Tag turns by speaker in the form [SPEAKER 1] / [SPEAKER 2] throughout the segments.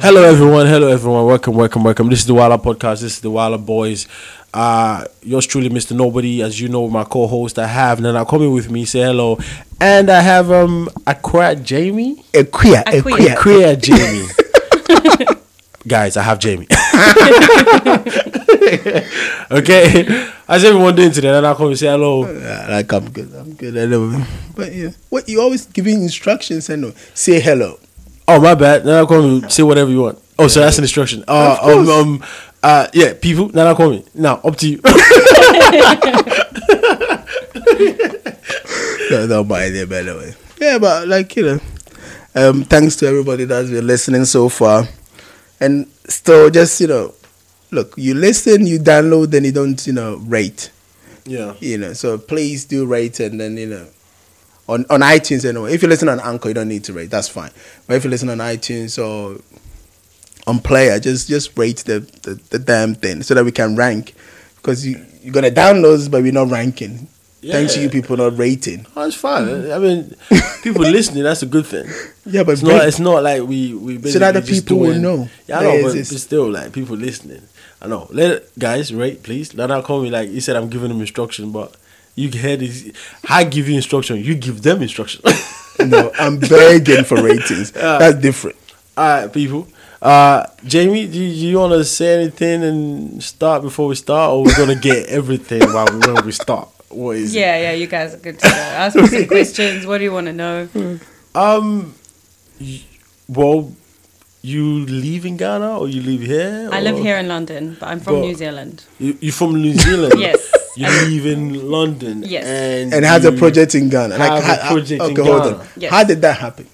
[SPEAKER 1] Hello, everyone. Hello, everyone. Welcome, welcome, welcome. This is the Wilder Podcast. This is the Wilder Boys. Uh, yours truly, Mr. Nobody, as you know, my co-host. I have Nana coming with me. Say hello, and I have um Aquia Jamie,
[SPEAKER 2] Equia,
[SPEAKER 3] Equia.
[SPEAKER 2] Equia.
[SPEAKER 1] Aquia Jamie. Guys, I have Jamie. okay, how's everyone doing today? Nana coming. Say hello.
[SPEAKER 2] Yeah, like I'm good, I'm good. Hello. But yeah, what you always giving instructions and all. say hello.
[SPEAKER 1] Oh, my bad. Nana coming. Say whatever you want. Oh, so that's an instruction. Uh,
[SPEAKER 2] Of course.
[SPEAKER 1] um, um, uh, yeah, people. Nana coming. Now, up to you.
[SPEAKER 2] No, no, by the by the way. Yeah, but like you know, um, thanks to everybody that's been listening so far, and still just you know, look, you listen, you download, then you don't you know rate,
[SPEAKER 1] yeah.
[SPEAKER 2] you know. So please do rate, and then you know. On, on iTunes anyway. If you listen on Anchor, you don't need to rate. That's fine. But if you listen on iTunes or on player just just rate the, the, the damn thing so that we can rank because you, you're gonna download this but we're not ranking thanks to
[SPEAKER 1] Yeah.
[SPEAKER 2] you people not rating
[SPEAKER 1] Oh, it's fine. I mean, people listening, that's a good thing.
[SPEAKER 2] yeah but
[SPEAKER 1] It's not,
[SPEAKER 2] rate-
[SPEAKER 1] it's not like we, we basically
[SPEAKER 2] that the
[SPEAKER 1] just
[SPEAKER 2] people will
[SPEAKER 1] doing-
[SPEAKER 2] know
[SPEAKER 1] Yeah, I
[SPEAKER 2] that
[SPEAKER 1] know,
[SPEAKER 2] it
[SPEAKER 1] but
[SPEAKER 2] exists.
[SPEAKER 1] it's still like people listening. I know. Let guys rate, please. Now not call me like you said I'm giving them instruction, but you heard this I give you instruction, you give them instruction.
[SPEAKER 2] no i'm begging for ratings
[SPEAKER 1] Yeah.
[SPEAKER 2] that's different
[SPEAKER 1] Alright, people. Uh Jamie, do you, you wanna say anything and start before we start or we're gonna get everything while we, when we start? What is it?
[SPEAKER 3] Yeah, yeah, you guys are good to go. Ask me some questions. What do you want to know?
[SPEAKER 1] Um y- well you live in Ghana or you live here?
[SPEAKER 3] I live
[SPEAKER 1] or-
[SPEAKER 3] here in London, but I'm from
[SPEAKER 1] But-
[SPEAKER 3] New Zealand.
[SPEAKER 1] You, you're from New Zealand.
[SPEAKER 3] Yes.
[SPEAKER 1] You live in London.
[SPEAKER 3] Yes.
[SPEAKER 1] And,
[SPEAKER 2] and has a
[SPEAKER 1] you-
[SPEAKER 2] project in ghana
[SPEAKER 1] have a
[SPEAKER 2] how-
[SPEAKER 1] project in
[SPEAKER 2] okay hold
[SPEAKER 1] Ghana.
[SPEAKER 2] on
[SPEAKER 3] Yes.
[SPEAKER 2] how did that happen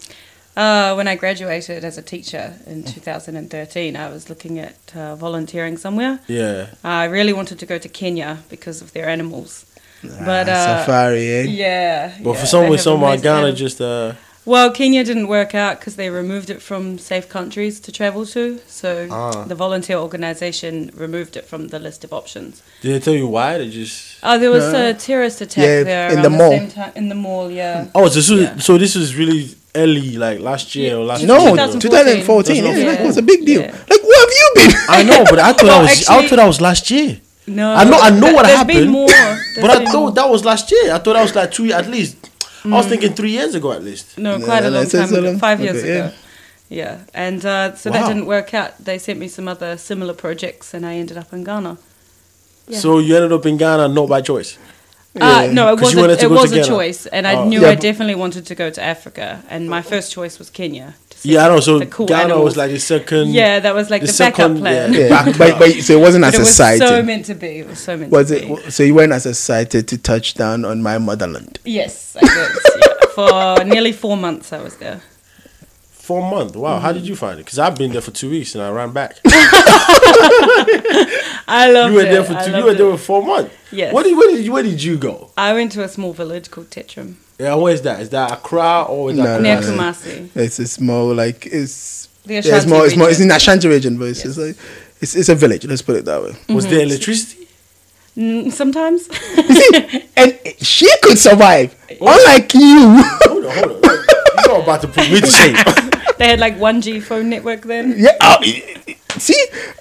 [SPEAKER 3] Uh, when I graduated as a teacher in 2013, I was looking at uh, volunteering somewhere.
[SPEAKER 1] Yeah.
[SPEAKER 3] I really wanted to go to Kenya because of their animals. But
[SPEAKER 2] Ah,
[SPEAKER 3] uh,
[SPEAKER 2] safari eh?
[SPEAKER 3] yeah.
[SPEAKER 1] But
[SPEAKER 3] yeah,
[SPEAKER 1] for
[SPEAKER 3] they
[SPEAKER 1] some
[SPEAKER 3] have
[SPEAKER 1] reason, my
[SPEAKER 3] amazing
[SPEAKER 1] Ghana
[SPEAKER 3] animals.
[SPEAKER 1] just uh.
[SPEAKER 3] Well, Kenya didn't work out because they removed it from safe countries to travel to. So
[SPEAKER 1] Ah.
[SPEAKER 3] the volunteer organisation removed it from the list of options.
[SPEAKER 1] Did they tell you why? They just.
[SPEAKER 3] Oh, there was
[SPEAKER 2] Yeah.
[SPEAKER 3] a terrorist attack
[SPEAKER 2] Yeah,
[SPEAKER 3] there
[SPEAKER 2] in
[SPEAKER 3] around
[SPEAKER 2] the
[SPEAKER 3] the,
[SPEAKER 2] mall.
[SPEAKER 3] same time in the mall. Yeah.
[SPEAKER 1] Oh, so, so,
[SPEAKER 3] Yeah.
[SPEAKER 1] so this was really early, like last year or last.
[SPEAKER 3] Yeah.
[SPEAKER 2] no
[SPEAKER 3] 2014.
[SPEAKER 2] 2014, yeah,
[SPEAKER 1] That's
[SPEAKER 2] that
[SPEAKER 1] not-
[SPEAKER 2] was a big deal
[SPEAKER 3] Yeah.
[SPEAKER 2] like where have you been
[SPEAKER 1] I know, but I thought
[SPEAKER 3] Well,
[SPEAKER 1] I was. I
[SPEAKER 3] actually-
[SPEAKER 1] thought I was last year.
[SPEAKER 3] No,
[SPEAKER 1] I know. I know
[SPEAKER 3] th-
[SPEAKER 1] what
[SPEAKER 3] there's
[SPEAKER 1] happened.
[SPEAKER 3] Been more.
[SPEAKER 1] but I
[SPEAKER 3] There's been Mm.
[SPEAKER 1] thought
[SPEAKER 3] more.
[SPEAKER 1] that was last year. I thought that was like two year- at least. I was thinking three years ago at least.
[SPEAKER 3] No,
[SPEAKER 2] No,
[SPEAKER 3] quite
[SPEAKER 2] no,
[SPEAKER 3] a
[SPEAKER 2] no,
[SPEAKER 3] long
[SPEAKER 2] it's- it's a
[SPEAKER 3] time ago.
[SPEAKER 2] long-
[SPEAKER 3] Five
[SPEAKER 2] okay,
[SPEAKER 3] years
[SPEAKER 2] yeah.
[SPEAKER 3] ago. Yeah, and uh, so
[SPEAKER 1] Wow.
[SPEAKER 3] that didn't work out. They sent me some other similar projects, and I ended up in Ghana. Yeah.
[SPEAKER 1] So you ended up in Ghana not by choice.
[SPEAKER 3] Uh,
[SPEAKER 2] Yeah.
[SPEAKER 3] no, it
[SPEAKER 1] 'Cause
[SPEAKER 3] was
[SPEAKER 1] you
[SPEAKER 3] a,
[SPEAKER 1] wanted to
[SPEAKER 3] it
[SPEAKER 1] go to
[SPEAKER 3] was a
[SPEAKER 1] Ghana.
[SPEAKER 3] choice, and I
[SPEAKER 1] Oh.
[SPEAKER 3] knew
[SPEAKER 2] Yeah,
[SPEAKER 3] I
[SPEAKER 2] but-
[SPEAKER 3] definitely wanted to go to Africa, and my first choice was Kenya. to see
[SPEAKER 1] Yeah, I know. So
[SPEAKER 3] the cool
[SPEAKER 1] Ghana was
[SPEAKER 3] animals.
[SPEAKER 1] like the second.
[SPEAKER 3] yeah, that was like
[SPEAKER 1] the
[SPEAKER 3] the, backup
[SPEAKER 1] second-
[SPEAKER 3] plan.
[SPEAKER 1] yeah.
[SPEAKER 2] yeah but, but so it wasn't as
[SPEAKER 3] But it was
[SPEAKER 2] exciting
[SPEAKER 3] so meant to be. It was so meant
[SPEAKER 2] Was
[SPEAKER 3] to be.
[SPEAKER 2] it so? You went as a sighter to touch down on my motherland.
[SPEAKER 3] Yes, I did. yeah. For nearly four months, I was there.
[SPEAKER 1] Four month. Wow. How did you find it? Because I've been there for two weeks and I ran back.
[SPEAKER 3] I loved
[SPEAKER 1] you were
[SPEAKER 3] it.
[SPEAKER 1] there for
[SPEAKER 3] I
[SPEAKER 1] two. You
[SPEAKER 3] loved
[SPEAKER 1] were there
[SPEAKER 3] it.
[SPEAKER 1] for four months.
[SPEAKER 3] Yes.
[SPEAKER 1] What did, where did you- where did you go?
[SPEAKER 3] I went to a small village called Tetram
[SPEAKER 1] Yeah, where is that? Is that Accra or is
[SPEAKER 2] No,
[SPEAKER 1] that?
[SPEAKER 2] no.
[SPEAKER 3] near
[SPEAKER 1] Kumasi?
[SPEAKER 3] Kumasi.
[SPEAKER 2] It's it's more like it's
[SPEAKER 3] The
[SPEAKER 2] yeah, it's
[SPEAKER 3] Ashanti
[SPEAKER 2] more it's more it's in
[SPEAKER 3] region.
[SPEAKER 2] Ashanti region, but it's just like it's it's a village. Let's put it that way.
[SPEAKER 1] Was there electricity?
[SPEAKER 3] Mm, sometimes.
[SPEAKER 2] And she could survive, unlike you.
[SPEAKER 1] hold on, hold on. You're about to put me to shame.
[SPEAKER 3] they had like 1G phone network then.
[SPEAKER 2] yeah, uh, see,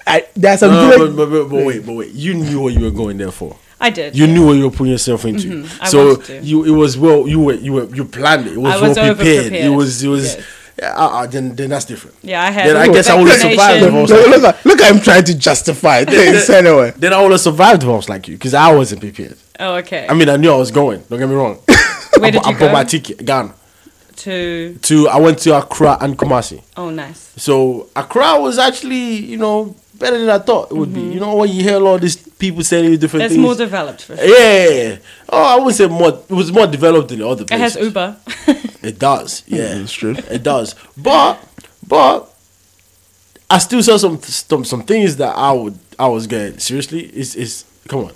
[SPEAKER 2] I, there's a
[SPEAKER 1] No,
[SPEAKER 2] village.
[SPEAKER 1] Uh, but, but, but, but wait, but wait. You knew what you were going there for.
[SPEAKER 3] I did.
[SPEAKER 1] You knew what you were putting yourself into. Mm-hmm.
[SPEAKER 3] I
[SPEAKER 1] so
[SPEAKER 3] wanted to.
[SPEAKER 1] you, it was well. You were, you were, you planned it. It was,
[SPEAKER 3] I was
[SPEAKER 1] well prepared. It
[SPEAKER 3] over-prepared,
[SPEAKER 1] was, it was.
[SPEAKER 3] yes.
[SPEAKER 1] Yeah, uh, uh, then, then that's different.
[SPEAKER 3] Yeah, I had
[SPEAKER 1] Then I
[SPEAKER 3] all
[SPEAKER 1] guess I would've
[SPEAKER 3] vaccination.
[SPEAKER 1] survived
[SPEAKER 2] look, look, look, look, I'm trying to justify this anyway.
[SPEAKER 1] Then I would have survived if I was like you, because I wasn't prepared.
[SPEAKER 3] Oh, okay.
[SPEAKER 1] I mean, I knew I was going. Don't get me wrong.
[SPEAKER 3] Where
[SPEAKER 1] I, bu-
[SPEAKER 3] did you
[SPEAKER 1] I
[SPEAKER 3] go?
[SPEAKER 1] bought my ticket. Ghana.
[SPEAKER 3] to
[SPEAKER 1] To I went to Accra and Kumasi.
[SPEAKER 3] oh, nice.
[SPEAKER 1] So Accra was actually, you know, better than I thought it would be. You know, when you hear a lot of these people saying these different
[SPEAKER 3] That's
[SPEAKER 1] things.
[SPEAKER 3] Mm-hmm. more developed for sure.
[SPEAKER 1] yeah. Oh, I wouldn't say more. It was more developed than the other
[SPEAKER 3] It
[SPEAKER 1] places.
[SPEAKER 3] has Uber. Mm-hmm.
[SPEAKER 1] It does. Yeah,
[SPEAKER 2] It's true.
[SPEAKER 1] It does. But, but, I still saw some some some things that I would I was getting seriously. It's it's come on.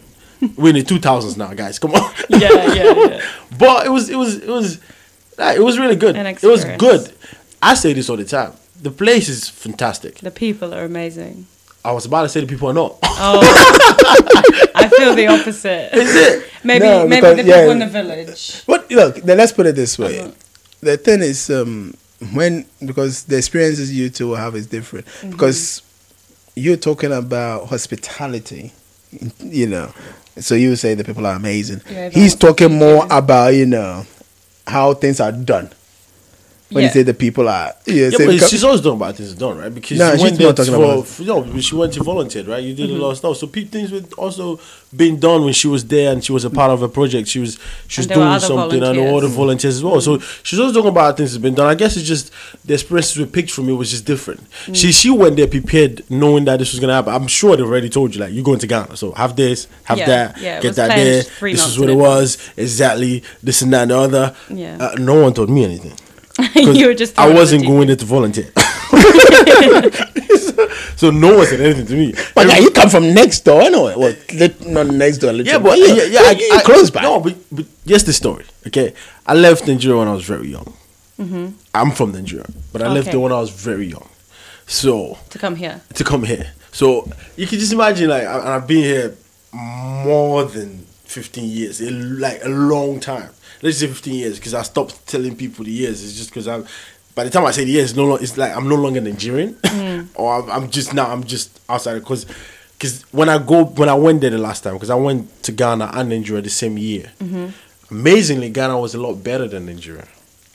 [SPEAKER 1] We're in the two thousands now, guys. Come on.
[SPEAKER 3] yeah, yeah, yeah.
[SPEAKER 1] But it was it was it was like, it was really good.
[SPEAKER 3] An
[SPEAKER 1] It was
[SPEAKER 3] experience.
[SPEAKER 1] good. I say this all the time. The place is fantastic.
[SPEAKER 3] The people are amazing.
[SPEAKER 1] I was about to say the people are not.
[SPEAKER 3] Oh, I feel the opposite.
[SPEAKER 1] Is it?
[SPEAKER 3] Maybe
[SPEAKER 2] No,
[SPEAKER 3] maybe
[SPEAKER 2] because-
[SPEAKER 3] the people
[SPEAKER 2] yeah.
[SPEAKER 3] in the village. Uh-huh.
[SPEAKER 2] What look? Then let's put it this way. The thing is, um, when because the experiences you two will have is different
[SPEAKER 3] Mm-hmm.
[SPEAKER 2] because you're talking about hospitality, you know. So you say the people are amazing.
[SPEAKER 3] Yeah, the
[SPEAKER 2] He's talking more
[SPEAKER 3] hospitality.
[SPEAKER 2] about you know how things are done. When
[SPEAKER 3] Yeah.
[SPEAKER 2] you say the people are, yeah,
[SPEAKER 1] Yeah,
[SPEAKER 2] say
[SPEAKER 1] but
[SPEAKER 2] because-
[SPEAKER 1] she's always done about things done, right? Because
[SPEAKER 2] No,
[SPEAKER 1] she
[SPEAKER 2] she's
[SPEAKER 1] went
[SPEAKER 2] not
[SPEAKER 1] there
[SPEAKER 2] talking
[SPEAKER 1] for,
[SPEAKER 2] about
[SPEAKER 1] for- no, but she went to volunteer, right? You did a lot of stuff, so pe- things were also being done when she was there, and she was a part of a project. She was she was
[SPEAKER 3] And there were
[SPEAKER 1] doing
[SPEAKER 3] other
[SPEAKER 1] something, and all the volunteers
[SPEAKER 3] volunteers.
[SPEAKER 1] as well. So she's always talking about how things that's been done. I guess it's just the experiences we picked from it was just different.
[SPEAKER 3] Mm.
[SPEAKER 1] She she went there prepared, knowing that this was gonna happen. I'm sure they already told you like you're going to Ghana, so have this, have
[SPEAKER 3] Yeah,
[SPEAKER 1] that,
[SPEAKER 3] yeah, it
[SPEAKER 1] get
[SPEAKER 3] was
[SPEAKER 1] that
[SPEAKER 3] planned
[SPEAKER 1] there.
[SPEAKER 3] three
[SPEAKER 1] This
[SPEAKER 3] months
[SPEAKER 1] is what
[SPEAKER 3] in
[SPEAKER 1] it was exactly. This and that and the other.
[SPEAKER 3] Yeah.
[SPEAKER 1] Uh, no one told me anything. 'Cause
[SPEAKER 3] you were just. thrown
[SPEAKER 1] I
[SPEAKER 3] on the
[SPEAKER 1] wasn't
[SPEAKER 3] deep
[SPEAKER 1] going there to volunteer. so no one said anything to me.
[SPEAKER 2] But yeah, you come from next door, I know. Well, li- not next door, literally.
[SPEAKER 1] Eh. yeah, but yeah, yeah,
[SPEAKER 2] you,
[SPEAKER 1] I,
[SPEAKER 2] you
[SPEAKER 1] I-
[SPEAKER 2] close by.
[SPEAKER 1] No, but, but here's the story. Okay, I left Nigeria when I was very young. I'm from Nigeria, but I left
[SPEAKER 3] Okay.
[SPEAKER 1] there when I was very young. So
[SPEAKER 3] To come here.
[SPEAKER 1] to come here, so you can just imagine like, I- and I've been here more than 15 years, a- like a long time. Let's say 15 years, because I stopped telling people the years. It's just because I'm. By the time I say the years, no, lo- it's like I'm no longer Nigerian, or I'm, I'm just now I'm just outside because. Because when I go, when I went there the last time, because I went to Ghana and Nigeria the same year, amazingly, Ghana was a lot better than Nigeria.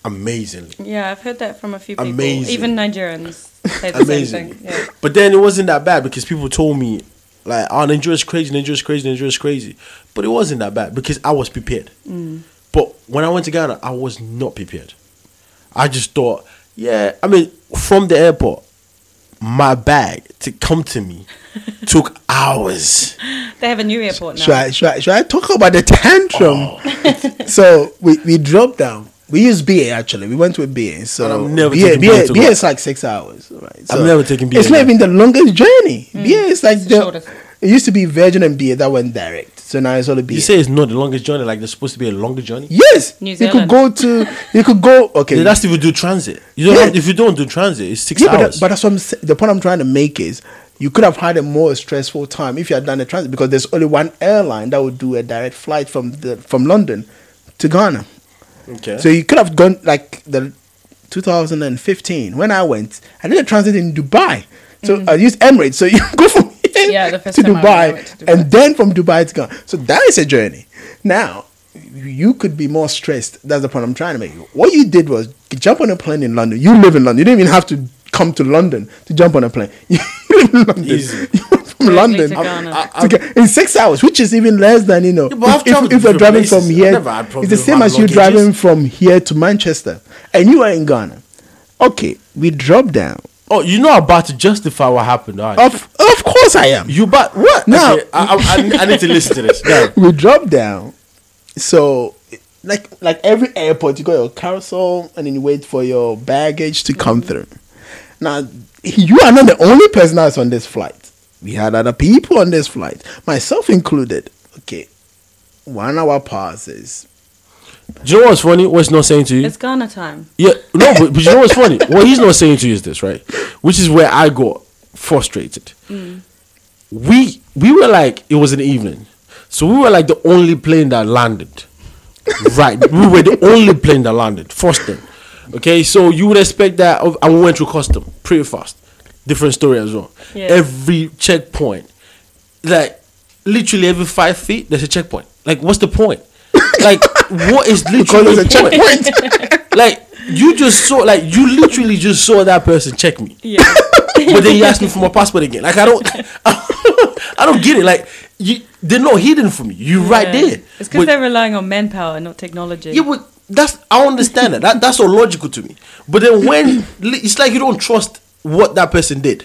[SPEAKER 1] Amazingly.
[SPEAKER 3] Yeah, I've heard that from a few people.
[SPEAKER 1] Amazing.
[SPEAKER 3] Even Nigerians say the
[SPEAKER 1] Amazing.
[SPEAKER 3] same thing. Yeah.
[SPEAKER 1] But then it wasn't that bad because people told me, like, oh, Nigeria's crazy, Nigeria's crazy, Nigeria's crazy. But it wasn't that bad because I was prepared.
[SPEAKER 3] Mm.
[SPEAKER 1] But when I went to Ghana, I was not prepared. I just thought, yeah, I mean, from the airport, my bag to come to me took hours.
[SPEAKER 3] They have a new airport now.
[SPEAKER 2] Should I, should, I, should I talk about the tantrum?
[SPEAKER 1] Oh.
[SPEAKER 2] so we, we dropped down. We used BA actually. We went with BA. So
[SPEAKER 1] And I'm never
[SPEAKER 2] BA,
[SPEAKER 1] taking
[SPEAKER 2] BA,
[SPEAKER 1] BA to
[SPEAKER 2] BA
[SPEAKER 1] Ghana.
[SPEAKER 2] is like six hours. Right? So
[SPEAKER 1] never taking BA
[SPEAKER 2] It's not
[SPEAKER 1] now.
[SPEAKER 2] even the longest journey. BA is like
[SPEAKER 3] Mm. It's the
[SPEAKER 2] the.
[SPEAKER 3] shortest.
[SPEAKER 2] It used to be Virgin and BA that went direct. So now it's only BA.
[SPEAKER 1] You say it's not the longest journey, like there's supposed to be a longer journey.
[SPEAKER 2] yes,
[SPEAKER 3] New
[SPEAKER 2] you could
[SPEAKER 3] Zealand.
[SPEAKER 2] go to. You could go. Okay,
[SPEAKER 1] Then That's if you do transit. You don't
[SPEAKER 2] Yeah.
[SPEAKER 1] have- if you don't do transit, it's six
[SPEAKER 2] yeah, but,
[SPEAKER 1] hours.
[SPEAKER 2] that, but that's what I'm sa- the point I'm trying to make is you could have had a more stressful time if you had done a transit because there's only one airline that would do a direct flight from the from London to Ghana.
[SPEAKER 1] okay.
[SPEAKER 2] So you could have gone like the 2015 when I went. I did a transit in Dubai, so I used Emirates. So you go from here
[SPEAKER 3] Mm-hmm. Yeah, the first
[SPEAKER 2] to,
[SPEAKER 3] time I
[SPEAKER 2] Dubai,
[SPEAKER 3] went to Dubai.
[SPEAKER 2] and then from Dubai to Ghana. So that is a journey. Now you could be more stressed. That's the point I'm trying to make. What you did was you jump on a plane in London. You live in London. You didn't even have to come to London to jump on a plane. You live in London.
[SPEAKER 1] Easy.
[SPEAKER 2] You went from
[SPEAKER 3] Directly
[SPEAKER 2] London
[SPEAKER 3] to Ghana.
[SPEAKER 2] to Ga- in six hours, which is even less than you know.
[SPEAKER 1] Yeah, but I've
[SPEAKER 2] if, if-
[SPEAKER 1] traveled
[SPEAKER 2] if you're
[SPEAKER 1] different
[SPEAKER 2] driving
[SPEAKER 1] places.
[SPEAKER 2] from
[SPEAKER 1] I've
[SPEAKER 2] here,
[SPEAKER 1] never had
[SPEAKER 2] it's
[SPEAKER 1] problems
[SPEAKER 2] the
[SPEAKER 1] with
[SPEAKER 2] same
[SPEAKER 1] my
[SPEAKER 2] as you
[SPEAKER 1] luggages.
[SPEAKER 2] driving from here to Manchester, and you are in Ghana. Okay, we drop down.
[SPEAKER 1] oh, you're not about to justify what happened, are you?
[SPEAKER 2] Of of course, I am.
[SPEAKER 1] You but what?
[SPEAKER 2] No.
[SPEAKER 1] Okay, I, I, I, I need to listen to this. No.
[SPEAKER 2] We drop down. So, like like every airport, you got your carousel, and then you wait for your baggage to
[SPEAKER 1] Mm-hmm.
[SPEAKER 2] come through. Now, you are not the only person that's on this flight. We had other people on this flight, myself included. Okay, one hour passes.
[SPEAKER 1] Do you know what's funny? What's not saying to you?
[SPEAKER 3] It's Ghana time.
[SPEAKER 1] yeah, no, but, but you know what's funny? What he's not saying to you is this, right? Which is where I got frustrated. We we were like it was an evening, so we were like the only plane that landed. right, we were the only plane that landed. First thing, okay. So you would expect that. oh, And we went through custom pretty fast. Different story as well.
[SPEAKER 3] Yeah.
[SPEAKER 1] Every checkpoint, like literally every five feet, there's a checkpoint. Like, what's the point? Like, what is
[SPEAKER 2] Because
[SPEAKER 1] literally
[SPEAKER 2] there's
[SPEAKER 1] the
[SPEAKER 2] a
[SPEAKER 1] point?
[SPEAKER 2] checkpoint.
[SPEAKER 1] like you just saw like you literally just saw that person check me
[SPEAKER 3] Yeah.
[SPEAKER 1] but then you asked me for my passport again like i don't i don't get it like you they're not hidden from you you right
[SPEAKER 3] Yeah.
[SPEAKER 1] there
[SPEAKER 3] It's because
[SPEAKER 1] But-
[SPEAKER 3] they're relying on manpower, not technology.
[SPEAKER 1] yeah but that's i understand that. that that's so logical to me but then when li- it's like you don't trust what that person did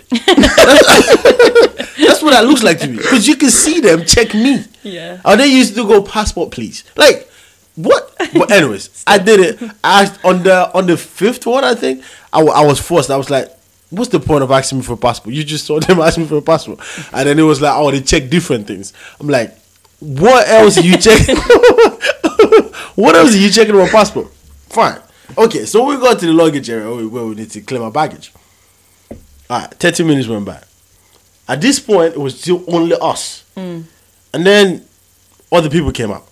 [SPEAKER 1] that's, that's what that looks like to me because you can see them check me
[SPEAKER 3] Yeah.
[SPEAKER 1] and they used to go passport please like what but anyways i did it i asked on the on the fifth one i think I, wa- I was forced i was like what's the point of asking me for a passport you just saw them asking me for a passport and then it was like oh they check different things i'm like what else are you checking what else are you checking on my passport fine okay so we got to the luggage area where we- where we need to clear my baggage all right 30 minutes went by at this point it was still only us and then other people came out.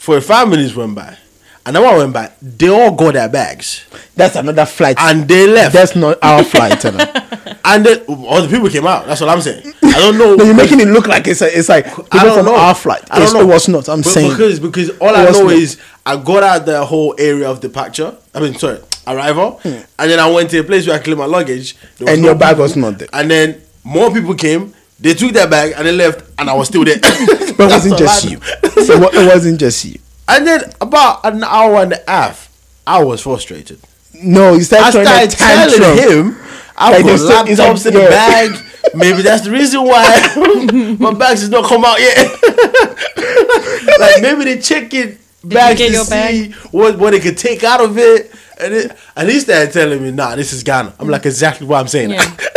[SPEAKER 1] For five minutes went by. And then when I went back, they all got their bags
[SPEAKER 2] That's another flight.
[SPEAKER 1] and they left.
[SPEAKER 2] That's not our flight. eh, Anna.
[SPEAKER 1] And then all the people came out. That's what I'm saying. I don't know.
[SPEAKER 2] No, you're making it look like it's a, it's like people
[SPEAKER 1] I don't
[SPEAKER 2] from
[SPEAKER 1] know.
[SPEAKER 2] our flight.
[SPEAKER 1] I don't
[SPEAKER 2] It's-
[SPEAKER 1] know.
[SPEAKER 2] It was not. I'm
[SPEAKER 1] Be-
[SPEAKER 2] saying
[SPEAKER 1] because because all
[SPEAKER 2] It
[SPEAKER 1] I
[SPEAKER 2] was
[SPEAKER 1] know
[SPEAKER 2] not.
[SPEAKER 1] is I got out the whole area of departure. I mean, sorry, arrival, and then I went to a place where I claimed my luggage. There was
[SPEAKER 2] Hmm. And your bag was not there.
[SPEAKER 1] And then more people came. They took their bag and they left, and I was still there. but
[SPEAKER 2] But it wasn't just you. It wa- it wasn't just you.
[SPEAKER 1] And then about an hour and a half, I was frustrated.
[SPEAKER 2] No, you
[SPEAKER 1] I
[SPEAKER 2] started throwing a
[SPEAKER 1] started telling
[SPEAKER 2] tantrum.
[SPEAKER 1] him I've
[SPEAKER 2] Like,
[SPEAKER 1] got
[SPEAKER 2] it's like- it's like,
[SPEAKER 1] laptops in the
[SPEAKER 2] yeah.
[SPEAKER 1] bag. Maybe that's the reason why my bags has not come out yet. like maybe they check it back
[SPEAKER 3] get
[SPEAKER 1] to
[SPEAKER 3] your bag?
[SPEAKER 1] see what what they could take out of it. And it, and he started telling me, "Nah, this is Ghana." I'm like, exactly what I'm saying.
[SPEAKER 3] Yeah.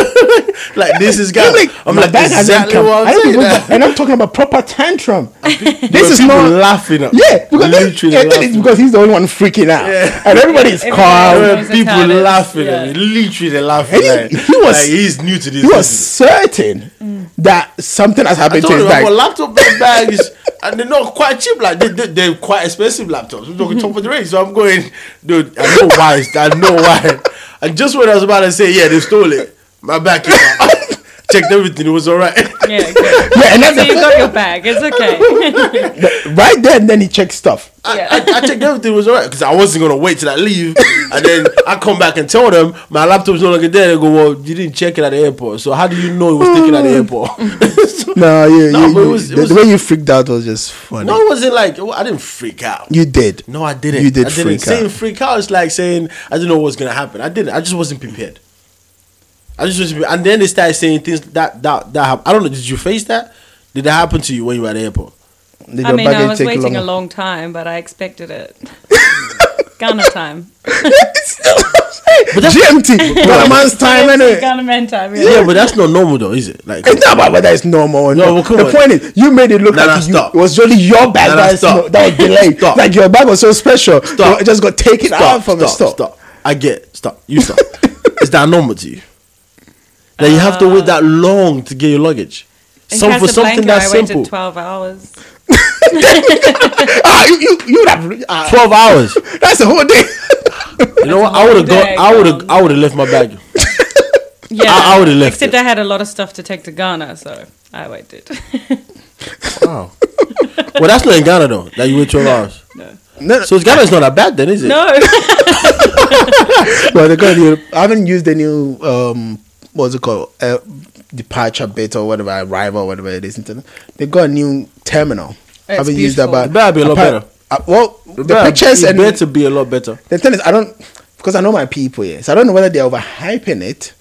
[SPEAKER 1] like this is
[SPEAKER 2] I'm
[SPEAKER 1] Ghana.
[SPEAKER 2] like,
[SPEAKER 1] I'm
[SPEAKER 2] my
[SPEAKER 1] like,
[SPEAKER 2] bag hasn't
[SPEAKER 1] exactly
[SPEAKER 2] come.
[SPEAKER 1] what
[SPEAKER 2] I
[SPEAKER 1] I'm
[SPEAKER 2] don't
[SPEAKER 1] saying.
[SPEAKER 2] even- and I'm talking about proper tantrum.
[SPEAKER 1] But
[SPEAKER 2] this is
[SPEAKER 1] people
[SPEAKER 2] not
[SPEAKER 1] laughing. At,
[SPEAKER 2] Yeah, because, they-
[SPEAKER 1] literally
[SPEAKER 2] I think
[SPEAKER 1] laughing.
[SPEAKER 2] it's because he's the only one freaking out,
[SPEAKER 1] Yeah.
[SPEAKER 2] and everybody's
[SPEAKER 1] There
[SPEAKER 3] Yeah,
[SPEAKER 2] calm.
[SPEAKER 3] everybody-
[SPEAKER 1] were
[SPEAKER 3] was
[SPEAKER 1] people
[SPEAKER 3] retarded.
[SPEAKER 1] laughing
[SPEAKER 3] Yeah.
[SPEAKER 1] at me, literally laughing.
[SPEAKER 2] And
[SPEAKER 1] at
[SPEAKER 2] he-
[SPEAKER 1] me.
[SPEAKER 2] he was-
[SPEAKER 1] like, he's new to this.
[SPEAKER 2] He was
[SPEAKER 1] business.
[SPEAKER 2] certain that something has
[SPEAKER 1] I
[SPEAKER 2] happened to
[SPEAKER 1] told
[SPEAKER 2] his
[SPEAKER 1] you, our
[SPEAKER 2] bag.
[SPEAKER 1] laptop bags, and they're not quite cheap. Like they, they, they're quite expensive laptops. We're talking top of the range. So I'm going, dude. I know why. it's- I know why. And just when I was about to say, yeah, they stole it. My bag came out. Checked everything. It was all right.
[SPEAKER 3] Yeah, good.
[SPEAKER 2] Yeah, and that's
[SPEAKER 3] So
[SPEAKER 2] the
[SPEAKER 3] you got your bag. It's okay.
[SPEAKER 2] thing. right then, then he checks stuff.
[SPEAKER 1] I,
[SPEAKER 3] Yeah.
[SPEAKER 1] I, I checked everything was alright because I wasn't gonna wait till I leave, and then I come back and tell them my laptop's no longer there. They go, well, you didn't check it at the airport, so how do you know it was taken at the airport? So-
[SPEAKER 2] No, you,
[SPEAKER 1] No,
[SPEAKER 2] you-
[SPEAKER 1] but it
[SPEAKER 2] you-
[SPEAKER 1] was- it
[SPEAKER 2] the,
[SPEAKER 1] was-
[SPEAKER 2] the way you freaked out was just funny.
[SPEAKER 1] no, it wasn't like I didn't freak out.
[SPEAKER 2] You did.
[SPEAKER 1] No, I didn't.
[SPEAKER 2] You did
[SPEAKER 1] I didn't.
[SPEAKER 2] freak
[SPEAKER 1] saying
[SPEAKER 2] out.
[SPEAKER 1] freak out is like saying I didn't know what was gonna happen. I didn't. I just wasn't prepared. I just was, and then they started saying things that that that happened. I don't know. Did you face that? Did that happen to you when you were at the airport?
[SPEAKER 2] Did
[SPEAKER 3] I
[SPEAKER 2] your
[SPEAKER 3] mean, I
[SPEAKER 2] baggage
[SPEAKER 3] was
[SPEAKER 2] take
[SPEAKER 3] waiting
[SPEAKER 2] longer?
[SPEAKER 3] a long time, but I expected it. Ghana time.
[SPEAKER 2] GMT, one man's time anyway.
[SPEAKER 3] Ghana man time. Yeah.
[SPEAKER 1] Yeah, but that's not normal though, is it? Like,
[SPEAKER 2] It's not about whether it's normal or
[SPEAKER 1] No,
[SPEAKER 2] not.
[SPEAKER 1] well, come
[SPEAKER 2] the
[SPEAKER 1] on.
[SPEAKER 2] point is, you made it look
[SPEAKER 1] No, no,
[SPEAKER 2] like you,
[SPEAKER 1] stop.
[SPEAKER 2] it was really your bag
[SPEAKER 1] No, no,
[SPEAKER 2] that, is
[SPEAKER 1] stop.
[SPEAKER 2] no- that was delayed.
[SPEAKER 1] Stop.
[SPEAKER 2] Like your bag was so special,
[SPEAKER 1] Stop.
[SPEAKER 2] it just got taken out
[SPEAKER 1] stop, stop,
[SPEAKER 2] from the store.
[SPEAKER 1] stop, I get stop. You stop. is that normal to you? That you have to wait
[SPEAKER 3] Uh,
[SPEAKER 1] that long to get your luggage.
[SPEAKER 3] In
[SPEAKER 1] Some for
[SPEAKER 3] Casablanca,
[SPEAKER 1] something that's
[SPEAKER 3] I waited
[SPEAKER 1] simple.
[SPEAKER 3] 12 hours.
[SPEAKER 2] Ah, you, you, you would have. ah,
[SPEAKER 1] Twelve hours.
[SPEAKER 2] that's the whole day.
[SPEAKER 1] You know what? I
[SPEAKER 3] long
[SPEAKER 1] would have
[SPEAKER 3] day,
[SPEAKER 1] gone. I would have.
[SPEAKER 3] Tom.
[SPEAKER 1] I would have left my bag.
[SPEAKER 3] Yeah,
[SPEAKER 1] I- I would've left
[SPEAKER 3] Except
[SPEAKER 1] it.
[SPEAKER 3] I had a lot of stuff to take to Ghana, so I waited.
[SPEAKER 1] Wow. well, that's not in Ghana though. That you wait twelve hours.
[SPEAKER 3] no,
[SPEAKER 2] no, no,
[SPEAKER 1] So Ghana is not that bad then, is it?
[SPEAKER 3] no.
[SPEAKER 2] but they're gonna do- I haven't used the new um, what's it called, uh, departure bit or whatever, arrival, whatever it is. They got a new terminal. I haven't used that, but
[SPEAKER 3] beautiful.
[SPEAKER 1] It better be a lot
[SPEAKER 2] apart-
[SPEAKER 1] better.
[SPEAKER 2] uh, well,
[SPEAKER 1] It
[SPEAKER 2] the
[SPEAKER 1] better-
[SPEAKER 2] pictures
[SPEAKER 1] it
[SPEAKER 2] and
[SPEAKER 1] better be a lot better.
[SPEAKER 2] The thing is, I don't because I know my people here, so I don't know whether they're overhyping it.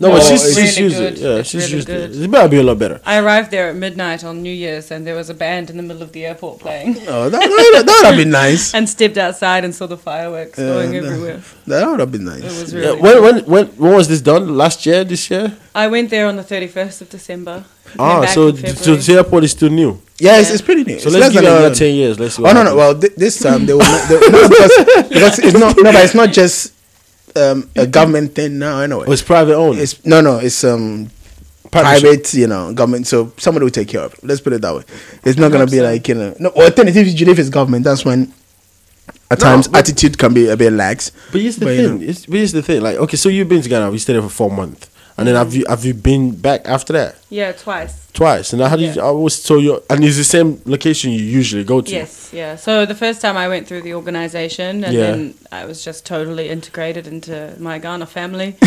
[SPEAKER 1] No,
[SPEAKER 2] or
[SPEAKER 1] but
[SPEAKER 3] Oh, it's
[SPEAKER 1] she's,
[SPEAKER 2] it's-
[SPEAKER 3] really
[SPEAKER 1] she's used
[SPEAKER 3] good.
[SPEAKER 1] it. Yeah,
[SPEAKER 3] It's
[SPEAKER 1] she's
[SPEAKER 3] really
[SPEAKER 1] used
[SPEAKER 3] good.
[SPEAKER 1] it. It better be a lot better.
[SPEAKER 3] I arrived there at midnight on New Year's, and there was a band in the middle of the airport playing.
[SPEAKER 2] oh, that, that, that would have been nice.
[SPEAKER 3] And stepped outside and saw the fireworks going
[SPEAKER 2] Yeah, that-
[SPEAKER 3] everywhere.
[SPEAKER 2] That would have been nice.
[SPEAKER 3] It was
[SPEAKER 1] Yeah,
[SPEAKER 3] really.
[SPEAKER 1] when, when when when was this done? Last year? This year?
[SPEAKER 3] I went there on the 31st of December. Came
[SPEAKER 1] Ah,
[SPEAKER 3] back
[SPEAKER 1] so
[SPEAKER 3] in
[SPEAKER 1] th- so
[SPEAKER 3] February.
[SPEAKER 1] the airport is still new.
[SPEAKER 2] yeah, it's,
[SPEAKER 3] Yeah.
[SPEAKER 2] it's pretty new.
[SPEAKER 1] So
[SPEAKER 2] It's
[SPEAKER 1] let's
[SPEAKER 2] less
[SPEAKER 1] give it
[SPEAKER 2] than a-
[SPEAKER 1] another ten years. Let's see.
[SPEAKER 2] Oh
[SPEAKER 1] what
[SPEAKER 2] no no!
[SPEAKER 1] happens.
[SPEAKER 2] Well, th- this time they will not, they, no, because, because it's not no, but it's not just um, a government thing now. Anyway,
[SPEAKER 1] Oh, it's private owned.
[SPEAKER 2] it's no no, it's um
[SPEAKER 1] Partnership.
[SPEAKER 2] private, you know, government. So somebody will take care of it. Let's put it that way. It's not gonna be
[SPEAKER 3] so.
[SPEAKER 2] like you know. No, alternative if it's government. That's when at
[SPEAKER 1] No,
[SPEAKER 2] times
[SPEAKER 1] but-
[SPEAKER 2] attitude can be a bit lax.
[SPEAKER 1] But here's the
[SPEAKER 2] But, you
[SPEAKER 1] thing. It's, but here's the thing. Like, okay, so you've been to Ghana. We stayed there for four months, and then have you have you been back after that
[SPEAKER 3] Yeah, twice.
[SPEAKER 1] twice? And how do you?
[SPEAKER 3] Yeah.
[SPEAKER 1] I was so you. And it's the same location you usually go to.
[SPEAKER 3] Yes, yeah. So the first time I went through the organization, and
[SPEAKER 1] Yeah.
[SPEAKER 3] then I was just totally integrated into my Ghana family.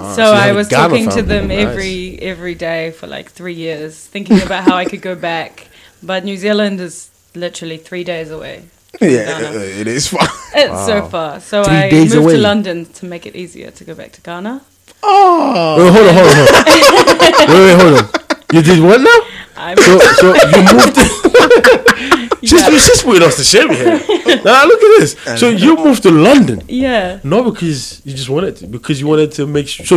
[SPEAKER 1] Oh, so
[SPEAKER 3] so
[SPEAKER 1] you had
[SPEAKER 3] I
[SPEAKER 1] a
[SPEAKER 3] was
[SPEAKER 1] Ghana
[SPEAKER 3] talking to
[SPEAKER 1] family,
[SPEAKER 3] them
[SPEAKER 1] nice.
[SPEAKER 3] every every day for like three years, thinking about how I could go back. But New Zealand is literally three days away. from
[SPEAKER 2] Yeah,
[SPEAKER 3] Ghana.
[SPEAKER 2] uh, it is fun.
[SPEAKER 3] It's so far. So
[SPEAKER 1] Three
[SPEAKER 3] I
[SPEAKER 1] days
[SPEAKER 3] moved
[SPEAKER 1] away.
[SPEAKER 3] to London to make it easier to go back to Ghana.
[SPEAKER 2] Oh,
[SPEAKER 1] Wait, hold on, hold on, hold on. wait, wait, hold on. You did what now?
[SPEAKER 3] I
[SPEAKER 1] So,
[SPEAKER 3] moved,
[SPEAKER 1] so you moved. she's she's putting us to shame here. Now look at this. So you
[SPEAKER 2] uh,
[SPEAKER 1] moved to London.
[SPEAKER 3] yeah.
[SPEAKER 1] Not because you just wanted to, because you wanted to make sure. So,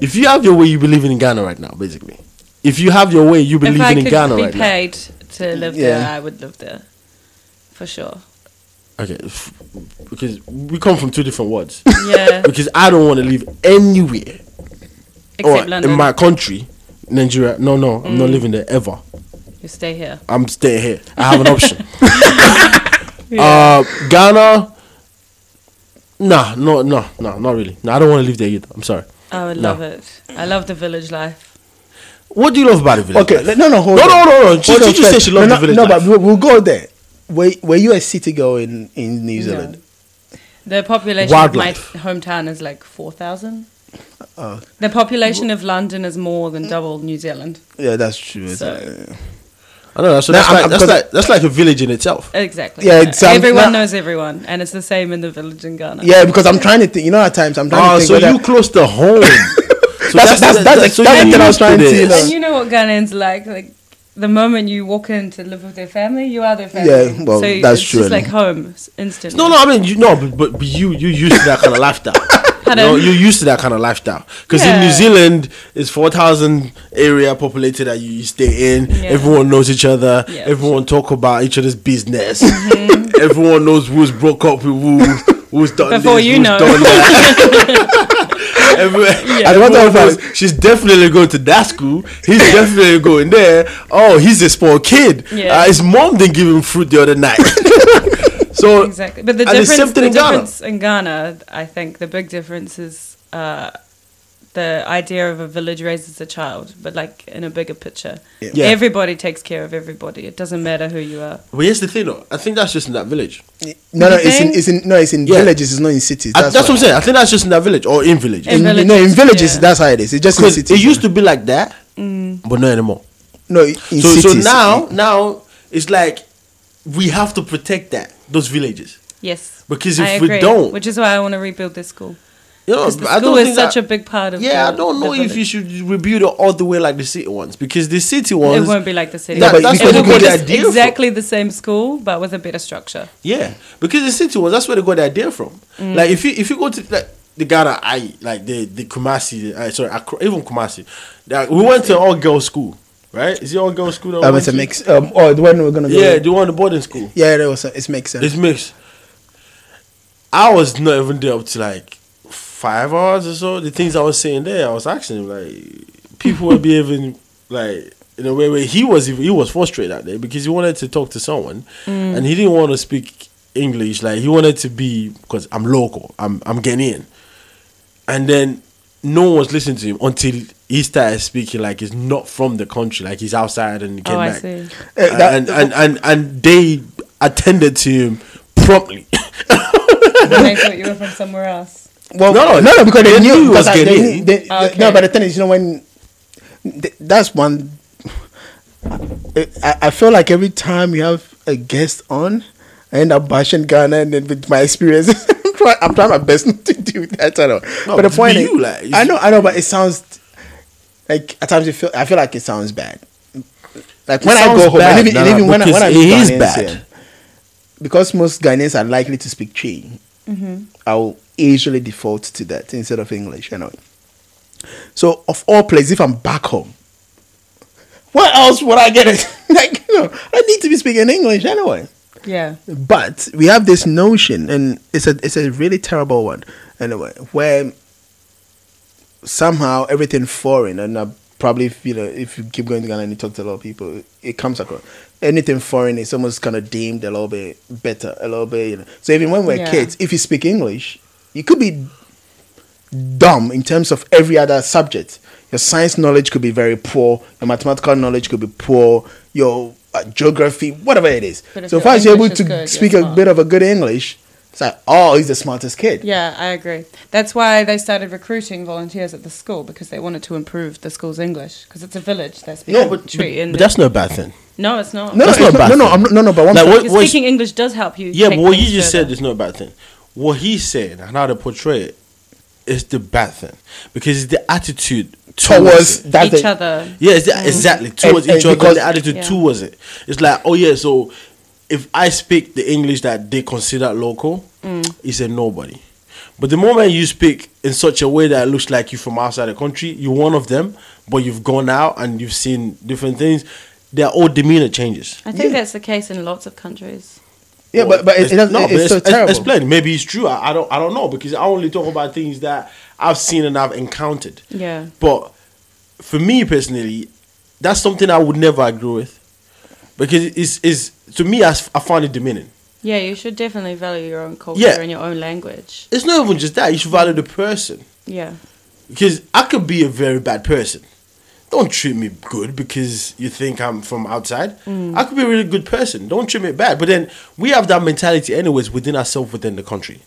[SPEAKER 1] if you have your way, you be living in Ghana right now, basically. If you have your way, you be
[SPEAKER 3] If I
[SPEAKER 1] living in
[SPEAKER 3] could
[SPEAKER 1] Ghana
[SPEAKER 3] be
[SPEAKER 1] right now.
[SPEAKER 3] paid to live there,
[SPEAKER 2] Yeah.
[SPEAKER 3] I would live there. For sure.
[SPEAKER 1] Okay, f- because we come from two different worlds.
[SPEAKER 3] Yeah.
[SPEAKER 1] because I don't want to live anywhere
[SPEAKER 3] Except
[SPEAKER 1] or
[SPEAKER 3] London. Mm.
[SPEAKER 1] in my country, Nigeria. No, no, I'm not living there ever.
[SPEAKER 3] you stay here.
[SPEAKER 1] I'm staying here. I have an option.
[SPEAKER 3] Yeah.
[SPEAKER 1] uh, Ghana, Nah, no, no, no, not really. No, I don't want to live there either. I'm sorry.
[SPEAKER 3] I would
[SPEAKER 1] No.
[SPEAKER 3] love it. I love the village life.
[SPEAKER 1] What do you love about the village?
[SPEAKER 2] Okay,
[SPEAKER 1] life?
[SPEAKER 2] le- no, no, hold
[SPEAKER 1] No,
[SPEAKER 2] on.
[SPEAKER 1] no, no, no. She-
[SPEAKER 2] Hold
[SPEAKER 1] she
[SPEAKER 2] on
[SPEAKER 1] just said
[SPEAKER 2] first.
[SPEAKER 1] she loved
[SPEAKER 2] no,
[SPEAKER 1] the village
[SPEAKER 2] No,
[SPEAKER 1] life.
[SPEAKER 2] but we'll, we'll go there. Were, were you a city girl in, in New Zealand?
[SPEAKER 3] The population
[SPEAKER 1] Wildlife.
[SPEAKER 3] of my hometown is like 4,000.
[SPEAKER 2] Oh,
[SPEAKER 3] The population of London is more than double New Zealand.
[SPEAKER 2] yeah, that's true.
[SPEAKER 3] So-
[SPEAKER 1] I know. So
[SPEAKER 2] No,
[SPEAKER 1] that's
[SPEAKER 2] I'm-
[SPEAKER 1] like
[SPEAKER 2] I'm
[SPEAKER 1] that's
[SPEAKER 2] gonna-
[SPEAKER 1] like that's like a village in itself.
[SPEAKER 3] Exactly.
[SPEAKER 2] Yeah,
[SPEAKER 3] Uh,
[SPEAKER 2] exact-
[SPEAKER 3] Everyone
[SPEAKER 2] no.
[SPEAKER 3] knows everyone, and it's the same in the village in Ghana.
[SPEAKER 2] yeah, because I'm trying to think. You know, at times I'm trying
[SPEAKER 1] Oh,
[SPEAKER 2] to think.
[SPEAKER 1] so
[SPEAKER 2] whether-
[SPEAKER 1] you close to home. So
[SPEAKER 2] That's- that's- that's-
[SPEAKER 1] so
[SPEAKER 2] that's
[SPEAKER 1] you
[SPEAKER 2] the thing I was
[SPEAKER 1] used
[SPEAKER 2] trying to
[SPEAKER 1] this.
[SPEAKER 2] know.
[SPEAKER 3] And you know what Ghanaians like, like the moment you walk in to live with their family, you are their family.
[SPEAKER 2] Yeah, well,
[SPEAKER 3] so
[SPEAKER 2] that's
[SPEAKER 3] it's
[SPEAKER 2] true,
[SPEAKER 3] Just like
[SPEAKER 2] isn't
[SPEAKER 3] home s- instantly.
[SPEAKER 1] No, no, I mean you no, but, but, but you you used to that kind of lifestyle. You
[SPEAKER 3] Pardon?
[SPEAKER 1] know, you're used to that kind of lifestyle because in New
[SPEAKER 3] Yeah.
[SPEAKER 1] Zealand it's four thousand area populated that you stay in.
[SPEAKER 3] Yeah.
[SPEAKER 1] Everyone knows each other.
[SPEAKER 3] Yeah. Mm-hmm.
[SPEAKER 1] Everyone talk about each other's business. Everyone knows who's broke up with who, who's done
[SPEAKER 3] Before
[SPEAKER 1] this,
[SPEAKER 3] you
[SPEAKER 1] who's
[SPEAKER 3] know.
[SPEAKER 1] done that. Every-
[SPEAKER 2] At one
[SPEAKER 1] everyone
[SPEAKER 2] time I
[SPEAKER 1] knows
[SPEAKER 2] was-
[SPEAKER 1] she's definitely going to that school. He's definitely going there. Oh, he's a spoiled kid.
[SPEAKER 3] Yeah.
[SPEAKER 1] Uh, his mom didn't give him fruit the other night. so
[SPEAKER 3] exactly. But the
[SPEAKER 1] And it's
[SPEAKER 3] difference,
[SPEAKER 1] same thing
[SPEAKER 3] the
[SPEAKER 1] in Ghana.
[SPEAKER 3] difference in Ghana, I think the big difference is uh, the idea of a village raises a child, but like in a bigger picture,
[SPEAKER 2] Yeah.
[SPEAKER 1] Yeah.
[SPEAKER 3] everybody takes care of everybody. It doesn't matter who you are.
[SPEAKER 1] But here's the thing, though. I think that's just in that village.
[SPEAKER 2] no, no, it's in,
[SPEAKER 3] Thing?
[SPEAKER 2] it's in, no, it's in
[SPEAKER 1] Yeah.
[SPEAKER 2] villages. It's not in cities.
[SPEAKER 1] I- That's,
[SPEAKER 2] That's,
[SPEAKER 1] what I'm saying. I think that's just in that village or in villages.
[SPEAKER 3] In
[SPEAKER 2] In,
[SPEAKER 3] villages,
[SPEAKER 2] no, in villages,
[SPEAKER 3] yeah.
[SPEAKER 2] that's how it is. It's just in
[SPEAKER 1] Because
[SPEAKER 2] cities.
[SPEAKER 1] it used to be like that, but not anymore.
[SPEAKER 2] no, in
[SPEAKER 1] So,
[SPEAKER 2] cities.
[SPEAKER 1] so now, now it's like we have to protect that those villages
[SPEAKER 3] Yes.
[SPEAKER 1] because
[SPEAKER 3] I
[SPEAKER 1] if we
[SPEAKER 3] agree,
[SPEAKER 1] don't,
[SPEAKER 3] which is why I want to rebuild this school.
[SPEAKER 1] you know,
[SPEAKER 3] Because the
[SPEAKER 1] I
[SPEAKER 3] school
[SPEAKER 1] don't
[SPEAKER 3] is
[SPEAKER 1] think
[SPEAKER 3] such
[SPEAKER 1] that,
[SPEAKER 3] a big part of.
[SPEAKER 1] yeah,
[SPEAKER 3] the-
[SPEAKER 1] I don't
[SPEAKER 3] the
[SPEAKER 1] know if
[SPEAKER 3] village.
[SPEAKER 1] you should rebuild it all the way like the city ones because the city
[SPEAKER 3] It
[SPEAKER 1] ones,
[SPEAKER 3] won't be like the city.
[SPEAKER 1] No,
[SPEAKER 2] but
[SPEAKER 3] it
[SPEAKER 2] because you
[SPEAKER 3] will
[SPEAKER 2] got
[SPEAKER 3] be
[SPEAKER 2] the
[SPEAKER 3] just
[SPEAKER 1] idea from-
[SPEAKER 3] exactly the same school, but with a better structure.
[SPEAKER 1] yeah, because the city ones that's where they got the idea from.
[SPEAKER 3] Mm.
[SPEAKER 1] Like if you if you go to like the Ghana, I like the the Kumasi, uh, sorry, Accra, even Kumasi, like, we went to all girls school, right? Is it all girls school? That we
[SPEAKER 2] Um,
[SPEAKER 1] went
[SPEAKER 2] it's a
[SPEAKER 1] to?
[SPEAKER 2] mix. Um, oh, the one we're gonna go.
[SPEAKER 1] Yeah,
[SPEAKER 2] with.
[SPEAKER 1] the one in boarding school.
[SPEAKER 2] yeah, that was. It makes sense.
[SPEAKER 1] It's mixed. I was not even there up to like five hours or so. The things I was saying there, I was asking him like people were behaving like in a way where he was he was frustrated out there because he wanted to talk to someone
[SPEAKER 3] Mm.
[SPEAKER 1] and he didn't want to speak English. Like he wanted to be because I'm local. I'm I'm Ghanaian, and then no one was listening to him until he started speaking like he's not from the country, like he's outside and he came
[SPEAKER 3] Oh, I
[SPEAKER 1] back
[SPEAKER 3] see.
[SPEAKER 2] Eh, that-
[SPEAKER 1] and, and, and, and they attended to him promptly.
[SPEAKER 3] And they thought you were from somewhere else.
[SPEAKER 2] Well,
[SPEAKER 1] No,
[SPEAKER 2] no,
[SPEAKER 1] no,
[SPEAKER 2] no, no, because they,
[SPEAKER 1] they knew
[SPEAKER 2] knew
[SPEAKER 1] it was
[SPEAKER 2] because I- they,
[SPEAKER 1] Ghanaian.
[SPEAKER 2] they-
[SPEAKER 3] Ah,
[SPEAKER 2] No,
[SPEAKER 3] okay.
[SPEAKER 2] but the thing is, you know, when th- that's one. I, I feel like every time you have a guest on, I end up bashing Ghana, and then with my experiences, I'm, trying, I'm trying my best not to do that at all.
[SPEAKER 1] No,
[SPEAKER 2] but the
[SPEAKER 1] to
[SPEAKER 2] point
[SPEAKER 1] be
[SPEAKER 2] is,
[SPEAKER 1] you, like, it's-
[SPEAKER 2] I know, I know, but it sounds like at times you feel. I feel like it sounds bad. Like when I
[SPEAKER 1] sounds
[SPEAKER 2] go home,
[SPEAKER 1] bad,
[SPEAKER 2] and even, and
[SPEAKER 1] nah,
[SPEAKER 2] even when, I, when
[SPEAKER 1] because
[SPEAKER 2] I
[SPEAKER 1] it
[SPEAKER 2] meet
[SPEAKER 1] is
[SPEAKER 2] Ghanaians
[SPEAKER 1] bad.
[SPEAKER 2] here, because most Ghanaians are likely to speak Chi. I'll usually default to that instead of English, you know. So, of all places, if I'm back home, where else would I get it? like, you know, I need to be speaking English anyway.
[SPEAKER 3] Yeah.
[SPEAKER 2] But we have this notion, and it's a it's a really terrible one, anyway, where somehow everything foreign, and I probably if, you know if you keep going to Ghana and you talk to a lot of people, it comes across. Anything foreign is almost kind of deemed a little bit better, a little bit. You know. So even when we're
[SPEAKER 3] Yeah.
[SPEAKER 2] kids, if you speak English, you could be dumb in terms of every other subject. Your science knowledge could be very poor. Your mathematical knowledge could be poor. Your uh, geography, whatever it is.
[SPEAKER 3] But if
[SPEAKER 2] So
[SPEAKER 3] your
[SPEAKER 2] far as you're able
[SPEAKER 3] English
[SPEAKER 2] to
[SPEAKER 3] is good, you're
[SPEAKER 2] speak a
[SPEAKER 3] smart.
[SPEAKER 2] bit of a good English, it's like, oh, he's the smartest kid.
[SPEAKER 3] Yeah, I agree. That's why they started recruiting volunteers at the school because they wanted to improve the school's English because it's a village. They speak
[SPEAKER 1] No, but,
[SPEAKER 3] tree
[SPEAKER 1] but,
[SPEAKER 3] and
[SPEAKER 1] but that's not a bad thing.
[SPEAKER 3] no, it's not.
[SPEAKER 2] No,
[SPEAKER 1] That's
[SPEAKER 2] no,
[SPEAKER 1] not bad
[SPEAKER 2] no, no,
[SPEAKER 1] thing.
[SPEAKER 2] I'm, no, no. But one
[SPEAKER 1] Like,
[SPEAKER 2] thing-
[SPEAKER 1] what-
[SPEAKER 3] Because
[SPEAKER 1] what's-
[SPEAKER 3] speaking English does help you.
[SPEAKER 1] Yeah,
[SPEAKER 3] take
[SPEAKER 1] but what you
[SPEAKER 3] things
[SPEAKER 1] just
[SPEAKER 3] further.
[SPEAKER 1] said is not a bad thing. What he said and how they portray it is the bad thing because it's the attitude towards
[SPEAKER 2] towards
[SPEAKER 1] it.
[SPEAKER 2] that
[SPEAKER 3] each
[SPEAKER 2] thing-
[SPEAKER 3] other.
[SPEAKER 1] Yeah, it's the, exactly towards
[SPEAKER 2] and
[SPEAKER 1] each other.
[SPEAKER 2] because-
[SPEAKER 1] the Eh, attitude
[SPEAKER 3] Yeah.
[SPEAKER 1] towards it. It's like, oh yeah, so if I speak the English that they consider local,
[SPEAKER 2] Mm.
[SPEAKER 1] it's a nobody. But the moment you speak in such a way that it looks like you're from outside the country, you're one of them, but you've gone out and you've seen different things. Their whole demeanor changes.
[SPEAKER 3] I think
[SPEAKER 2] Yeah.
[SPEAKER 3] that's the case in lots of countries.
[SPEAKER 2] yeah, but but it, it doesn't.
[SPEAKER 1] no,
[SPEAKER 2] it's,
[SPEAKER 1] but
[SPEAKER 2] so
[SPEAKER 1] it's-
[SPEAKER 2] terrible.
[SPEAKER 1] Explain. Maybe it's true. I, I don't. I don't know because I only talk about things that I've seen and I've encountered.
[SPEAKER 3] Yeah.
[SPEAKER 1] But for me personally, that's something I would never agree with because it's is to me I, s- I find it demeaning.
[SPEAKER 3] Yeah, you should definitely value your own culture
[SPEAKER 1] Yeah.
[SPEAKER 3] and your own language.
[SPEAKER 1] It's not even just that. You should value the person.
[SPEAKER 3] Yeah.
[SPEAKER 1] Because I could be a very bad person. Don't treat me good because you think I'm from outside.
[SPEAKER 3] Mm.
[SPEAKER 1] I could be a really good person. Don't treat me bad. But then we have that mentality, anyways, within ourselves, within the country.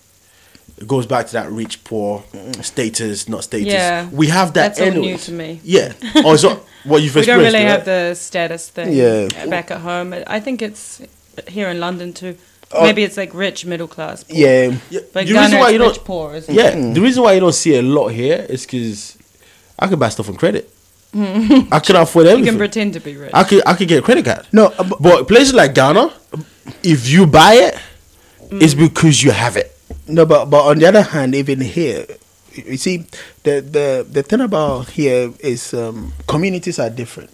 [SPEAKER 1] It goes back to that rich, poor, mm, status, not status.
[SPEAKER 3] Yeah.
[SPEAKER 1] We have that
[SPEAKER 3] That's all new
[SPEAKER 1] anyways.
[SPEAKER 3] to me.
[SPEAKER 1] Yeah. Oh, so what you've
[SPEAKER 3] We don't
[SPEAKER 1] experienced.
[SPEAKER 3] really
[SPEAKER 1] right?
[SPEAKER 3] have the status thing uh,
[SPEAKER 2] Yeah.
[SPEAKER 3] back at home. I think it's here in London too.
[SPEAKER 1] Oh.
[SPEAKER 3] Maybe it's like rich middle class. Poor.
[SPEAKER 2] Yeah.
[SPEAKER 1] Yeah,
[SPEAKER 3] But
[SPEAKER 1] the
[SPEAKER 3] Ghana
[SPEAKER 1] reason why
[SPEAKER 3] it's
[SPEAKER 1] you
[SPEAKER 3] rich
[SPEAKER 1] don't,
[SPEAKER 3] poor, isn't it?
[SPEAKER 1] yeah,
[SPEAKER 2] Mm-hmm.
[SPEAKER 1] the reason why you don't see a lot here is because I could buy stuff on credit. I could afford
[SPEAKER 3] You
[SPEAKER 1] everything.
[SPEAKER 3] can pretend to be rich.
[SPEAKER 1] I could I could get a credit card.
[SPEAKER 2] No, uh, bu-
[SPEAKER 1] but places like Ghana, if you buy it,
[SPEAKER 3] Mm.
[SPEAKER 1] it's because you have it.
[SPEAKER 2] No, but but on the other hand, even here, you see, the the the thing about here is um, communities are different.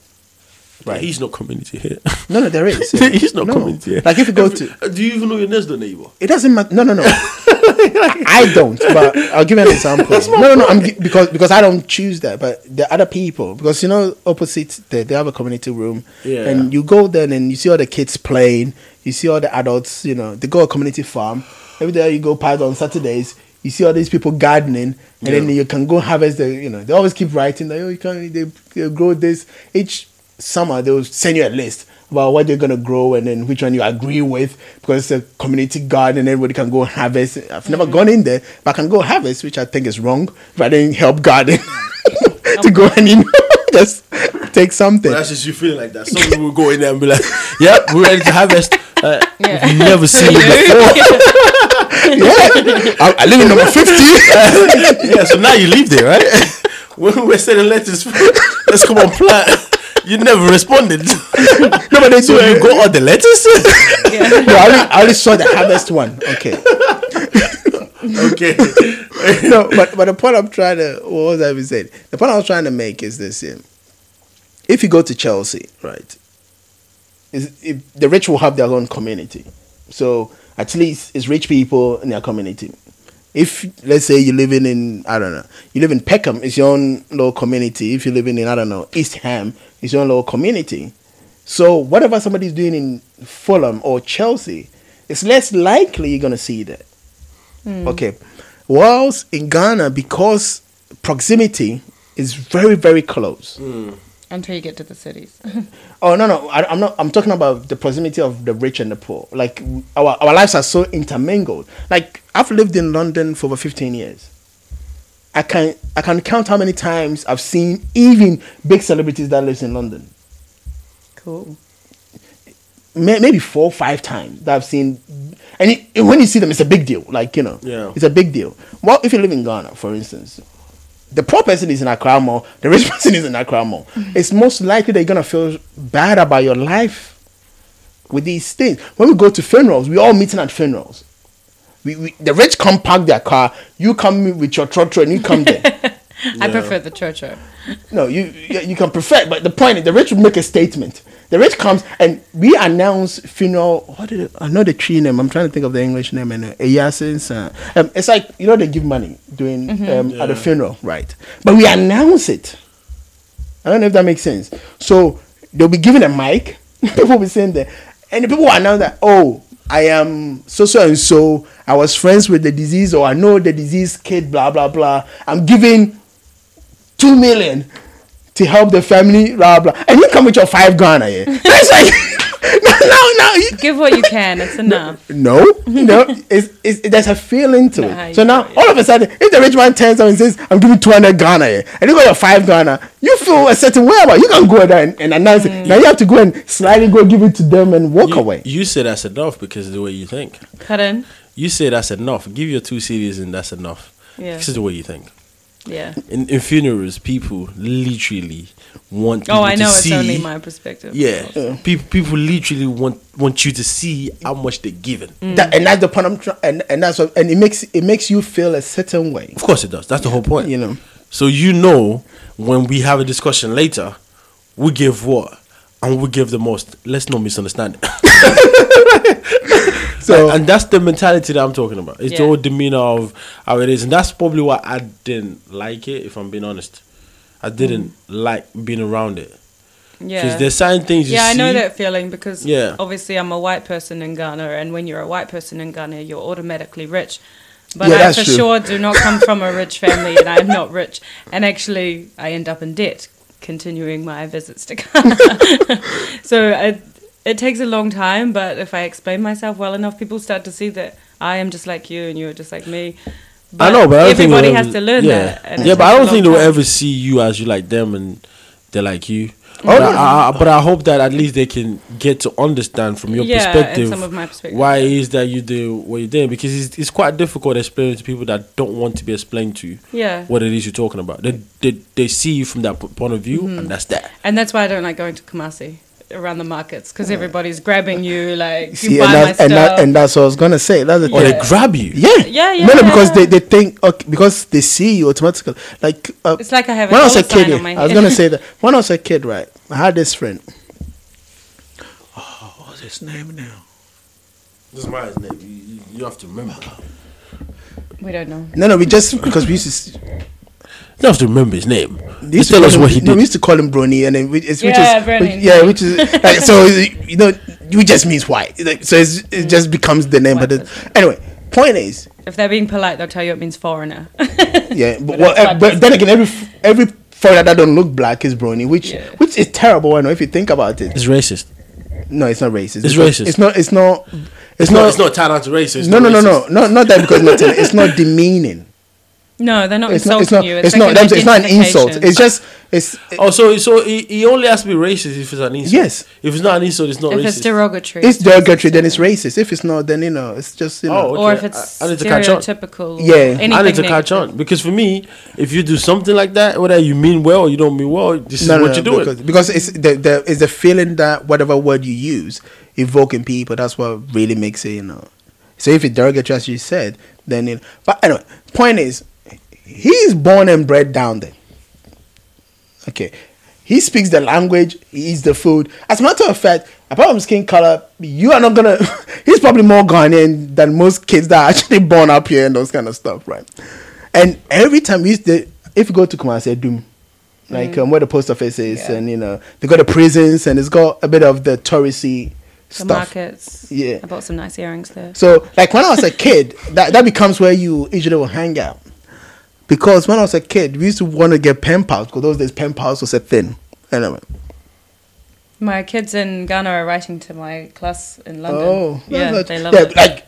[SPEAKER 1] Right. He's not community here.
[SPEAKER 2] No, no, there is.
[SPEAKER 1] He's not
[SPEAKER 2] No.
[SPEAKER 1] community here.
[SPEAKER 2] Like if you go
[SPEAKER 1] Every-
[SPEAKER 2] to,
[SPEAKER 1] do you even know your next door neighbor?
[SPEAKER 2] it doesn't matter. No, no, no. I I don't, but I'll give you an example. No, no, no. I'm gi- because because I don't choose that, but the other people because you know opposite they, they have a community room,
[SPEAKER 1] Yeah.
[SPEAKER 2] and you go there and you see all the kids playing, you see all the adults, you know, they go a community farm. Every day you go past on Saturdays, you see all these people gardening, and then
[SPEAKER 1] Yeah.
[SPEAKER 2] you can go harvest the, you know, they always keep writing that oh, you can they, they grow this each summer they'll send you a list about what they're gonna grow and then which one you agree with because it's a community garden everybody can go harvest. I've never gone in there, but I can go harvest, which I think is wrong. If I didn't help garden to go and you know, just take something.
[SPEAKER 1] But that's just you feeling like that. Some people will go in there and be like, "Yep, we're ready to harvest." Uh,
[SPEAKER 3] Yeah.
[SPEAKER 1] We've never seen it
[SPEAKER 2] yeah, I, I live in number fifty.
[SPEAKER 1] yeah, so now you leave there, right? when we're sending letters, let's come on plant. You never responded.
[SPEAKER 2] no, but they do.
[SPEAKER 1] So you
[SPEAKER 2] it.
[SPEAKER 1] got all the letters?
[SPEAKER 3] Yeah.
[SPEAKER 2] No, I only, I only saw the harvest one. Okay.
[SPEAKER 1] okay.
[SPEAKER 2] no, but but the point I'm trying to what was I even saying? The point I was trying to make is this: yeah. if you go to Chelsea, right, is if the rich will have their own community, so at least it's rich people in their community. If let's say you're living in I don't know, you live in Peckham, it's your own little community. If you're living in I don't know East Ham, it's your own little community. So whatever somebody's doing in Fulham or Chelsea, it's less likely you're gonna see that. Okay. Whilst in Ghana, because proximity is very, very close.
[SPEAKER 3] Until you get to the cities.
[SPEAKER 2] Oh no, no, I, I'm not. I'm talking about the proximity of the rich and the poor. Like our our lives are so intermingled. Like I've lived in London for over 15 years. I can I can count how many times I've seen even big celebrities that lives in London.
[SPEAKER 3] cool.
[SPEAKER 2] may, maybe four five times that I've seen. And it, and when you see them, it's a big deal. Like, you know,
[SPEAKER 1] Yeah.
[SPEAKER 2] it's a big deal. Well, if you live in Ghana, for instance, the poor person is in Accra Mall, the rich person is in Accra Mall. It's most likely they're going to feel bad about your life with these things. When we go to funerals, we're all meeting at funerals. We, we, the rich come park their car, you come with your trotro and you come there.
[SPEAKER 3] I prefer the church.
[SPEAKER 2] No, you you you can prefer, but the point is the rich will make a statement. The rich comes and we announce funeral. What did it, I know the tree name? I'm trying to think of the English name. And uh, Eyasin's, uh, um, it's like you know they give money doing um, at a funeral, right? But we announce it. I don't know if that makes sense. So they'll be given a mic. People will be sitting there, and the people will announce that, oh, I am so so and so. I was friends with the disease, or I know the disease kid. Blah blah blah. I'm giving two million to help the family, blah blah. And you come with your five Ghana, yeah. That's like no, no, no. you-
[SPEAKER 3] Give what you can. It's enough.
[SPEAKER 2] no, no, it's, it's, there's a feeling to
[SPEAKER 3] Nah,
[SPEAKER 2] it. So now,
[SPEAKER 3] yeah.
[SPEAKER 2] all of a sudden, if the rich man turns up and says, I'm giving 200 Ghana, here," and you got your 5 Ghana, you feel a certain way about it. You can go there and, and announce
[SPEAKER 3] Mm.
[SPEAKER 2] it. Now you have to go and slightly go give it to them and walk away.
[SPEAKER 1] You say that's enough because of the way you think.
[SPEAKER 3] Cut in.
[SPEAKER 1] You say that's enough. Give your two CDs and that's enough.
[SPEAKER 3] Yeah.
[SPEAKER 1] This is the way you think.
[SPEAKER 3] Yeah.
[SPEAKER 1] In, in funerals, people literally want.
[SPEAKER 3] Oh,
[SPEAKER 1] people
[SPEAKER 3] I
[SPEAKER 1] to
[SPEAKER 3] know. It's
[SPEAKER 1] see-
[SPEAKER 3] only my perspective.
[SPEAKER 1] Yeah, people people literally want want you to see how much they're giving.
[SPEAKER 2] That, and that's the point I'm trying, and, and that's what, and it makes it makes you feel a certain way.
[SPEAKER 1] Of course it does. That's the whole point.
[SPEAKER 2] You know.
[SPEAKER 1] So you know when we have a discussion later, we give what? And we give the most. Let's not misunderstand it.
[SPEAKER 2] So
[SPEAKER 1] and that's the mentality that I'm talking about. It's the
[SPEAKER 3] Yeah.
[SPEAKER 1] whole demeanor of how it is. And that's probably why I didn't like it, if I'm being honest. I didn't like being around it. Because
[SPEAKER 3] Mm. Yeah.
[SPEAKER 1] there's certain things you
[SPEAKER 3] yeah, I know
[SPEAKER 1] see-
[SPEAKER 3] that feeling because
[SPEAKER 1] Yeah.
[SPEAKER 3] obviously I'm a white person in Ghana, and when you're a white person in Ghana, you're automatically rich. But
[SPEAKER 2] Yeah,
[SPEAKER 3] I
[SPEAKER 2] that's
[SPEAKER 3] for
[SPEAKER 2] true.
[SPEAKER 3] sure do not come from a rich family, and I'm not rich. And actually, I end up in debt continuing my visits to Ghana. so it, it takes a long time, but if I explain myself well enough, people start to see that I am just like you and you're just like me. But
[SPEAKER 1] I know, but I don't think
[SPEAKER 3] everybody
[SPEAKER 1] they'll
[SPEAKER 3] has
[SPEAKER 1] ever-
[SPEAKER 3] to learn
[SPEAKER 1] yeah.
[SPEAKER 3] that. and it
[SPEAKER 1] yeah, but
[SPEAKER 3] takes
[SPEAKER 1] I
[SPEAKER 3] a
[SPEAKER 1] don't
[SPEAKER 3] long
[SPEAKER 1] think they'll
[SPEAKER 3] time.
[SPEAKER 1] ever see you as you like them, and they're like you. but, I, I- but I hope that at least they can get to understand from your
[SPEAKER 3] Yeah, and
[SPEAKER 1] perspective,
[SPEAKER 3] some of my perspective,
[SPEAKER 1] why it
[SPEAKER 3] yeah.
[SPEAKER 1] is that you do what you did because it's, it's quite difficult explaining to people that don't want to be explained to
[SPEAKER 3] Yeah.
[SPEAKER 1] what it is you're talking about. They they, they see you from that p- point of
[SPEAKER 3] Mm-hmm.
[SPEAKER 1] view, and that's that.
[SPEAKER 3] And that's why I don't like going to Kumasi around the markets because everybody's grabbing you, like
[SPEAKER 2] See,
[SPEAKER 3] you buy
[SPEAKER 2] and,
[SPEAKER 3] my
[SPEAKER 2] that,
[SPEAKER 3] stuff.
[SPEAKER 2] and, that, and that's what I was gonna say. That's the
[SPEAKER 1] Or
[SPEAKER 2] thing.
[SPEAKER 1] they grab you.
[SPEAKER 2] Yeah.
[SPEAKER 3] Yeah, yeah,
[SPEAKER 2] No, no, because
[SPEAKER 3] yeah.
[SPEAKER 2] they, they think okay, because they see you automatically. Like uh,
[SPEAKER 3] It's like I have a
[SPEAKER 2] when I was a
[SPEAKER 3] dollar sign
[SPEAKER 2] kid. eh,
[SPEAKER 3] on my
[SPEAKER 2] I was
[SPEAKER 3] head.
[SPEAKER 2] gonna say that when I was a kid, right? I had this friend. Oh, what's his name now?
[SPEAKER 1] This is my name. You, have to remember.
[SPEAKER 3] we don't know.
[SPEAKER 2] No, no, we just because we used to. s-
[SPEAKER 1] You have to remember his name.
[SPEAKER 2] They
[SPEAKER 1] Just
[SPEAKER 2] to
[SPEAKER 1] tell
[SPEAKER 2] call
[SPEAKER 1] us
[SPEAKER 2] him-
[SPEAKER 1] what he
[SPEAKER 2] No, we
[SPEAKER 1] did.
[SPEAKER 2] used to call him Brony, and then which, it's, which
[SPEAKER 3] Yeah,
[SPEAKER 2] is
[SPEAKER 3] Brony.
[SPEAKER 2] which- yeah, which is like so you know you just means white, Like, so it's, it
[SPEAKER 3] Mm.
[SPEAKER 2] just becomes the name.
[SPEAKER 3] White
[SPEAKER 2] but
[SPEAKER 3] person.
[SPEAKER 2] it, anyway, point is,
[SPEAKER 3] If they're being polite, they'll tell you it means foreigner.
[SPEAKER 2] yeah, but,
[SPEAKER 3] But
[SPEAKER 2] well,
[SPEAKER 3] that's
[SPEAKER 2] uh,
[SPEAKER 3] not
[SPEAKER 2] but then again, every f- every foreigner that don't look black is Brony, which
[SPEAKER 3] Yeah.
[SPEAKER 2] which is terrible. I know if you think about it,
[SPEAKER 1] It's racist.
[SPEAKER 2] No, it's not racist.
[SPEAKER 1] It's
[SPEAKER 2] Because
[SPEAKER 1] racist.
[SPEAKER 2] It's not. It's not. It's, not. It's not.
[SPEAKER 1] tied out to racism.
[SPEAKER 2] No, no, no, no, no, not that because not. It's not demeaning.
[SPEAKER 3] no, they're not
[SPEAKER 2] It's not.
[SPEAKER 3] insulting
[SPEAKER 2] It's not.
[SPEAKER 3] you.
[SPEAKER 2] It's, not.
[SPEAKER 3] like
[SPEAKER 2] that's- it's not an insult.
[SPEAKER 3] identification.
[SPEAKER 2] It's just. It's.
[SPEAKER 1] Oh, so so he, he only has to be racist if it's an insult.
[SPEAKER 2] Yes.
[SPEAKER 1] If it's not an insult, it's not
[SPEAKER 3] if
[SPEAKER 1] racist.
[SPEAKER 3] it's derogatory,
[SPEAKER 2] it's derogatory. Then it's racist. If it's not, then you know, it's just you know.
[SPEAKER 1] Oh,
[SPEAKER 3] or
[SPEAKER 1] okay,
[SPEAKER 3] if it's
[SPEAKER 1] I- I need to catch on.
[SPEAKER 3] stereotypical,
[SPEAKER 2] Yeah. I need
[SPEAKER 3] anything
[SPEAKER 1] I need to
[SPEAKER 3] negative.
[SPEAKER 1] catch on because for me, if you do something like that, whether you mean well or you don't mean well, this is what you do.
[SPEAKER 2] because, because it's the, the it's the feeling that whatever word you use evoking people. That's what really makes it. You know. So if it's derogatory, as you said, then it. But anyway, point is, he's born and bred down there. Okay. He speaks the language, he eats the food. As a matter of fact, apart from skin color, you are not gonna he's probably more Ghanaian than most kids that are actually born up here and those kind of stuff, right? And every time you the if you go to Kumasi Doom, like um, where the post office is
[SPEAKER 3] Mm. Yeah.
[SPEAKER 2] and you know, they got the prisons and it's got a bit of the touristy
[SPEAKER 3] The
[SPEAKER 2] stuff.
[SPEAKER 3] markets.
[SPEAKER 2] Yeah.
[SPEAKER 3] I bought some nice earrings there.
[SPEAKER 2] So, like when I was a kid, that, that becomes where you usually will hang out. Because when I was a kid, we used to want to get pen pals because those days pen pals was a thing. Anyway.
[SPEAKER 3] My kids in Ghana are writing to my class in London.
[SPEAKER 2] Oh,
[SPEAKER 3] yeah,
[SPEAKER 2] that's-
[SPEAKER 3] they love
[SPEAKER 2] yeah,
[SPEAKER 3] it.
[SPEAKER 2] Like,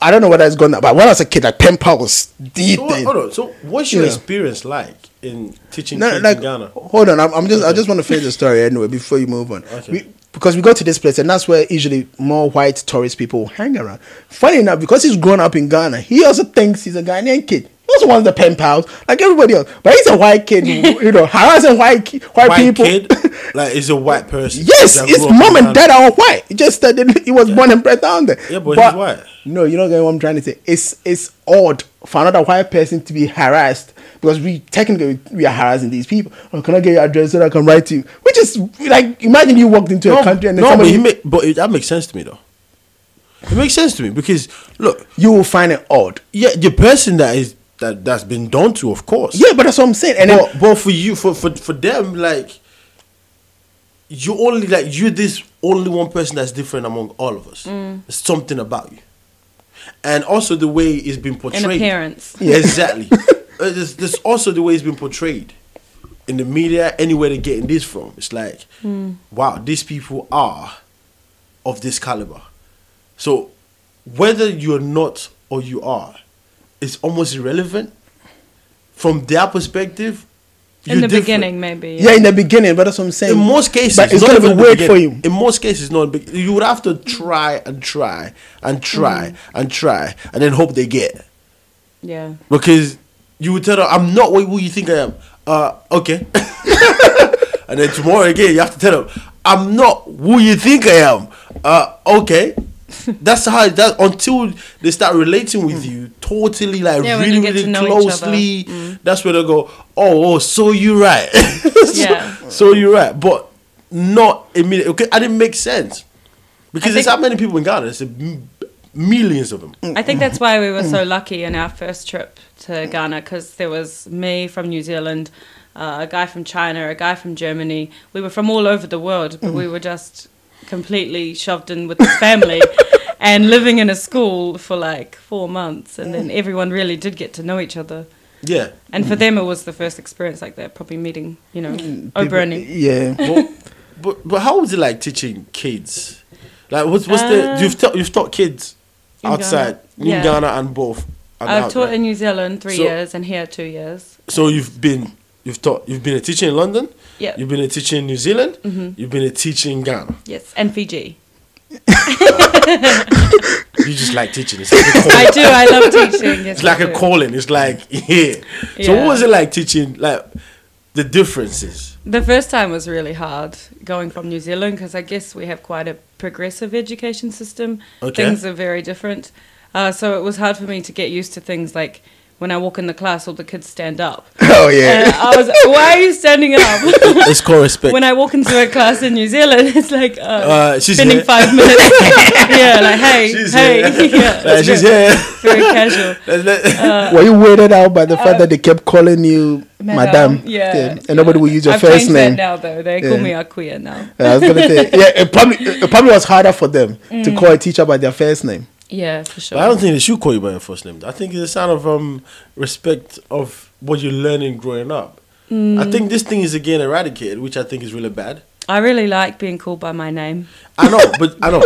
[SPEAKER 2] I don't know whether it's gone that, but when I was a kid, like pen pal was the
[SPEAKER 1] So,
[SPEAKER 2] thing.
[SPEAKER 1] hold on. So, what's your
[SPEAKER 2] Yeah.
[SPEAKER 1] experience like in teaching
[SPEAKER 2] No,
[SPEAKER 1] kids
[SPEAKER 2] like,
[SPEAKER 1] in Ghana?
[SPEAKER 2] hold on. I'm, I'm just, I just want to finish the story anyway before you move on.
[SPEAKER 1] Okay.
[SPEAKER 2] We, because we go to this place, and that's where usually more white tourist people hang around. Funny enough, because he's grown up in Ghana, he also thinks he's a Ghanaian kid. He also wants the pen pals like everybody else, but he's a white kid, who, you know, harassing white ki- white,
[SPEAKER 1] White
[SPEAKER 2] people.
[SPEAKER 1] kid, like, is a white person.
[SPEAKER 2] Yes,
[SPEAKER 1] that
[SPEAKER 2] his
[SPEAKER 1] grew up in
[SPEAKER 2] mom
[SPEAKER 1] Ghana.
[SPEAKER 2] and dad are white. It just that they- he was born and bred down there.
[SPEAKER 1] Yeah, but he's white.
[SPEAKER 2] No, you know what I'm trying to say. It's it's odd for another white person to be harassed because we technically we are harassing these people. Oh, can I get your address so that I can write to you? Which is like imagine you walked into a
[SPEAKER 1] No,
[SPEAKER 2] country and then
[SPEAKER 1] no, but,
[SPEAKER 2] somebody
[SPEAKER 1] he ma- but it, that makes sense to me though. It makes sense to me because look,
[SPEAKER 2] you will find it odd.
[SPEAKER 1] yeah, the person that is that that's been done to, of course.
[SPEAKER 2] Yeah, but that's what I'm saying. And
[SPEAKER 1] but,
[SPEAKER 2] then
[SPEAKER 1] but for you for, for for them like you only like you this only one person that's different among all of us
[SPEAKER 2] Mm.
[SPEAKER 1] There's something about you and also the way it's been portrayed
[SPEAKER 3] appearance.
[SPEAKER 1] yeah, exactly Uh, there's, there's also the way it's been portrayed in the media anywhere they're getting this from it's like
[SPEAKER 2] Mm.
[SPEAKER 1] wow these people are of this caliber so whether you're not or you are it's almost irrelevant from their perspective
[SPEAKER 3] in the
[SPEAKER 1] you're different.
[SPEAKER 3] beginning, maybe.
[SPEAKER 2] yeah, in the beginning, but that's what I'm saying.
[SPEAKER 1] in most cases
[SPEAKER 2] but it's
[SPEAKER 1] not
[SPEAKER 2] gonna
[SPEAKER 1] even
[SPEAKER 2] be
[SPEAKER 1] in the
[SPEAKER 2] weird for
[SPEAKER 1] beginning.
[SPEAKER 2] you.
[SPEAKER 1] in most cases not big you would have to try and try and try
[SPEAKER 3] Mm-hmm.
[SPEAKER 1] and try and then hope they get
[SPEAKER 3] yeah.
[SPEAKER 1] because you would tell her i'm not what who you think i am uh okay and then tomorrow again you have to tell them i'm not who you think i am uh okay that's how it- that until they start relating with you totally like
[SPEAKER 3] Hmm. Yeah, when
[SPEAKER 1] really
[SPEAKER 3] you get to
[SPEAKER 1] really
[SPEAKER 3] know each other. Hmm.
[SPEAKER 1] closely that's where they go oh, oh so you right
[SPEAKER 3] Yeah.
[SPEAKER 1] so you're right but not immediately okay i didn't make sense because there's
[SPEAKER 3] think- Mm.
[SPEAKER 1] how many people in ghana there's a m- millions of them
[SPEAKER 3] I think that's why we were so lucky in our first trip to Ghana because there was me from New Zealand, uh, a guy from China, a guy from Germany. We were from all over the world, but we were just completely shoved in with this family and living in a school for like four months. And then everyone really did get to know each other.
[SPEAKER 1] Yeah.
[SPEAKER 3] And for them, it was the first experience like that, probably meeting, you know,
[SPEAKER 1] Mm,
[SPEAKER 2] People-
[SPEAKER 1] eh,
[SPEAKER 3] O'Brien.
[SPEAKER 2] Yeah.
[SPEAKER 1] Well, but but how was it like teaching kids? Like what's what's the
[SPEAKER 3] Uh,
[SPEAKER 1] you've taught you've taught kids
[SPEAKER 3] in
[SPEAKER 1] outside
[SPEAKER 3] Ghana.
[SPEAKER 1] in
[SPEAKER 3] Yeah.
[SPEAKER 1] Ghana and both. and
[SPEAKER 3] I've
[SPEAKER 1] out,
[SPEAKER 3] taught
[SPEAKER 1] right?
[SPEAKER 3] in New Zealand three
[SPEAKER 1] So-
[SPEAKER 3] years and here two years.
[SPEAKER 1] So you've been you've taught you've been a teacher in London.
[SPEAKER 3] Yep.
[SPEAKER 1] You've been a teacher in New Zealand.
[SPEAKER 3] Mm-hmm.
[SPEAKER 1] You've been a teacher in Ghana.
[SPEAKER 3] Yes, and Fiji.
[SPEAKER 1] You just like teaching. It's like a calling.
[SPEAKER 3] I do. I love teaching. Yes,
[SPEAKER 1] It's like
[SPEAKER 3] I
[SPEAKER 1] a
[SPEAKER 3] do.
[SPEAKER 1] calling. It's like yeah. So
[SPEAKER 3] Yeah.
[SPEAKER 1] what was it like teaching? Like the differences.
[SPEAKER 3] The first time was really hard going from New Zealand because I guess we have quite a progressive education system.
[SPEAKER 1] Okay.
[SPEAKER 3] Things are very different. Uh, so it was hard for me to get used to things like when I walk in the class, all the kids stand up.
[SPEAKER 2] Oh yeah.
[SPEAKER 3] And I was, why are you standing up?
[SPEAKER 1] It's called respect.
[SPEAKER 3] when I walk into a class in New Zealand, it's like uh,
[SPEAKER 1] Uh, she's
[SPEAKER 3] spending
[SPEAKER 1] here.
[SPEAKER 3] five minutes. yeah, like hey,
[SPEAKER 1] She's
[SPEAKER 3] hey,
[SPEAKER 1] here.
[SPEAKER 3] yeah,
[SPEAKER 1] Like, she's
[SPEAKER 3] very,
[SPEAKER 1] here.
[SPEAKER 3] very casual.
[SPEAKER 2] Were you weirded out by the fact that they kept calling you
[SPEAKER 3] Madam,
[SPEAKER 2] Madame?
[SPEAKER 3] yeah,
[SPEAKER 2] And nobody will use your
[SPEAKER 3] I've
[SPEAKER 2] first
[SPEAKER 3] changed
[SPEAKER 2] name.
[SPEAKER 3] that now though. They call
[SPEAKER 2] Yeah.
[SPEAKER 3] me Akuya now.
[SPEAKER 2] Yeah, I was gonna say, yeah, it probably it probably was harder for them
[SPEAKER 3] Mm.
[SPEAKER 2] to call a teacher by their first name.
[SPEAKER 3] Yeah, for sure.
[SPEAKER 1] But I don't think they should call you by your first name. I think it's a sign of um, respect of what you're learning growing up.
[SPEAKER 3] Mm.
[SPEAKER 1] I think this thing is again eradicated, which I think is really bad.
[SPEAKER 3] I really like being called by my name
[SPEAKER 1] I know, but I know,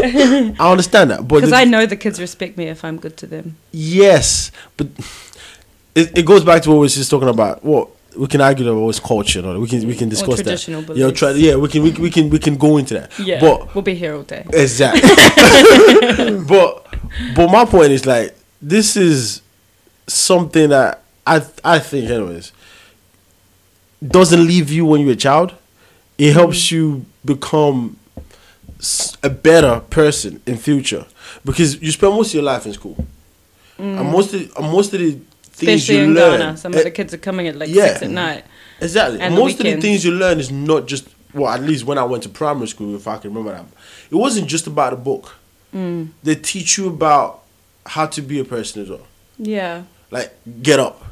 [SPEAKER 1] I understand that. But
[SPEAKER 3] because
[SPEAKER 1] the-
[SPEAKER 3] I know the kids respect me if I'm good to them.
[SPEAKER 1] yes, but it, it goes back to what we were just talking about. What we can argue about was culture, you know, we can we can discuss
[SPEAKER 3] traditional
[SPEAKER 1] that. Yeah,
[SPEAKER 3] beliefs.
[SPEAKER 1] tra- yeah, we can we, can- we can we can go into that.
[SPEAKER 3] Yeah,
[SPEAKER 1] but
[SPEAKER 3] we'll be here all day.
[SPEAKER 1] Exactly. but but my point is like this is something that I I think anyways doesn't leave you when you're a child. It helps
[SPEAKER 3] Mm-hmm.
[SPEAKER 1] you become s- a better person in future because you spend most of your life in school, and most of and most of the things
[SPEAKER 3] Mm. Especially
[SPEAKER 1] you
[SPEAKER 3] in
[SPEAKER 1] learn,
[SPEAKER 3] Ghana, some
[SPEAKER 1] eh,
[SPEAKER 3] of the kids are coming at like
[SPEAKER 1] yeah.
[SPEAKER 3] six at night.
[SPEAKER 1] Exactly.
[SPEAKER 3] and the
[SPEAKER 1] Most of the
[SPEAKER 3] weekends.
[SPEAKER 1] things you learn is not just well, at least when I went to primary school, if I can remember that, it wasn't just about a book.
[SPEAKER 3] Mm.
[SPEAKER 1] They teach you about how to be a person as well.
[SPEAKER 3] Yeah,
[SPEAKER 1] Like get up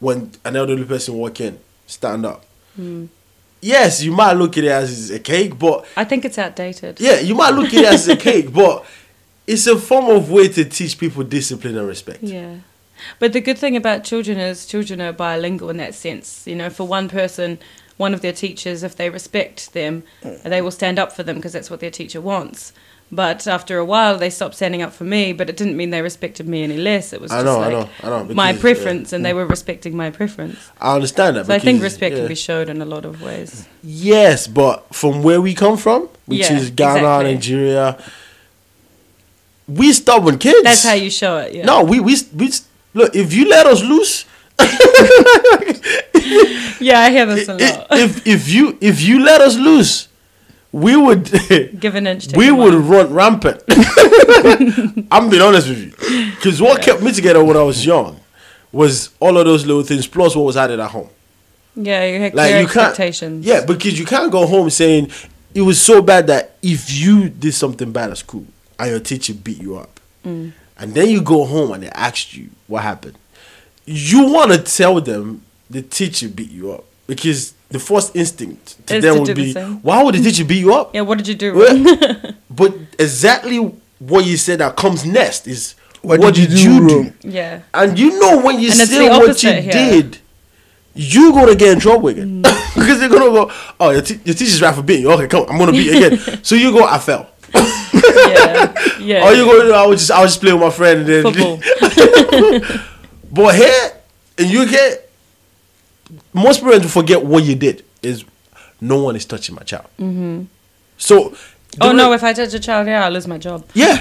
[SPEAKER 1] when an elderly person walk in, stand up.
[SPEAKER 3] Mm.
[SPEAKER 1] Yes, you might look at it as a cake, but
[SPEAKER 3] I think it's outdated.
[SPEAKER 1] yeah, you might look at it as a cake, but it's a form of way to teach people discipline and respect.
[SPEAKER 3] Yeah. But the good thing about children is children are bilingual in that sense. You know, for one person, one of their teachers, if they respect them,
[SPEAKER 1] Mm.
[SPEAKER 3] they will stand up for them because that's what their teacher wants. But after a while, they stopped standing up for me, but it didn't mean they respected me any less. It was
[SPEAKER 1] I
[SPEAKER 3] just
[SPEAKER 1] know, I
[SPEAKER 3] like
[SPEAKER 1] know, I know,
[SPEAKER 3] my
[SPEAKER 1] because, yeah. Mm.
[SPEAKER 3] preference, and they were respecting my preference.
[SPEAKER 1] I understand that.
[SPEAKER 3] So I think
[SPEAKER 1] because-
[SPEAKER 3] respect
[SPEAKER 1] yeah.
[SPEAKER 3] can be showed in a lot of ways.
[SPEAKER 1] Yes, but from where we come from, which
[SPEAKER 3] Yeah,
[SPEAKER 1] is Ghana,
[SPEAKER 3] exactly.
[SPEAKER 1] Nigeria, we stubborn kids.
[SPEAKER 3] That's how you show it. Yeah.
[SPEAKER 1] No, we we we look. If you let us loose,
[SPEAKER 3] Yeah, I hear this a
[SPEAKER 1] i-
[SPEAKER 3] lot.
[SPEAKER 1] if if you if you let us loose, we would
[SPEAKER 3] Give an inch. take
[SPEAKER 1] we
[SPEAKER 3] a
[SPEAKER 1] would
[SPEAKER 3] mile.
[SPEAKER 1] run rampant. I'm being honest with you, because what kept me together when I was young was all of those little things plus what was added at home.
[SPEAKER 3] Yeah, you have
[SPEAKER 1] like
[SPEAKER 3] clear
[SPEAKER 1] you
[SPEAKER 3] expectations.
[SPEAKER 1] can't yeah because you can't go home saying it was so bad that if you did something bad at school and your teacher beat you up
[SPEAKER 3] Mm.
[SPEAKER 1] and then you go home and they asked you what happened you want to tell them the teacher beat you up because the first instinct to
[SPEAKER 3] Is
[SPEAKER 1] them
[SPEAKER 3] to
[SPEAKER 1] would
[SPEAKER 3] do the
[SPEAKER 1] be
[SPEAKER 3] same.
[SPEAKER 1] why would the teacher beat you up
[SPEAKER 3] Yeah, what did you do?
[SPEAKER 1] Well,
[SPEAKER 3] wrong?
[SPEAKER 1] but exactly what you said that comes next is
[SPEAKER 2] What
[SPEAKER 1] what,
[SPEAKER 2] did
[SPEAKER 1] did,
[SPEAKER 2] you do
[SPEAKER 1] you do
[SPEAKER 2] wrong?
[SPEAKER 3] yeah.
[SPEAKER 1] and you know when you
[SPEAKER 3] And it's
[SPEAKER 1] say
[SPEAKER 3] the
[SPEAKER 1] what you
[SPEAKER 3] opposite here.
[SPEAKER 1] did, you're gonna get in trouble again
[SPEAKER 3] Hmm.
[SPEAKER 1] because they're gonna go, "Oh, your, te- your teacher's right for beating you." Okay, come, on, I'm gonna beat you again. so you go, "I fell."
[SPEAKER 3] yeah, yeah.
[SPEAKER 1] Or you go, "I was just, I was just playing with my friend." And
[SPEAKER 3] football.
[SPEAKER 1] then, but here, and you get most parents will forget what you did. Is no one is touching my child. So, the
[SPEAKER 3] Mm-hmm. oh no!
[SPEAKER 1] re-
[SPEAKER 3] If I touch a child, yeah, I lose my job.
[SPEAKER 1] yeah,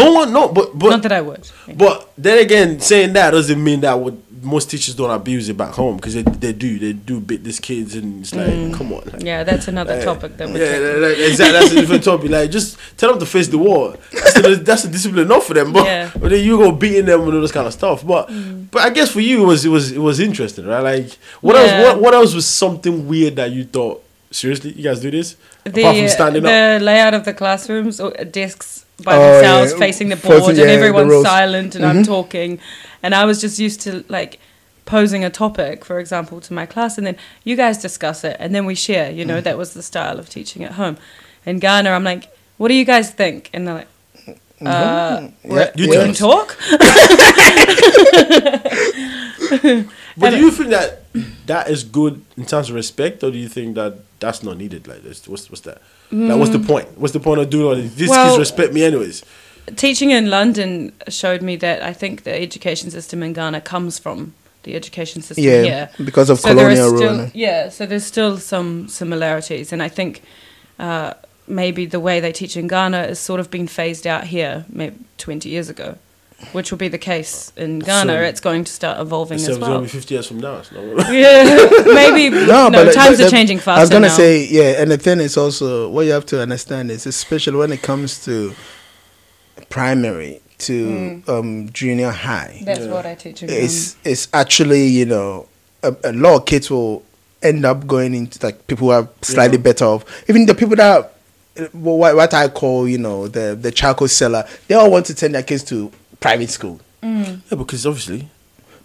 [SPEAKER 1] no one, no, but but
[SPEAKER 3] Not that I would.
[SPEAKER 1] But then again, saying that doesn't mean that what most teachers don't abuse it back home because they, they do they do beat these kids and it's like come on. Like,
[SPEAKER 3] Mm. Yeah, that's another topic that we.
[SPEAKER 1] yeah,
[SPEAKER 3] Yeah,
[SPEAKER 1] like, exactly. That's a different topic. Like, just tell them to face the wall. That's, the, that's the discipline enough for them. But,
[SPEAKER 3] Yeah. Mm.
[SPEAKER 1] but then you go beating them and all this kind of stuff. But but I guess for you it was it was it was interesting, right? Like, what
[SPEAKER 3] Yeah.
[SPEAKER 1] else? What, what else was something weird that you thought? Seriously, you guys do this
[SPEAKER 3] the
[SPEAKER 1] apart from standing up?
[SPEAKER 3] the layout of the classrooms or desks by
[SPEAKER 2] Oh, yeah.
[SPEAKER 3] themselves, facing the board,
[SPEAKER 2] Facing- yeah,
[SPEAKER 3] and
[SPEAKER 2] the Mm-hmm.
[SPEAKER 3] everyone's
[SPEAKER 2] rows.
[SPEAKER 3] silent, and I'm talking, and I was just used to like posing a topic, for example, to my class, and then you guys discuss it, and then we share. You
[SPEAKER 2] Mm.
[SPEAKER 3] know, that was the style of teaching at home. In Ghana, I'm like, "What do you guys think?" And they're like, uh,
[SPEAKER 2] Mm-hmm. Yeah,
[SPEAKER 3] "We
[SPEAKER 1] you
[SPEAKER 3] can
[SPEAKER 1] don't.
[SPEAKER 3] talk."
[SPEAKER 1] But do you think that that is good in terms of respect, or do you think that that's not needed? Like, that's- what's what's that? Like, what's the point? What's the point of doing all this? These
[SPEAKER 3] Well-
[SPEAKER 1] kids respect me anyways.
[SPEAKER 3] teaching in London showed me that I think the education system in Ghana comes from the education system
[SPEAKER 2] Yeah,
[SPEAKER 3] here
[SPEAKER 2] because of
[SPEAKER 3] there are
[SPEAKER 2] colonial rule. eh?
[SPEAKER 3] still- Yeah, so there's still some similarities, and I think uh, maybe the way they teach in Ghana is sort of been phased out here, maybe 20 years ago, which will be the case in Ghana.
[SPEAKER 1] So-
[SPEAKER 3] it's going to start evolving
[SPEAKER 1] So
[SPEAKER 3] as
[SPEAKER 1] it's gonna
[SPEAKER 3] well.
[SPEAKER 1] be fifty years from now. It's not-
[SPEAKER 3] yeah, maybe no,
[SPEAKER 2] like,
[SPEAKER 3] times
[SPEAKER 2] the-
[SPEAKER 3] are
[SPEAKER 2] the-
[SPEAKER 3] changing faster.
[SPEAKER 2] I was gonna
[SPEAKER 3] now.
[SPEAKER 2] say, yeah, and the thing is also what you have to understand is, especially when it comes to primary to um, junior high,
[SPEAKER 3] Mm. that's what I teach in Ghana.
[SPEAKER 2] it's it's actually you know a, a lot of kids will end up going into like people who are slightly
[SPEAKER 1] Yeah.
[SPEAKER 2] better off. Even the people that are, uh, what what I call you know the the charcoal seller, they all want to send their kids to private school.
[SPEAKER 1] yeah, because obviously,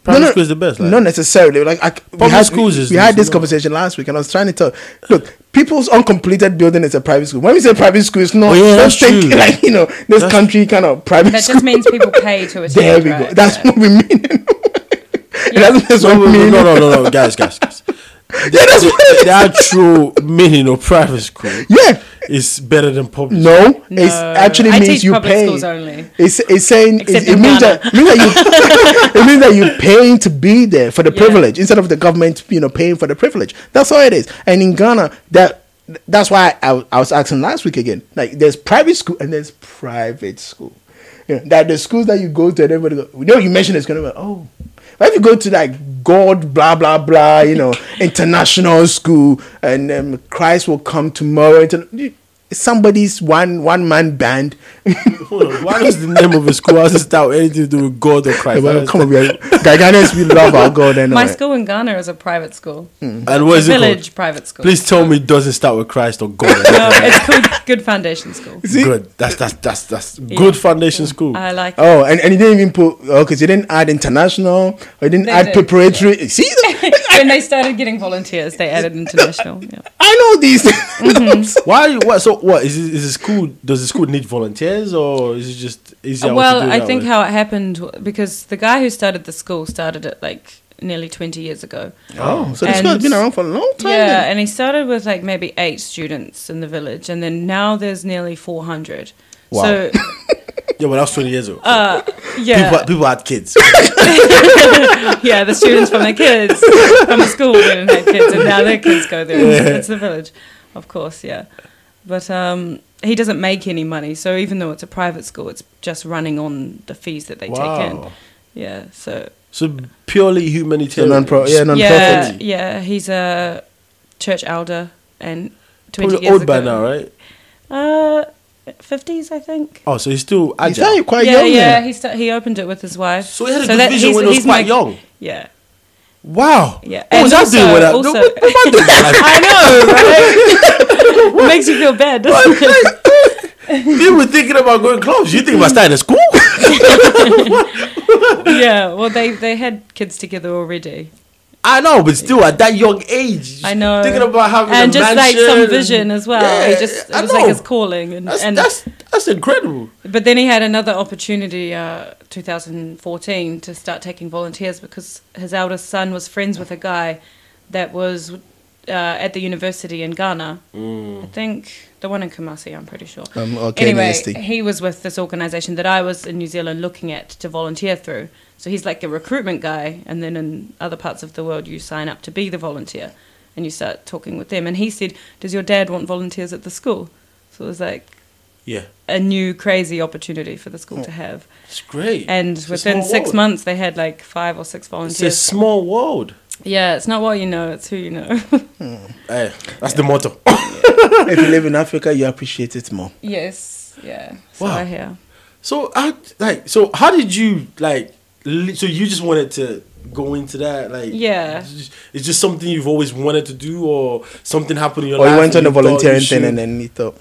[SPEAKER 1] primary
[SPEAKER 2] No, no,
[SPEAKER 1] school is the best. Like,
[SPEAKER 2] Not necessarily. Like I, we
[SPEAKER 1] Public
[SPEAKER 2] had,
[SPEAKER 1] schools is
[SPEAKER 2] we had
[SPEAKER 1] nice,
[SPEAKER 2] this
[SPEAKER 1] no.
[SPEAKER 2] conversation last week, and I was trying to tell. Look, people's uncompleted building is a private school. When we say private school, it's not.
[SPEAKER 1] Oh, yeah,
[SPEAKER 2] don't
[SPEAKER 1] that's true.
[SPEAKER 2] think, Like you know, this
[SPEAKER 1] That's-
[SPEAKER 2] country kind of private
[SPEAKER 3] That
[SPEAKER 2] school.
[SPEAKER 3] just means people pay to attend.
[SPEAKER 2] there we go.
[SPEAKER 3] right?
[SPEAKER 2] That's
[SPEAKER 3] Yeah.
[SPEAKER 2] what we mean. it doesn't just
[SPEAKER 1] no, no,
[SPEAKER 2] mean.
[SPEAKER 1] no, no, no, no, guys, guys, guys. The,
[SPEAKER 2] that's
[SPEAKER 1] the, the actual meaning of private school
[SPEAKER 2] Yeah.
[SPEAKER 1] is better than public.
[SPEAKER 2] No,
[SPEAKER 3] No,
[SPEAKER 2] it's actually
[SPEAKER 3] I
[SPEAKER 2] means
[SPEAKER 3] teach
[SPEAKER 2] you
[SPEAKER 3] public
[SPEAKER 2] pay.
[SPEAKER 3] schools only.
[SPEAKER 2] It's, it's saying it,
[SPEAKER 3] Except
[SPEAKER 2] it
[SPEAKER 3] in
[SPEAKER 2] means
[SPEAKER 3] Ghana.
[SPEAKER 2] that, it means that you it means that you're paying to be there for the
[SPEAKER 3] Yeah.
[SPEAKER 2] privilege instead of the government you know paying for the privilege. That's all it is. And in Ghana, that that's why I, I was asking last week again. Like there's private school and there's private school. You know, that the schools that you go to and everybody go, you know you mentioned it's gonna be oh. But if you go to like God blah blah blah, you know, international school and um, Christ will come tomorrow. Inter- somebody's one one man band.
[SPEAKER 1] Hold on, Why does the name of a school has to start with anything to do with God or Christ?
[SPEAKER 2] well,
[SPEAKER 1] I
[SPEAKER 2] come on, we are Ghanaians, we love our God and
[SPEAKER 3] My
[SPEAKER 2] all that. Hmm.
[SPEAKER 3] school in Ghana is a private school,
[SPEAKER 1] understand. and what is it
[SPEAKER 3] village
[SPEAKER 1] called?
[SPEAKER 3] private school.
[SPEAKER 1] Please tell me it doesn't start with Christ or God.
[SPEAKER 3] no, it's called Good Foundation School.
[SPEAKER 1] Good. That's that's that's that's good foundation school.
[SPEAKER 3] I like. it.
[SPEAKER 2] Oh, and, and you didn't even put okay. So you didn't add international. Or you didn't
[SPEAKER 3] They
[SPEAKER 2] add
[SPEAKER 3] did.
[SPEAKER 2] preparatory. See,
[SPEAKER 3] when they started getting volunteers, they added international. Yeah.
[SPEAKER 2] I know these. things.
[SPEAKER 1] Why? you- What? So what is it, is the school? Does the school need volunteers or is it just easier?
[SPEAKER 3] well,
[SPEAKER 1] to do
[SPEAKER 3] I
[SPEAKER 1] that
[SPEAKER 3] think
[SPEAKER 1] way?
[SPEAKER 3] how it happened w- because the guy who started the school started it like nearly 20 years ago.
[SPEAKER 2] Oh, so this
[SPEAKER 3] Mm-hmm. And-
[SPEAKER 2] guy's been around for a long time.
[SPEAKER 3] Yeah,
[SPEAKER 2] then.
[SPEAKER 3] and he started with like maybe eight students in the village, and then now there's nearly 400.
[SPEAKER 2] Wow.
[SPEAKER 3] So,
[SPEAKER 1] yeah, but that was twenty years ago.
[SPEAKER 3] Uh, yeah.
[SPEAKER 1] people, people had kids.
[SPEAKER 3] yeah, the students from their kids from the school didn't have kids, and now their kids go there. It's- It's the village, of course. Yeah, but um, he doesn't make any money, so even though it's a private school, it's just running on the fees that they take in.
[SPEAKER 1] wow.
[SPEAKER 3] Yeah, so
[SPEAKER 1] So purely humanitarian.
[SPEAKER 2] So non-pro- yeah, non-
[SPEAKER 3] yeah,
[SPEAKER 2] Non-profit.
[SPEAKER 3] yeah, he's a church elder and twenty
[SPEAKER 1] Probably
[SPEAKER 3] years
[SPEAKER 1] old by
[SPEAKER 3] ago.
[SPEAKER 1] now, right?
[SPEAKER 3] Uh, fifties, I think.
[SPEAKER 1] Oh, so he's still
[SPEAKER 2] he's
[SPEAKER 1] agile.
[SPEAKER 2] actually quite
[SPEAKER 3] yeah,
[SPEAKER 2] young.
[SPEAKER 3] yeah,
[SPEAKER 2] then.
[SPEAKER 3] he sta he opened it with his wife.
[SPEAKER 1] So he had a good vision when he was quite young.
[SPEAKER 3] Yeah,
[SPEAKER 1] Wow.
[SPEAKER 3] yeah.
[SPEAKER 1] What was I doing with that?
[SPEAKER 3] also-
[SPEAKER 1] What- what am I doing with that?
[SPEAKER 3] I know, right? it makes you feel bad, doesn't it?
[SPEAKER 1] People thinking about going clubs. You think about starting a school?
[SPEAKER 3] yeah. Well, they they had kids together already.
[SPEAKER 1] I know, but still at that young age,
[SPEAKER 3] I know.
[SPEAKER 1] Thinking about having
[SPEAKER 3] and
[SPEAKER 1] a
[SPEAKER 3] just like
[SPEAKER 1] mansion
[SPEAKER 3] some
[SPEAKER 1] and-
[SPEAKER 3] vision as well.
[SPEAKER 1] Yeah,
[SPEAKER 3] he just it
[SPEAKER 1] I
[SPEAKER 3] was like
[SPEAKER 1] know.
[SPEAKER 3] his calling, and,
[SPEAKER 1] That's,
[SPEAKER 3] and
[SPEAKER 1] that's that's incredible.
[SPEAKER 3] but then he had another opportunity, uh, 2014, to start taking volunteers because his eldest son was friends with a guy that was uh, at the university in Ghana. I think the one in Kumasi, I'm pretty sure.
[SPEAKER 2] Um, or
[SPEAKER 3] anyway,
[SPEAKER 2] Kenyan
[SPEAKER 3] he was with this organization that I was in New Zealand looking at to volunteer through. So he's like a recruitment guy, and then in other parts of the world, you sign up to be the volunteer and you start talking with them. And he said, Does your dad want volunteers at the school? So it was like,
[SPEAKER 1] Yeah,
[SPEAKER 3] a new crazy opportunity for the school to have.
[SPEAKER 1] it's great.
[SPEAKER 3] And
[SPEAKER 1] It's a
[SPEAKER 3] within
[SPEAKER 1] small
[SPEAKER 3] six
[SPEAKER 1] world.
[SPEAKER 3] months, they had like five or six
[SPEAKER 1] it's a
[SPEAKER 3] volunteers.
[SPEAKER 1] small world.
[SPEAKER 3] yeah, it's not what you know, it's who you know.
[SPEAKER 1] Hey, Eh, that's the motto.
[SPEAKER 2] if you live in Africa, you appreciate it more.
[SPEAKER 3] yes, yeah. So
[SPEAKER 1] Wow.
[SPEAKER 3] I hear.
[SPEAKER 1] So I like. So how did you like? li- So you just wanted to go into that, like
[SPEAKER 3] Yeah.
[SPEAKER 1] it's just- It's just something you've always wanted to do, or something happened in your
[SPEAKER 2] Or
[SPEAKER 1] life.
[SPEAKER 2] you went on
[SPEAKER 1] and
[SPEAKER 2] the
[SPEAKER 1] you thought you
[SPEAKER 2] volunteering
[SPEAKER 1] should-
[SPEAKER 2] thing and then you thought,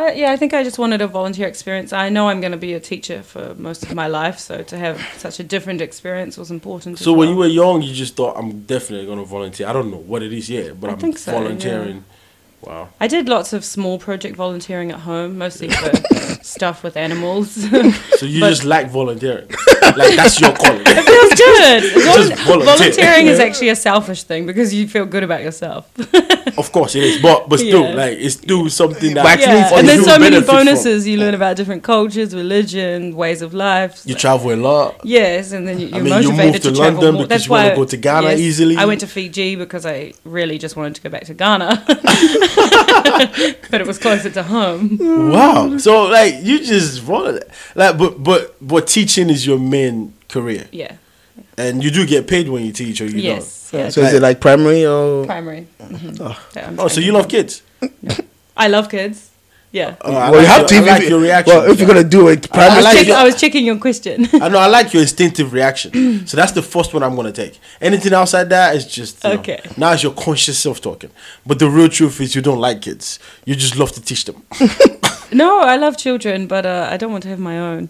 [SPEAKER 3] Uh, yeah, I think I just wanted a volunteer experience. I know I'm going to be a teacher for most of my life, so to have such a different experience was important.
[SPEAKER 1] So
[SPEAKER 3] as
[SPEAKER 1] when
[SPEAKER 3] well.
[SPEAKER 1] you were young, you just thought, "I'm definitely going to volunteer." I don't know what it is yet, but
[SPEAKER 3] I
[SPEAKER 1] I'm
[SPEAKER 3] think so,
[SPEAKER 1] volunteering. Wow.
[SPEAKER 3] I did lots of small project volunteering at home, mostly for stuff with animals. it
[SPEAKER 1] So you
[SPEAKER 3] But-
[SPEAKER 1] just like volunteering. like that's your calling.
[SPEAKER 3] feels good.
[SPEAKER 1] Just
[SPEAKER 3] Volun-
[SPEAKER 1] volunteer.
[SPEAKER 3] volunteering is
[SPEAKER 1] Yeah.
[SPEAKER 3] actually a selfish thing because you feel good about yourself.
[SPEAKER 1] of course it is, but but still,
[SPEAKER 3] Yeah.
[SPEAKER 1] like it's still something that
[SPEAKER 2] But actually
[SPEAKER 3] yeah.
[SPEAKER 2] for
[SPEAKER 3] And there's
[SPEAKER 1] you
[SPEAKER 3] so many
[SPEAKER 1] benefit from.
[SPEAKER 3] bonuses. You learn about different cultures, religion, ways of life.
[SPEAKER 1] You travel a lot.
[SPEAKER 3] Yes, and then you, you're
[SPEAKER 1] mean, you
[SPEAKER 3] motivated
[SPEAKER 1] moved
[SPEAKER 3] to,
[SPEAKER 1] to
[SPEAKER 3] travel
[SPEAKER 1] London
[SPEAKER 3] more.
[SPEAKER 1] because
[SPEAKER 3] That's
[SPEAKER 1] you wanna
[SPEAKER 3] why-
[SPEAKER 1] go to Ghana
[SPEAKER 3] yes,
[SPEAKER 1] easily.
[SPEAKER 3] I went to Fiji because I really just wanted to go back to Ghana, but it was closer to home.
[SPEAKER 1] Wow. So like you just vol- like but but but teaching is your main career,
[SPEAKER 3] Yeah.
[SPEAKER 1] and you do get paid when you teach, or you
[SPEAKER 3] yes. Yeah.
[SPEAKER 2] So is it like primary or
[SPEAKER 3] primary. Mhm. Yeah, I'm
[SPEAKER 1] don't. Oh, so
[SPEAKER 3] saying.
[SPEAKER 1] you love kids.
[SPEAKER 3] I love kids. Yeah.
[SPEAKER 1] Oh, I
[SPEAKER 2] well,
[SPEAKER 1] like
[SPEAKER 2] you have to.
[SPEAKER 1] your,
[SPEAKER 2] if
[SPEAKER 1] I like
[SPEAKER 2] you-
[SPEAKER 1] your reaction.
[SPEAKER 2] Well, if you're gonna do it,
[SPEAKER 3] I,
[SPEAKER 2] primary.
[SPEAKER 3] was
[SPEAKER 1] like
[SPEAKER 3] check-
[SPEAKER 1] your-
[SPEAKER 3] I was checking your question.
[SPEAKER 1] I know I like your instinctive reaction. so that's the first one I'm gonna take. Anything outside that is just you know,
[SPEAKER 3] Okay.
[SPEAKER 1] now it's your conscious self talking. But the real truth is you don't like kids. You just love to teach them.
[SPEAKER 3] no, I love children, but uh, I don't want to have my own.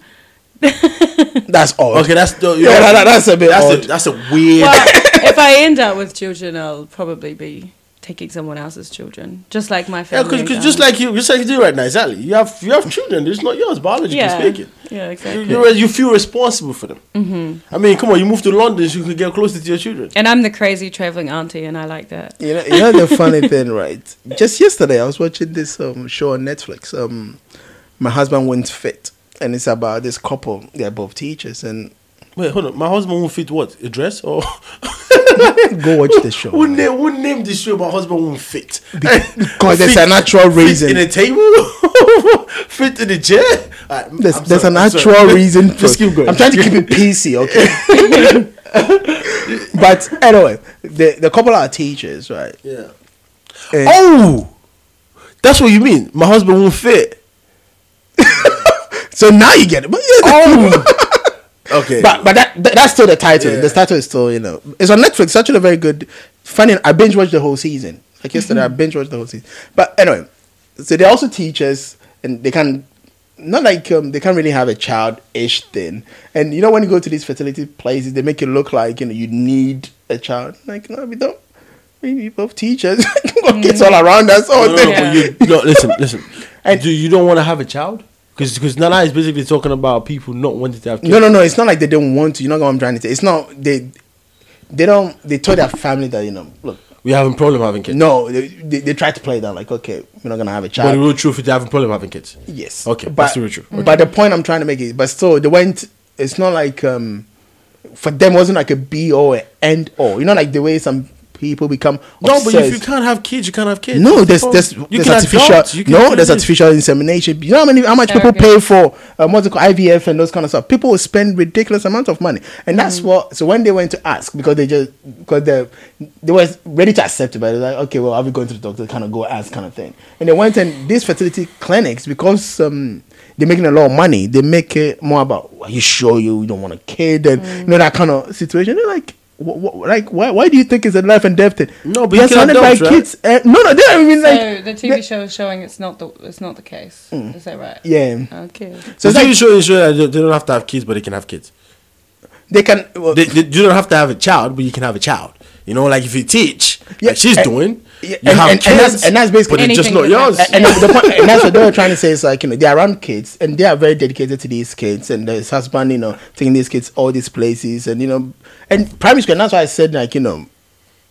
[SPEAKER 2] that's all.
[SPEAKER 1] Okay, that's the
[SPEAKER 2] Yeah, that- that's a bit
[SPEAKER 1] that's
[SPEAKER 2] odd.
[SPEAKER 1] A, that's a weird.
[SPEAKER 3] Well, if I end up with children, I'll probably be taking someone else's children, just like my
[SPEAKER 1] Yeah,
[SPEAKER 3] family.
[SPEAKER 1] because
[SPEAKER 3] um,
[SPEAKER 1] just like you, just like you do right now, exactly. You have you have children. It's not yours, biologically
[SPEAKER 3] yeah,
[SPEAKER 1] speaking.
[SPEAKER 3] yeah,
[SPEAKER 1] You,
[SPEAKER 3] exactly.
[SPEAKER 1] you, you feel responsible for them.
[SPEAKER 3] Mm-hmm.
[SPEAKER 1] I mean, come on, you move to London so you can get closer to your children.
[SPEAKER 3] And I'm the crazy traveling auntie, and I like that.
[SPEAKER 2] You know, you know the funny thing, right? Just yesterday, I was watching this um, show on Netflix. Um, my husband went fit, and it's about this couple. They're both teachers, and
[SPEAKER 1] Wait, hold on. My husband won't fit what? A dress? Or
[SPEAKER 2] go watch the show
[SPEAKER 1] Who, na- who named this show my husband won't fit?
[SPEAKER 2] because there's a natural reason.
[SPEAKER 1] Fit in a table? fit in a chair? Alright, I'm
[SPEAKER 2] There's,
[SPEAKER 1] sorry,
[SPEAKER 2] there's a
[SPEAKER 1] I'm
[SPEAKER 2] natural
[SPEAKER 1] sorry.
[SPEAKER 2] reason.
[SPEAKER 1] Just
[SPEAKER 2] for-
[SPEAKER 1] keep going.
[SPEAKER 2] I'm trying to keep it PC, okay? but anyway, the the couple are teachers, right?
[SPEAKER 1] Yeah.
[SPEAKER 2] And-
[SPEAKER 1] Oh! That's what you mean. My husband won't fit.
[SPEAKER 2] So now you get it. But, yeah,
[SPEAKER 1] Oh Okay.
[SPEAKER 2] but, but that, that- that's still the title.
[SPEAKER 1] Yeah.
[SPEAKER 2] The title is still, you know, it's on Netflix. It's Actually, a very good. Funny, I binge watched the whole season. Like yesterday, I
[SPEAKER 1] Mm-hmm.
[SPEAKER 2] binge watched the whole season. But anyway, so they're also teachers, and they can not like um, they can't really have a child-ish thing. And you know, when you go to these fertility places, they make you look like you know you need a child. Like no, we don't. We we both teachers.
[SPEAKER 1] Mm.
[SPEAKER 2] We've got kids all around us.
[SPEAKER 1] no,
[SPEAKER 2] all
[SPEAKER 1] no,
[SPEAKER 2] day.
[SPEAKER 1] no,
[SPEAKER 3] Yeah.
[SPEAKER 1] but you, no, listen, listen.
[SPEAKER 2] And-
[SPEAKER 1] do you don't want to have a child? Because Nana is basically talking about people not wanting to have kids.
[SPEAKER 2] No, no, no. It's not like they don't want to. You know what I'm trying to say. It's not they. They don't. They told their family that you know. Look,
[SPEAKER 1] We're having problem having kids.
[SPEAKER 2] no. They, they, they tried to play that like, okay, we're not gonna have a
[SPEAKER 1] But the
[SPEAKER 2] child.
[SPEAKER 1] real truth is they're having problem having kids.
[SPEAKER 2] yes.
[SPEAKER 1] Okay,
[SPEAKER 2] But,
[SPEAKER 1] that's the real truth.
[SPEAKER 2] But the point I'm trying to make is, but still, they went. It's not like um, for them wasn't like a be all an end all. You know, like the way some people become.
[SPEAKER 1] No, but if you
[SPEAKER 2] obsessed.
[SPEAKER 1] can't have kids, you can't have kids.
[SPEAKER 2] No, there's
[SPEAKER 1] Oh,
[SPEAKER 2] there's,
[SPEAKER 1] you
[SPEAKER 2] there's
[SPEAKER 1] can
[SPEAKER 2] artificial
[SPEAKER 1] adopt, you can
[SPEAKER 2] no
[SPEAKER 1] do
[SPEAKER 2] there's
[SPEAKER 1] this.
[SPEAKER 2] artificial insemination. You know how many how much people pay
[SPEAKER 3] Surrogate.
[SPEAKER 2] for um, what's it called IVF and those kind of stuff. People will spend ridiculous amount of money, and
[SPEAKER 1] Mm.
[SPEAKER 2] that's what. So when they went to ask because they just because they they were ready to accept it, but they're like, okay, well, I'll be going to the doctor, kind of go ask, kind of thing. And they went and these fertility clinics because um they're making a lot of money. They make it more about are you sure you, you don't want a kid and
[SPEAKER 1] Mm.
[SPEAKER 2] you know that kind of situation. They're like. wh- wh- like why? Why do you think it's a life and death thing?
[SPEAKER 1] No, but
[SPEAKER 2] They're
[SPEAKER 1] you can
[SPEAKER 2] surrounded
[SPEAKER 1] adopt, right?
[SPEAKER 2] kids. Uh, no, no, they don't even like.
[SPEAKER 3] so the TV show is showing it's not the it's not the case. Is that right?
[SPEAKER 2] Yeah.
[SPEAKER 3] Okay.
[SPEAKER 2] So
[SPEAKER 1] So
[SPEAKER 2] it's
[SPEAKER 1] it's
[SPEAKER 2] like
[SPEAKER 1] you sure you sure that they they don't have to have kids, but they can have kids.
[SPEAKER 2] they can. Well,
[SPEAKER 1] They, they, you don't have to have a child, but you can have a child. You know, like if you teach,
[SPEAKER 2] Yeah,
[SPEAKER 1] like she's
[SPEAKER 2] and-
[SPEAKER 1] doing,
[SPEAKER 2] yeah,
[SPEAKER 1] you have
[SPEAKER 2] and- and- and
[SPEAKER 1] kids,
[SPEAKER 2] that's- and that's basically-
[SPEAKER 1] but they're just
[SPEAKER 3] Anything
[SPEAKER 1] not
[SPEAKER 3] can
[SPEAKER 1] yours.
[SPEAKER 3] happen.
[SPEAKER 2] and, the the point, and that's what they were trying to say is like you know they're around kids and they are very dedicated to these kids and his husband you know taking these kids all these places and you know and primary school and that's why I said like you know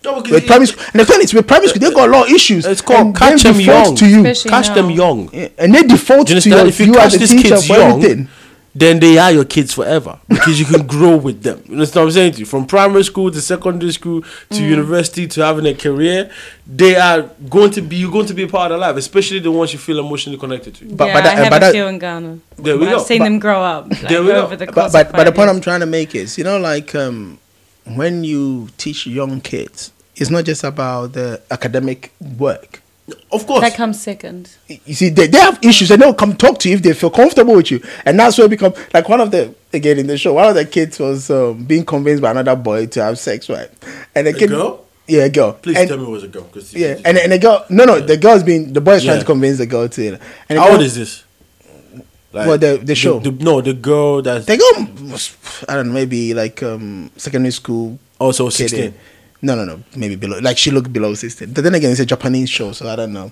[SPEAKER 1] No, because
[SPEAKER 2] with
[SPEAKER 1] it-
[SPEAKER 2] primary school and the thing is with primary school they got a lot of issues
[SPEAKER 1] it's called
[SPEAKER 2] and they
[SPEAKER 1] catch them
[SPEAKER 2] default
[SPEAKER 1] young.
[SPEAKER 2] to you
[SPEAKER 3] Especially
[SPEAKER 1] catch them
[SPEAKER 3] now.
[SPEAKER 1] young.
[SPEAKER 2] Yeah, and they default
[SPEAKER 1] Do you
[SPEAKER 2] to
[SPEAKER 1] understand?
[SPEAKER 2] you
[SPEAKER 1] if you,
[SPEAKER 2] you
[SPEAKER 1] catch
[SPEAKER 2] as a
[SPEAKER 1] these
[SPEAKER 2] teacher
[SPEAKER 1] kids
[SPEAKER 2] for
[SPEAKER 1] young,
[SPEAKER 2] everything
[SPEAKER 1] then they are your kids forever because you can grow with them. You understand what I'm saying to you? From primary school to secondary school to
[SPEAKER 2] Mm.
[SPEAKER 1] university to having a career, they are going to be you're going to be a part of their life, especially the ones you feel emotionally connected to.
[SPEAKER 2] But-
[SPEAKER 3] yeah,
[SPEAKER 2] but that-
[SPEAKER 3] I have
[SPEAKER 2] but
[SPEAKER 3] a
[SPEAKER 2] that-
[SPEAKER 3] few in Ghana.
[SPEAKER 1] There we
[SPEAKER 3] I've
[SPEAKER 1] go.
[SPEAKER 3] seen
[SPEAKER 1] But-
[SPEAKER 3] them grow up. Like,
[SPEAKER 1] There we go.
[SPEAKER 3] over the
[SPEAKER 2] but
[SPEAKER 3] course
[SPEAKER 2] but,
[SPEAKER 3] of
[SPEAKER 2] but the
[SPEAKER 3] five
[SPEAKER 2] point I'm
[SPEAKER 3] years.
[SPEAKER 2] trying to make is, you know, like um, when you teach young kids, it's not just about the academic work.
[SPEAKER 1] Of course,
[SPEAKER 3] that comes second.
[SPEAKER 2] You see, they, they have issues and they'll come talk to you if they feel comfortable with you. And that's where it become like one of the again in the show, one of the kids was um, being convinced by another boy to have sex, right? And the
[SPEAKER 1] A
[SPEAKER 2] kid
[SPEAKER 1] girl?
[SPEAKER 2] Yeah, a girl.
[SPEAKER 1] Please
[SPEAKER 2] and,
[SPEAKER 1] tell me it was a girl. 'cause you-
[SPEAKER 2] Yeah, and, and the girl. No, no, the girl's been the boy's trying
[SPEAKER 1] Yeah.
[SPEAKER 2] to convince the girl to. You know, and the
[SPEAKER 1] how
[SPEAKER 2] girl,
[SPEAKER 1] old is this? Like,
[SPEAKER 2] What, the- the show?
[SPEAKER 1] The, no, the girl that's
[SPEAKER 2] The girl was, I don't know, maybe like um secondary school.
[SPEAKER 1] also
[SPEAKER 2] kid.
[SPEAKER 1] sixteen.
[SPEAKER 2] No, no, no. Maybe below. Like she looked below sixteen. But then again, it's a Japanese show, so I don't know.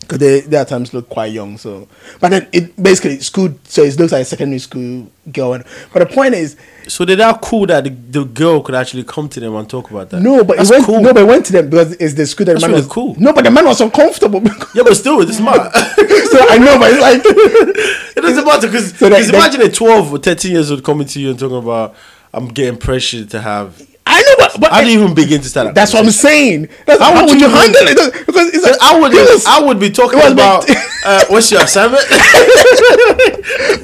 [SPEAKER 2] Because they, they at times look quite young. So, but then it basically school. So it looks like a secondary school girl. And, but the point is,
[SPEAKER 1] So they're that cool that the, the girl could actually come to them and talk about that.
[SPEAKER 2] no. But it
[SPEAKER 1] that's
[SPEAKER 2] went,
[SPEAKER 1] cool.
[SPEAKER 2] no, but it went to them because it's the school that
[SPEAKER 1] That's
[SPEAKER 2] the man
[SPEAKER 1] really
[SPEAKER 2] was
[SPEAKER 1] cool.
[SPEAKER 2] No, but the man was uncomfortable. Because,
[SPEAKER 1] yeah, but still, it's smart.
[SPEAKER 2] so I know, but it's like
[SPEAKER 1] it doesn't matter because
[SPEAKER 2] So that- that-
[SPEAKER 1] imagine a twelve or thirteen years old coming to you and talking about I'm getting pressured to have.
[SPEAKER 2] I know, but, but
[SPEAKER 1] I didn't even begin to start.
[SPEAKER 2] That's what I'm saying. That's,
[SPEAKER 1] How
[SPEAKER 2] how,
[SPEAKER 1] would
[SPEAKER 2] would
[SPEAKER 1] you
[SPEAKER 2] you
[SPEAKER 1] do
[SPEAKER 2] handle it? Because it's like,
[SPEAKER 1] I would.
[SPEAKER 2] this is-
[SPEAKER 1] I would be talking
[SPEAKER 2] it was
[SPEAKER 1] about
[SPEAKER 2] like-
[SPEAKER 1] uh, what's your assignment.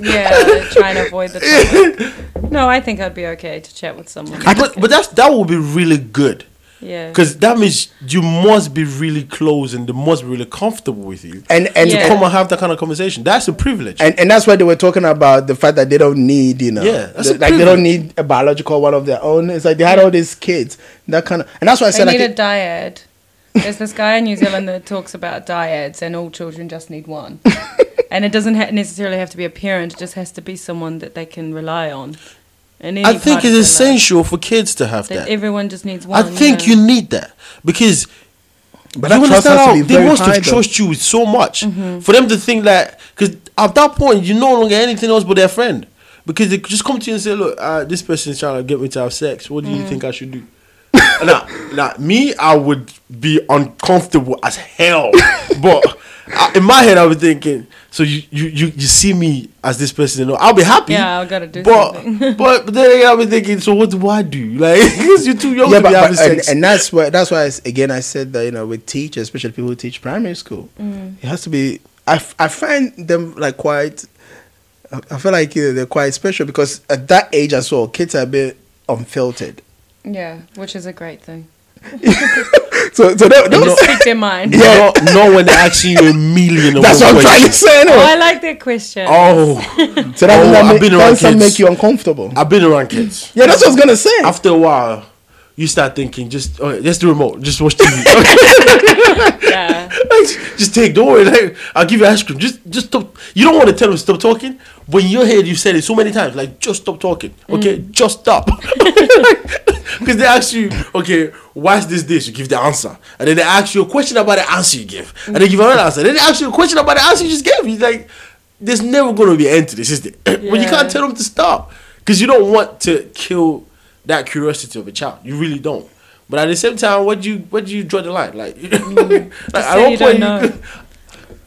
[SPEAKER 3] Yeah, trying to avoid the trouble. No, I think I'd be okay to chat with someone.
[SPEAKER 1] but but that's that would be really good.
[SPEAKER 3] Yeah.
[SPEAKER 1] Because that means you must be really close and they must be really comfortable with you.
[SPEAKER 2] and and,
[SPEAKER 1] to
[SPEAKER 3] Yeah.
[SPEAKER 1] come and have that kind of conversation. That's a privilege.
[SPEAKER 2] and and that's why they were talking about the fact that they don't need you know
[SPEAKER 1] Yeah, that's a
[SPEAKER 2] the- like they don't
[SPEAKER 1] privilege.
[SPEAKER 2] need a biological one of their own. It's like they had all these kids that kind of and that's why I
[SPEAKER 3] They
[SPEAKER 2] said like
[SPEAKER 3] need a
[SPEAKER 2] it-
[SPEAKER 3] dyad. There's this guy in New Zealand that talks about dyads, and all children just need one. and it doesn't ha- necessarily have to be a parent; it just has to be someone that they can rely on. In any
[SPEAKER 1] I think it's
[SPEAKER 3] part of their life.
[SPEAKER 1] essential for kids to have
[SPEAKER 3] that
[SPEAKER 1] that.
[SPEAKER 3] everyone just needs
[SPEAKER 1] I
[SPEAKER 3] one.
[SPEAKER 1] think you need that because
[SPEAKER 2] But
[SPEAKER 1] you
[SPEAKER 2] that trust
[SPEAKER 1] understand
[SPEAKER 2] has to
[SPEAKER 1] how
[SPEAKER 2] be
[SPEAKER 1] they
[SPEAKER 2] very
[SPEAKER 1] must
[SPEAKER 2] high,
[SPEAKER 1] have
[SPEAKER 2] though.
[SPEAKER 1] trust you with so much
[SPEAKER 3] Mm-hmm.
[SPEAKER 1] for them to think that because at that point you no longer anything else but their friend because they could just come to you and say look uh, this person's trying to get me to have sex what do
[SPEAKER 3] Mm.
[SPEAKER 1] you think I should do. now, now, me, I would be uncomfortable as hell. but I, in my head, I was thinking, so you, you, you, you see me as this person, you know, I'll be happy.
[SPEAKER 3] Yeah, I gotta do
[SPEAKER 1] but,
[SPEAKER 3] something.
[SPEAKER 1] but, but then again, I'll be thinking, so what do I do? Like, because you're too young
[SPEAKER 2] yeah,
[SPEAKER 1] to
[SPEAKER 2] but,
[SPEAKER 1] be having
[SPEAKER 2] but and,
[SPEAKER 1] sex.
[SPEAKER 2] and that's why that's why I s again I said that you know with teachers, especially people who teach primary school,
[SPEAKER 3] Mm.
[SPEAKER 2] it has to be. I, f- I find them like quite. I I feel like you know, they're quite special because at that age as well, kids are a bit unfiltered.
[SPEAKER 3] Yeah, which is a great thing.
[SPEAKER 2] So so they,
[SPEAKER 3] They
[SPEAKER 2] they'll say-
[SPEAKER 3] speak their mind.
[SPEAKER 1] yeah, no, no one asking you a million. and
[SPEAKER 2] that's
[SPEAKER 1] one
[SPEAKER 2] what I'm trying to
[SPEAKER 1] question.
[SPEAKER 2] say.
[SPEAKER 3] Oh,
[SPEAKER 2] Anyway.
[SPEAKER 3] I like that question.
[SPEAKER 1] Oh,
[SPEAKER 2] So that
[SPEAKER 1] Oh,
[SPEAKER 2] doesn't
[SPEAKER 1] I've
[SPEAKER 2] make,
[SPEAKER 1] been around
[SPEAKER 2] doesn't
[SPEAKER 1] kids.
[SPEAKER 2] make you uncomfortable.
[SPEAKER 1] I've been around kids.
[SPEAKER 2] Yeah, that's what I was gonna say.
[SPEAKER 1] After a while, you start thinking, just oh, just the remote, just watch TV.
[SPEAKER 3] Yeah.
[SPEAKER 1] just take, don't worry. Like, I'll give you ice cream. Just, just stop. You don't want to tell them stop talking, but in your head you said it so many times. Like, just stop talking. Okay, just stop. Because they ask you, okay, why's this dish? You give the answer, and then they ask you a question about the answer you give, and they give another answer. Then they ask you a question about the answer you just gave. He's like, there's never going to be an end to this, is there? but you
[SPEAKER 3] Yeah.
[SPEAKER 1] can't tell them to stop because you don't want to kill that curiosity of a child. You really don't. But at the same time, what do you what do you draw the line? Like, like
[SPEAKER 3] Just
[SPEAKER 1] at
[SPEAKER 3] say
[SPEAKER 1] one point
[SPEAKER 3] you don't
[SPEAKER 1] you
[SPEAKER 3] know.
[SPEAKER 1] could-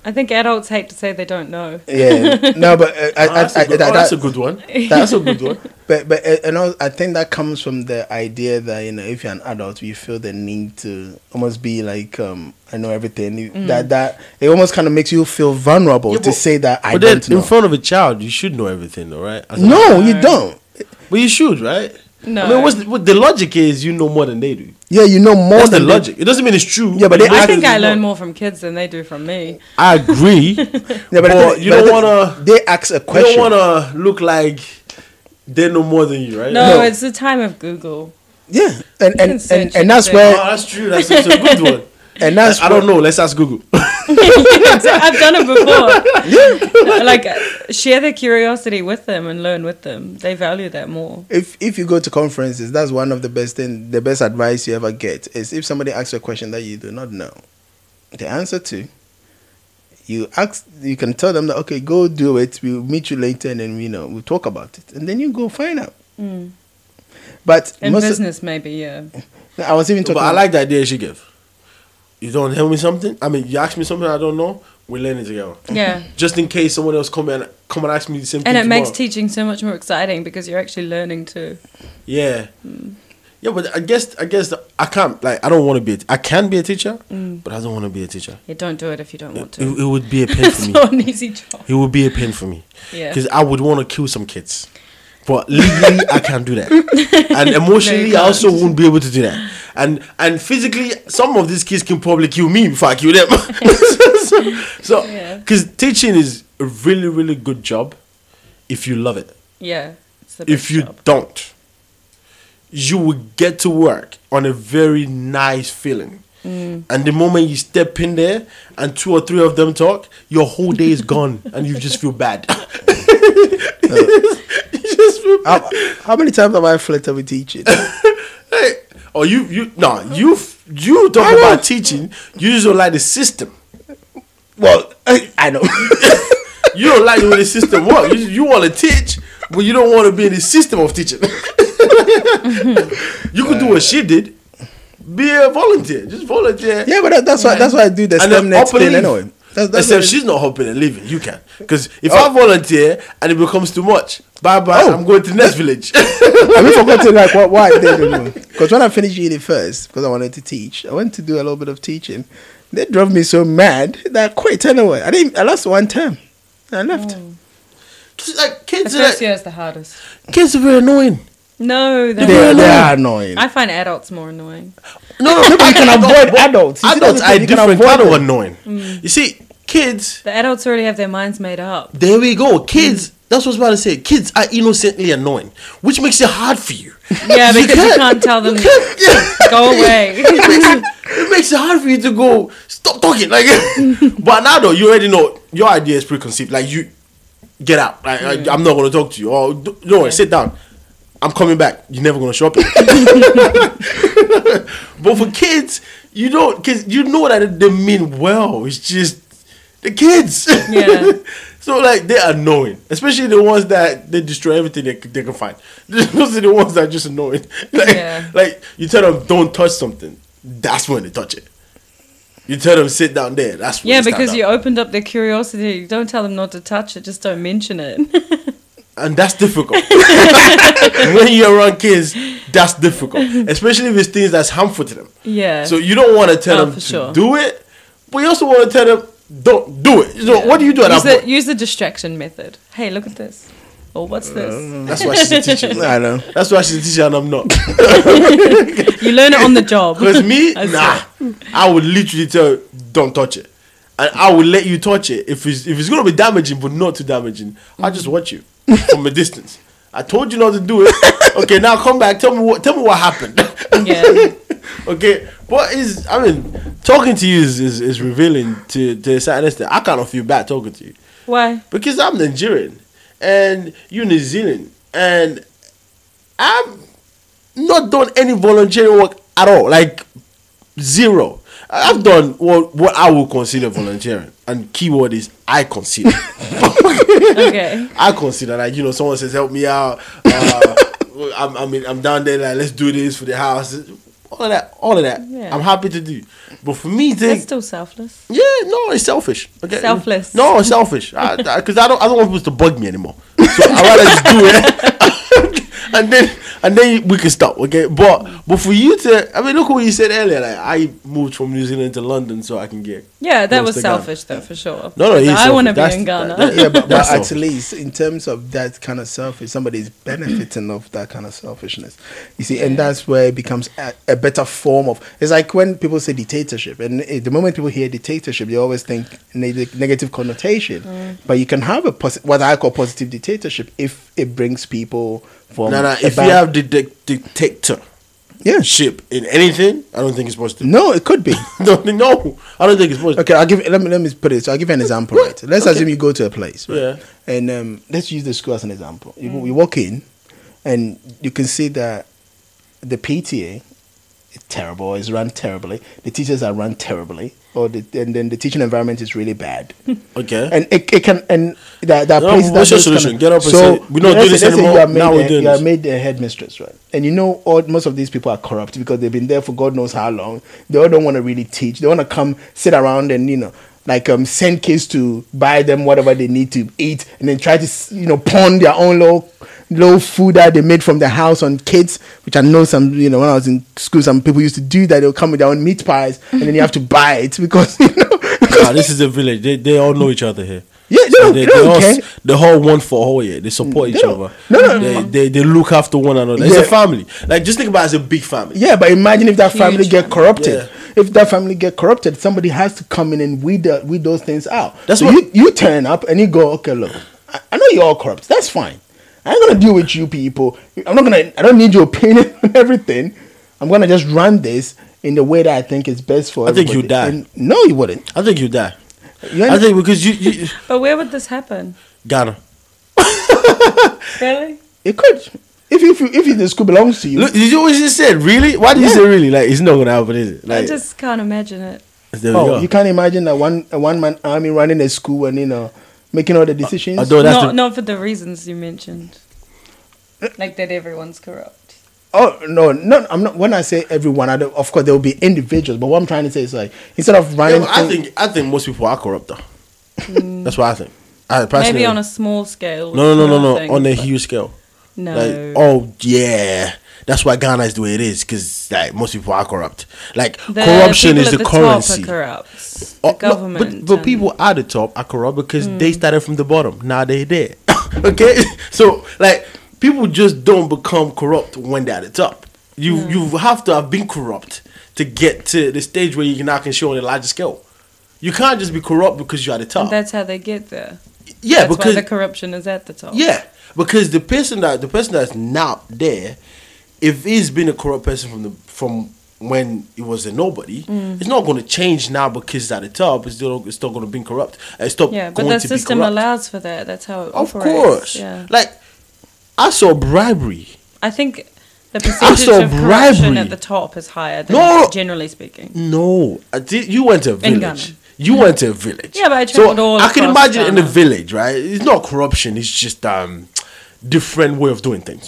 [SPEAKER 3] I think adults hate to say they don't know.
[SPEAKER 2] yeah, no, but uh, I,
[SPEAKER 1] Oh,
[SPEAKER 2] I,
[SPEAKER 1] that's, a
[SPEAKER 2] I-
[SPEAKER 1] good,
[SPEAKER 2] that-
[SPEAKER 1] oh, that's
[SPEAKER 2] that-
[SPEAKER 1] a good one.
[SPEAKER 2] that-
[SPEAKER 1] That's a good one.
[SPEAKER 2] But but uh, and also, I think that comes from the idea that you know if you're an adult, you feel the need to almost be like um I know everything. You, That that it almost kind of makes you feel vulnerable
[SPEAKER 1] Mm. Yeah,
[SPEAKER 2] to
[SPEAKER 1] but-
[SPEAKER 2] say that I
[SPEAKER 1] but then,
[SPEAKER 2] don't know.
[SPEAKER 1] in front of a child, you should know everything, though, right? As a-
[SPEAKER 2] no, you don't.
[SPEAKER 1] but you should, right?
[SPEAKER 3] No.
[SPEAKER 1] I mean, what's the, what the logic is, you know more than they do.
[SPEAKER 2] Yeah, you know more
[SPEAKER 1] That's the
[SPEAKER 2] than they-
[SPEAKER 1] logic. It doesn't mean it's true.
[SPEAKER 2] Yeah, but they
[SPEAKER 1] you
[SPEAKER 3] I
[SPEAKER 2] ask-
[SPEAKER 1] actually
[SPEAKER 3] think I
[SPEAKER 1] know.
[SPEAKER 3] learn more from kids than they do from me.
[SPEAKER 1] I agree.
[SPEAKER 2] Yeah,
[SPEAKER 1] but,
[SPEAKER 2] but, the thing-
[SPEAKER 1] you
[SPEAKER 2] but the
[SPEAKER 1] don't
[SPEAKER 2] thing-
[SPEAKER 1] wanna.
[SPEAKER 2] They ask a
[SPEAKER 1] You
[SPEAKER 2] question.
[SPEAKER 1] don't wanna look like they know more than you, right?
[SPEAKER 3] No,
[SPEAKER 2] No.
[SPEAKER 3] it's the time of Google.
[SPEAKER 2] yeah, and
[SPEAKER 3] can
[SPEAKER 2] and,
[SPEAKER 3] search
[SPEAKER 2] and, and that's
[SPEAKER 3] anything.
[SPEAKER 1] Oh,
[SPEAKER 2] where
[SPEAKER 1] that's true. That's, that's a good one.
[SPEAKER 2] and that's
[SPEAKER 1] I don't know. Let's ask Google.
[SPEAKER 3] I've done it before. Like, share their curiosity with them and learn with them. They value that more.
[SPEAKER 2] if if you go to conferences, that's one of the best thing, the best advice you ever get is if somebody asks you a question that you do not know, the answer to. You ask, you can tell them that okay, go do it. We'll meet you later, and then you know we'll talk about it, and then you go find out. But
[SPEAKER 3] In
[SPEAKER 2] most of-
[SPEAKER 3] business, maybe, yeah.
[SPEAKER 2] I was even talking.
[SPEAKER 1] But I like the idea she gave. You don't tell me something. I mean, you ask me something I don't know. We learn it together.
[SPEAKER 3] Yeah.
[SPEAKER 1] Just in case someone else come and come and ask me the same thing.
[SPEAKER 3] And it makes
[SPEAKER 1] tomorrow.
[SPEAKER 3] teaching so much more exciting because you're actually learning too.
[SPEAKER 1] Yeah. Yeah, but I guess I guess the, I can't like I don't want to be a t- I can be a teacher, but I don't want to be a teacher.
[SPEAKER 3] Yeah, don't do it if you Mm. don't want
[SPEAKER 1] It,
[SPEAKER 3] to.
[SPEAKER 1] it would be a pain
[SPEAKER 3] It's
[SPEAKER 1] for me.
[SPEAKER 3] not an easy job.
[SPEAKER 1] It would be a pain for me.
[SPEAKER 3] Yeah.
[SPEAKER 1] Because I would want to kill some kids, but legally I can't do that, and emotionally I also
[SPEAKER 3] can't.
[SPEAKER 1] won't be able to do that, and and physically some of these kids can probably kill me before I kill them. so,
[SPEAKER 3] Yeah.
[SPEAKER 1] because teaching is a really really good job, if you love it.
[SPEAKER 3] Yeah. It's the best
[SPEAKER 1] if you
[SPEAKER 3] job.
[SPEAKER 1] don't you will get to work on a very nice feeling.
[SPEAKER 3] Mm.
[SPEAKER 1] And the moment you step in there and two or three of them talk, your whole day is gone and you just feel bad. you just feel bad.
[SPEAKER 2] How, how many times have I flirted with teaching?
[SPEAKER 1] Hey, or you you no you you talk about teaching. You just don't like the system.
[SPEAKER 2] well, I know.
[SPEAKER 1] You don't like the way the system works. You, you want to teach, but you don't want to be in the system of teaching. you could do what she did. Be a volunteer. Just volunteer.
[SPEAKER 2] yeah, but that, that's why that's why I do the
[SPEAKER 1] And then
[SPEAKER 2] STEM next
[SPEAKER 1] up and
[SPEAKER 2] thing
[SPEAKER 1] leave.
[SPEAKER 2] anyway. That's, that's
[SPEAKER 1] Except
[SPEAKER 2] what I-
[SPEAKER 1] she's not hopping and leaving. You can. Because if
[SPEAKER 2] Oh.
[SPEAKER 1] I volunteer and it becomes too much, bye bye,
[SPEAKER 2] Oh.
[SPEAKER 1] I'm going to the next village.
[SPEAKER 2] Have you forgotten like what why I did Because when I finished uni first, because I wanted to teach, I went to do a little bit of teaching. They drove me so mad that I quit anyway. I didn't. I lost one term. I left.
[SPEAKER 1] Just like, kids,
[SPEAKER 3] The
[SPEAKER 1] are
[SPEAKER 3] first
[SPEAKER 1] like,
[SPEAKER 3] year is the hardest.
[SPEAKER 1] kids are very annoying.
[SPEAKER 3] No, they're
[SPEAKER 2] They,
[SPEAKER 3] not.
[SPEAKER 2] they are annoying.
[SPEAKER 3] I find adults more annoying.
[SPEAKER 1] No,
[SPEAKER 2] No, but you can avoid adults. You see,
[SPEAKER 1] Adults
[SPEAKER 2] that's the
[SPEAKER 1] are
[SPEAKER 2] thing, you can
[SPEAKER 1] different
[SPEAKER 2] avoid
[SPEAKER 1] kind of
[SPEAKER 2] them.
[SPEAKER 1] annoying.
[SPEAKER 3] Mm.
[SPEAKER 1] You see, kids.
[SPEAKER 3] The adults already have their minds made up.
[SPEAKER 1] There we go.
[SPEAKER 3] Mm.
[SPEAKER 1] Kids, that's what I was about to say. Kids are innocently annoying, which makes it hard for you.
[SPEAKER 3] Yeah, because you can't tell them go away.
[SPEAKER 1] It makes it, it makes it hard for you to go, stop talking. Like, but now though, you already know your idea is preconceived. Like, you get out. Like, I, I'm not going to talk to you. Or, "D- don't worry, sit down. I'm coming back. You're never going to show up. but for kids, you don't, because you know that they mean well. It's just the kids.
[SPEAKER 3] Yeah.
[SPEAKER 1] so like they're annoying, especially the ones that they destroy everything they, c- they can find. Those are the ones that are just annoying. Like,
[SPEAKER 3] Yeah.
[SPEAKER 1] like you tell them don't touch something, that's when they touch it. You tell them sit down there, that's when
[SPEAKER 3] Yeah,
[SPEAKER 1] they stand
[SPEAKER 3] because
[SPEAKER 1] up.
[SPEAKER 3] you opened up their curiosity. You don't tell them not to touch it, just don't mention it.
[SPEAKER 1] and that's difficult. when you're around kids, that's difficult, especially if it's things that's harmful to them.
[SPEAKER 3] yeah.
[SPEAKER 1] So you don't want to tell
[SPEAKER 3] Oh,
[SPEAKER 1] them
[SPEAKER 3] for
[SPEAKER 1] to
[SPEAKER 3] sure.
[SPEAKER 1] do it, but you also want to tell them don't do it. So what do you do at
[SPEAKER 3] use,
[SPEAKER 1] that point?
[SPEAKER 3] the, use the distraction method. Hey, look at this. Or
[SPEAKER 1] Uh,
[SPEAKER 3] what's this?
[SPEAKER 1] That's why she's a teacher.
[SPEAKER 2] I know.
[SPEAKER 1] That's why she's a teacher and I'm not.
[SPEAKER 3] You learn it on the job.
[SPEAKER 1] Because me,
[SPEAKER 3] I
[SPEAKER 1] nah. I would literally tell you, don't touch it. And I will let you touch it if it's if it's gonna be damaging but not too damaging. I'll just watch you from a distance. I told you not to do it. Okay, now come back. Tell me what tell me what happened.
[SPEAKER 3] Yeah.
[SPEAKER 1] okay. What is I mean, talking to you is, is, is revealing to, to a certain extent. I kind of feel bad talking to you.
[SPEAKER 3] Why?
[SPEAKER 1] Because I'm Nigerian and you New Zealand and I'm not done any voluntary work at all. Like zero. I've done what what I would consider volunteering. And keyword is I consider.
[SPEAKER 3] Okay.
[SPEAKER 1] I consider like you know someone says help me out. Uh, I'm I mean I'm down there like let's do this for the house. All of that, all of that.
[SPEAKER 3] Yeah.
[SPEAKER 1] I'm happy to do. But for me,
[SPEAKER 3] That's
[SPEAKER 1] thing,
[SPEAKER 3] still selfless.
[SPEAKER 1] yeah, no, it's selfish. Okay,
[SPEAKER 3] Selfless.
[SPEAKER 1] No, it's selfish. Because I, 'cause I don't, I don't want people to bug me anymore. So I rather just do it, and then and then we can stop. Okay, but but for you to, I mean, look what you said earlier. Like I moved from New Zealand to London so I can get.
[SPEAKER 3] Yeah, that
[SPEAKER 1] close
[SPEAKER 3] was
[SPEAKER 1] to Ghana.
[SPEAKER 3] selfish though, for sure.
[SPEAKER 1] No, no, it is
[SPEAKER 3] I want to
[SPEAKER 1] selfish.
[SPEAKER 3] be
[SPEAKER 1] That's-
[SPEAKER 3] in Ghana.
[SPEAKER 1] that-
[SPEAKER 2] Yeah, but, but
[SPEAKER 1] That's
[SPEAKER 2] at
[SPEAKER 1] all.
[SPEAKER 2] least in terms of that kind of selfish, somebody's benefiting of that kind of selfishness. You see, and that's where it becomes a, a better form of. It's like when people say dictatorship, and eh, the moment people hear dictatorship, they always think neg- negative connotation. But you can have a posi- what I call positive dictatorship if it brings people from.
[SPEAKER 1] no, no.
[SPEAKER 2] a
[SPEAKER 1] If you
[SPEAKER 2] bad-
[SPEAKER 1] have the dic- dictator
[SPEAKER 2] yeah,
[SPEAKER 1] ship in anything, I don't think it's positive.
[SPEAKER 2] no, it could be.
[SPEAKER 1] No, no, I don't think it's positive.
[SPEAKER 2] Okay, I'll give. Let me let me put it. So I'll give you an example. Right. Let's assume you go to a place. Right?
[SPEAKER 1] Yeah. Mm.
[SPEAKER 2] And um, let's use the school as an example. You, go- you walk in, and you can see that the PTA is terrible. Is run terribly. The teachers are run terribly. Or the, and then the teaching environment is really bad.
[SPEAKER 1] Okay.
[SPEAKER 2] And it, it can and that that
[SPEAKER 1] No,
[SPEAKER 2] place.
[SPEAKER 1] what's your
[SPEAKER 2] that those
[SPEAKER 1] solution?
[SPEAKER 2] Kind of,
[SPEAKER 1] Get up and say, "We're not
[SPEAKER 2] let's
[SPEAKER 1] doing this
[SPEAKER 2] let's
[SPEAKER 1] anymore.
[SPEAKER 2] You are made
[SPEAKER 1] Now we're
[SPEAKER 2] the-
[SPEAKER 1] doing
[SPEAKER 2] you are
[SPEAKER 1] this."
[SPEAKER 2] made the headmistress, right? And you know, all most of these people are corrupt because they've been there for God knows how long. They all don't want to really teach. They want to come sit around and you know, like um, send kids to buy them whatever they need to eat, and then try to s- you know pawn their own low low food that they made from the house on kids. Which I know some you know when I was in school, some people used to do that. They'll come with their own meat pies, and then you have to buy it because you know.
[SPEAKER 1] Nah, this is a village. They, they all know each other here.
[SPEAKER 2] Yeah, they don't- they don't
[SPEAKER 1] all,
[SPEAKER 2] care.
[SPEAKER 1] s- they all one for all here. They support each
[SPEAKER 2] don't-
[SPEAKER 1] other.
[SPEAKER 2] Mm, no, no,
[SPEAKER 1] they,
[SPEAKER 2] no.
[SPEAKER 1] They, they look after one another. It's
[SPEAKER 2] Yeah.
[SPEAKER 1] a family. Like just think about it as a big family.
[SPEAKER 2] Yeah, but imagine if that family get corrupted.
[SPEAKER 1] Yeah.
[SPEAKER 2] If that family get corrupted, somebody has to come in and weed, the, weed those things out.
[SPEAKER 1] That's
[SPEAKER 2] so
[SPEAKER 1] what-
[SPEAKER 2] you, you turn up and you go, okay, look, I, I know you're all corrupt. That's fine. I ain't gonna deal with you people. I'm not gonna. I don't need your opinion on everything. I'm gonna just run this in the way that I think is best for.
[SPEAKER 1] I think
[SPEAKER 2] everybody."
[SPEAKER 1] you'll die.
[SPEAKER 2] And no, you wouldn't.
[SPEAKER 1] I think you die.
[SPEAKER 2] You
[SPEAKER 1] I
[SPEAKER 2] ain't-
[SPEAKER 1] think because you, you
[SPEAKER 3] But where would this happen?
[SPEAKER 1] Ghana.
[SPEAKER 3] Really?
[SPEAKER 2] it could. If if you, if the school belongs to you,
[SPEAKER 1] Look, did you what you said? Really? Why did you
[SPEAKER 2] Yeah.
[SPEAKER 1] say really? Like it's not gonna happen, is it?
[SPEAKER 3] I
[SPEAKER 1] Like
[SPEAKER 3] just can't imagine it.
[SPEAKER 1] there we
[SPEAKER 2] oh,
[SPEAKER 1] go.
[SPEAKER 2] you can't imagine a one a one man army running a school and you know making all the decisions.
[SPEAKER 1] although Oh, that's
[SPEAKER 3] not
[SPEAKER 1] the-
[SPEAKER 3] not for the reasons you mentioned. Like that everyone's corrupt.
[SPEAKER 2] Oh no, no! I'm not. When I say everyone, I don't, of course there will be individuals, but what I'm trying to say is like instead of
[SPEAKER 1] Yeah,
[SPEAKER 2] running,
[SPEAKER 1] but I
[SPEAKER 2] thing-
[SPEAKER 1] think I think most people are corrupt though. That's what I think. I personally,
[SPEAKER 3] Mm. Maybe on a small scale.
[SPEAKER 1] no no no no no
[SPEAKER 3] thing,
[SPEAKER 1] on a
[SPEAKER 3] but-
[SPEAKER 1] huge scale.
[SPEAKER 3] No.
[SPEAKER 1] Like oh yeah, that's why Ghana is the way it is because like most people are corrupt. Like
[SPEAKER 3] The
[SPEAKER 1] corruption
[SPEAKER 3] people
[SPEAKER 1] is
[SPEAKER 3] at
[SPEAKER 1] the,
[SPEAKER 3] top
[SPEAKER 1] currency.
[SPEAKER 3] are corrupt. The
[SPEAKER 1] Oh, no,
[SPEAKER 3] government.
[SPEAKER 1] but, but
[SPEAKER 3] and- Mm.
[SPEAKER 1] people at the top are corrupt because they started from the bottom. Now they're there. okay? So, like, people just don't become corrupt when they're at the top. You you have to have been corrupt to get to the stage where you now can show on a larger scale. You can't just be corrupt because you're at the
[SPEAKER 3] and
[SPEAKER 1] top.
[SPEAKER 3] that's how they get there.
[SPEAKER 1] yeah,
[SPEAKER 3] that's
[SPEAKER 1] because
[SPEAKER 3] why the corruption is at the top.
[SPEAKER 1] yeah, because the person that the person that's not there, if he's been a corrupt person from the from when he was a nobody,
[SPEAKER 3] Mm.
[SPEAKER 1] it's not going to change now because it's at the top. It's still it's still going to be corrupt. uh, It's still
[SPEAKER 3] Yeah, but
[SPEAKER 1] going to
[SPEAKER 3] the system
[SPEAKER 1] be corrupt.
[SPEAKER 3] allows for that. That's how it
[SPEAKER 1] of
[SPEAKER 3] operates.
[SPEAKER 1] course,
[SPEAKER 3] Yeah.
[SPEAKER 1] like I saw bribery.
[SPEAKER 3] I think the percentage
[SPEAKER 1] saw
[SPEAKER 3] of corruption
[SPEAKER 1] bribery.
[SPEAKER 3] at the top is higher than
[SPEAKER 1] No.
[SPEAKER 3] generally speaking.
[SPEAKER 1] No, I did, you went to a
[SPEAKER 3] In Ghana.
[SPEAKER 1] village. You went to a village.
[SPEAKER 3] Yeah, but I
[SPEAKER 1] so
[SPEAKER 3] traveled all
[SPEAKER 1] I can
[SPEAKER 3] across
[SPEAKER 1] imagine in a
[SPEAKER 3] Ghana.
[SPEAKER 1] village, right? It's not corruption. It's just um, different way of doing things.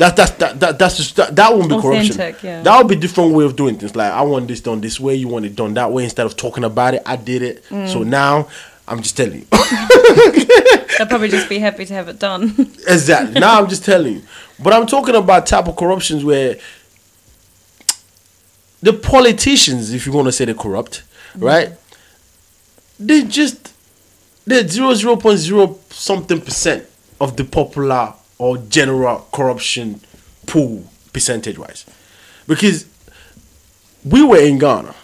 [SPEAKER 1] that, that's that, that that's just that, that won't be corruption.
[SPEAKER 3] Authentic, yeah.
[SPEAKER 1] That would be different way of doing things. Like I want this done this way. You want it done that way. Instead of talking about it, I did it.
[SPEAKER 3] Mm.
[SPEAKER 1] So now I'm just telling you.
[SPEAKER 3] They'll probably just be happy to have it done.
[SPEAKER 1] Exactly. now I'm just telling you. But I'm talking about type of corruptions where the politicians, if you want to say they're corrupt,
[SPEAKER 3] Mm-hmm.
[SPEAKER 1] right? They just they're zero zero point zero something percent of the popular or general corruption pool percentage wise. Because we were in Ghana,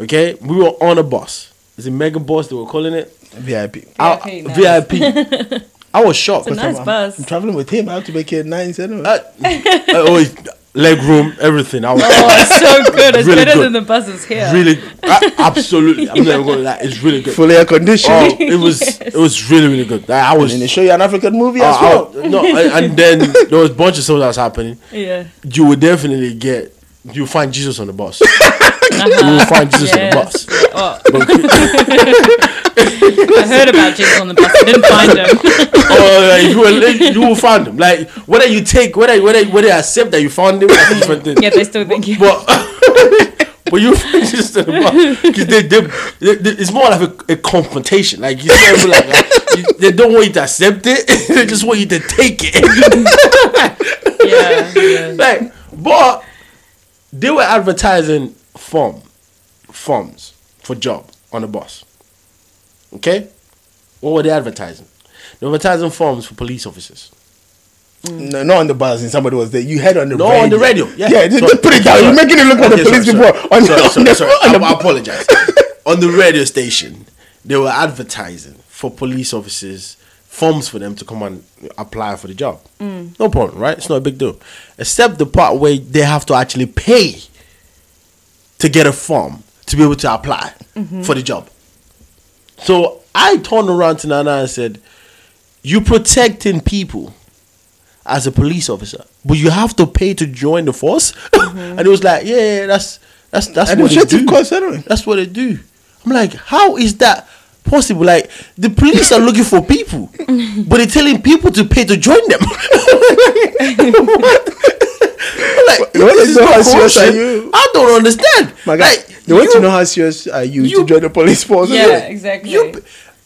[SPEAKER 1] okay? We were on a bus. It's a mega bus they were calling it.
[SPEAKER 2] VIP.
[SPEAKER 1] I-
[SPEAKER 3] VIP now.
[SPEAKER 1] VIP. I was shocked.
[SPEAKER 3] It's a nice
[SPEAKER 2] I'm,
[SPEAKER 3] bus.
[SPEAKER 2] I'm traveling with him. I have to make it nice anyway.
[SPEAKER 1] Uh, uh, oh, leg room, everything. I was
[SPEAKER 3] oh, it's so good. It's
[SPEAKER 1] Really
[SPEAKER 3] better
[SPEAKER 1] good.
[SPEAKER 3] than the buses here.
[SPEAKER 1] really, uh, absolutely. I'm not even gonna lie, it's really good.
[SPEAKER 2] Fully air conditioned.
[SPEAKER 1] Oh, it was, it was really, really good. Like, I was,
[SPEAKER 2] and they show you an African movie
[SPEAKER 1] uh,
[SPEAKER 2] as well.
[SPEAKER 1] I- no, and, and then there was a bunch of stuff that was happening.
[SPEAKER 3] Yeah.
[SPEAKER 1] You would definitely get, you will find Jesus on the bus. You will find Jesus on the
[SPEAKER 3] Uh-huh. Yes.
[SPEAKER 1] bus.
[SPEAKER 3] Oh. I heard about Jesus on the bus. I didn't find him.
[SPEAKER 1] or Oh, like, you will, you will find him. Like whether you take, whether whether whether you accept that you found him, that's a different thing.
[SPEAKER 3] Yeah, they still think you.
[SPEAKER 1] But but you just in the box because they, they, they, they- it's more like a, a confrontation. Like you see everyone like, like, you- they don't want you to accept it; they just want you to take it.
[SPEAKER 3] Yeah, yeah.
[SPEAKER 1] like, but they were advertising form forms for job on the bus. Okay, what were they advertising? They were advertising forms for police officers.
[SPEAKER 2] No, not on the bus, and somebody was there. You heard on the
[SPEAKER 1] No,
[SPEAKER 2] radio.
[SPEAKER 1] on the radio. Yeah,
[SPEAKER 2] just,
[SPEAKER 1] Sorry.
[SPEAKER 2] just put it down. You're
[SPEAKER 1] Sorry.
[SPEAKER 2] making it look like
[SPEAKER 1] Okay,
[SPEAKER 2] the police
[SPEAKER 1] sorry,
[SPEAKER 2] before.
[SPEAKER 1] sorry.
[SPEAKER 2] On
[SPEAKER 1] Sorry,
[SPEAKER 2] the,
[SPEAKER 1] sorry,
[SPEAKER 2] on the,
[SPEAKER 1] sorry.
[SPEAKER 2] On the,
[SPEAKER 1] I, I apologize. on the radio station, they were advertising for police officers forms for them to come and apply for the job. No problem, right? It's not a big deal, except the part where they have to actually pay to get a form to be able to apply for the job. So I turned around to Nana and said, "You protecting people." as a police officer, but you have to pay to join the force.
[SPEAKER 2] Mm-hmm.
[SPEAKER 1] and it was like, yeah, yeah, that's that's that's what they
[SPEAKER 2] administrative
[SPEAKER 1] do.
[SPEAKER 2] cost anyway.
[SPEAKER 1] That's what they do. I'm like, how is that possible? Like the police are looking for people, but they're telling people to pay to join them. like
[SPEAKER 2] They want to
[SPEAKER 1] this is
[SPEAKER 2] know
[SPEAKER 1] not
[SPEAKER 2] how serious are
[SPEAKER 1] corruption.
[SPEAKER 2] you.
[SPEAKER 1] I don't understand.
[SPEAKER 2] My guy,
[SPEAKER 1] like
[SPEAKER 2] they want to know how serious are you,
[SPEAKER 1] you-
[SPEAKER 2] to join the police force?
[SPEAKER 3] Yeah,
[SPEAKER 2] isn't it?
[SPEAKER 3] exactly.
[SPEAKER 1] you,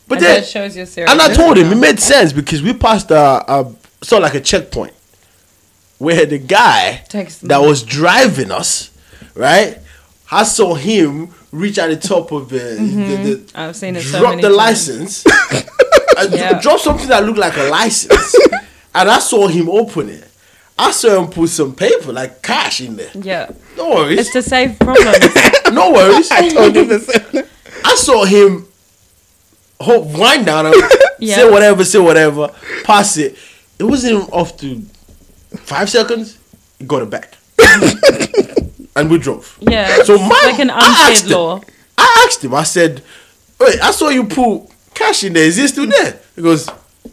[SPEAKER 1] but
[SPEAKER 3] and
[SPEAKER 1] then
[SPEAKER 3] that shows your seriousness.
[SPEAKER 1] and I told him it made sense because we passed a, a sort of like a checkpoint where the guy
[SPEAKER 3] Takes them
[SPEAKER 1] that
[SPEAKER 3] out.
[SPEAKER 1] was driving us, right? I saw him reach at the top of the, the, the
[SPEAKER 3] Mm-hmm. I've seen it so
[SPEAKER 1] drop
[SPEAKER 3] many
[SPEAKER 1] the
[SPEAKER 3] times.
[SPEAKER 1] license, I dro-
[SPEAKER 3] Yeah.
[SPEAKER 1] drop something that looked like a license, and I saw him open it. I saw him put some paper like cash in there.
[SPEAKER 3] Yeah,
[SPEAKER 1] No worries,
[SPEAKER 3] it's to save problems.
[SPEAKER 1] no worries.
[SPEAKER 2] I told you the same.
[SPEAKER 1] I saw him hold, wind down, him,
[SPEAKER 3] Yeah.
[SPEAKER 1] say whatever, say whatever, pass it. it wasn't even off to five seconds. It got it back, and we drove.
[SPEAKER 3] Yeah,
[SPEAKER 1] So
[SPEAKER 3] it's
[SPEAKER 1] my
[SPEAKER 3] like an
[SPEAKER 1] I
[SPEAKER 3] unsaid
[SPEAKER 1] asked him-
[SPEAKER 3] law.
[SPEAKER 1] I asked him. I said, "Wait, I saw you pull cash in there. Is it still there?" He goes,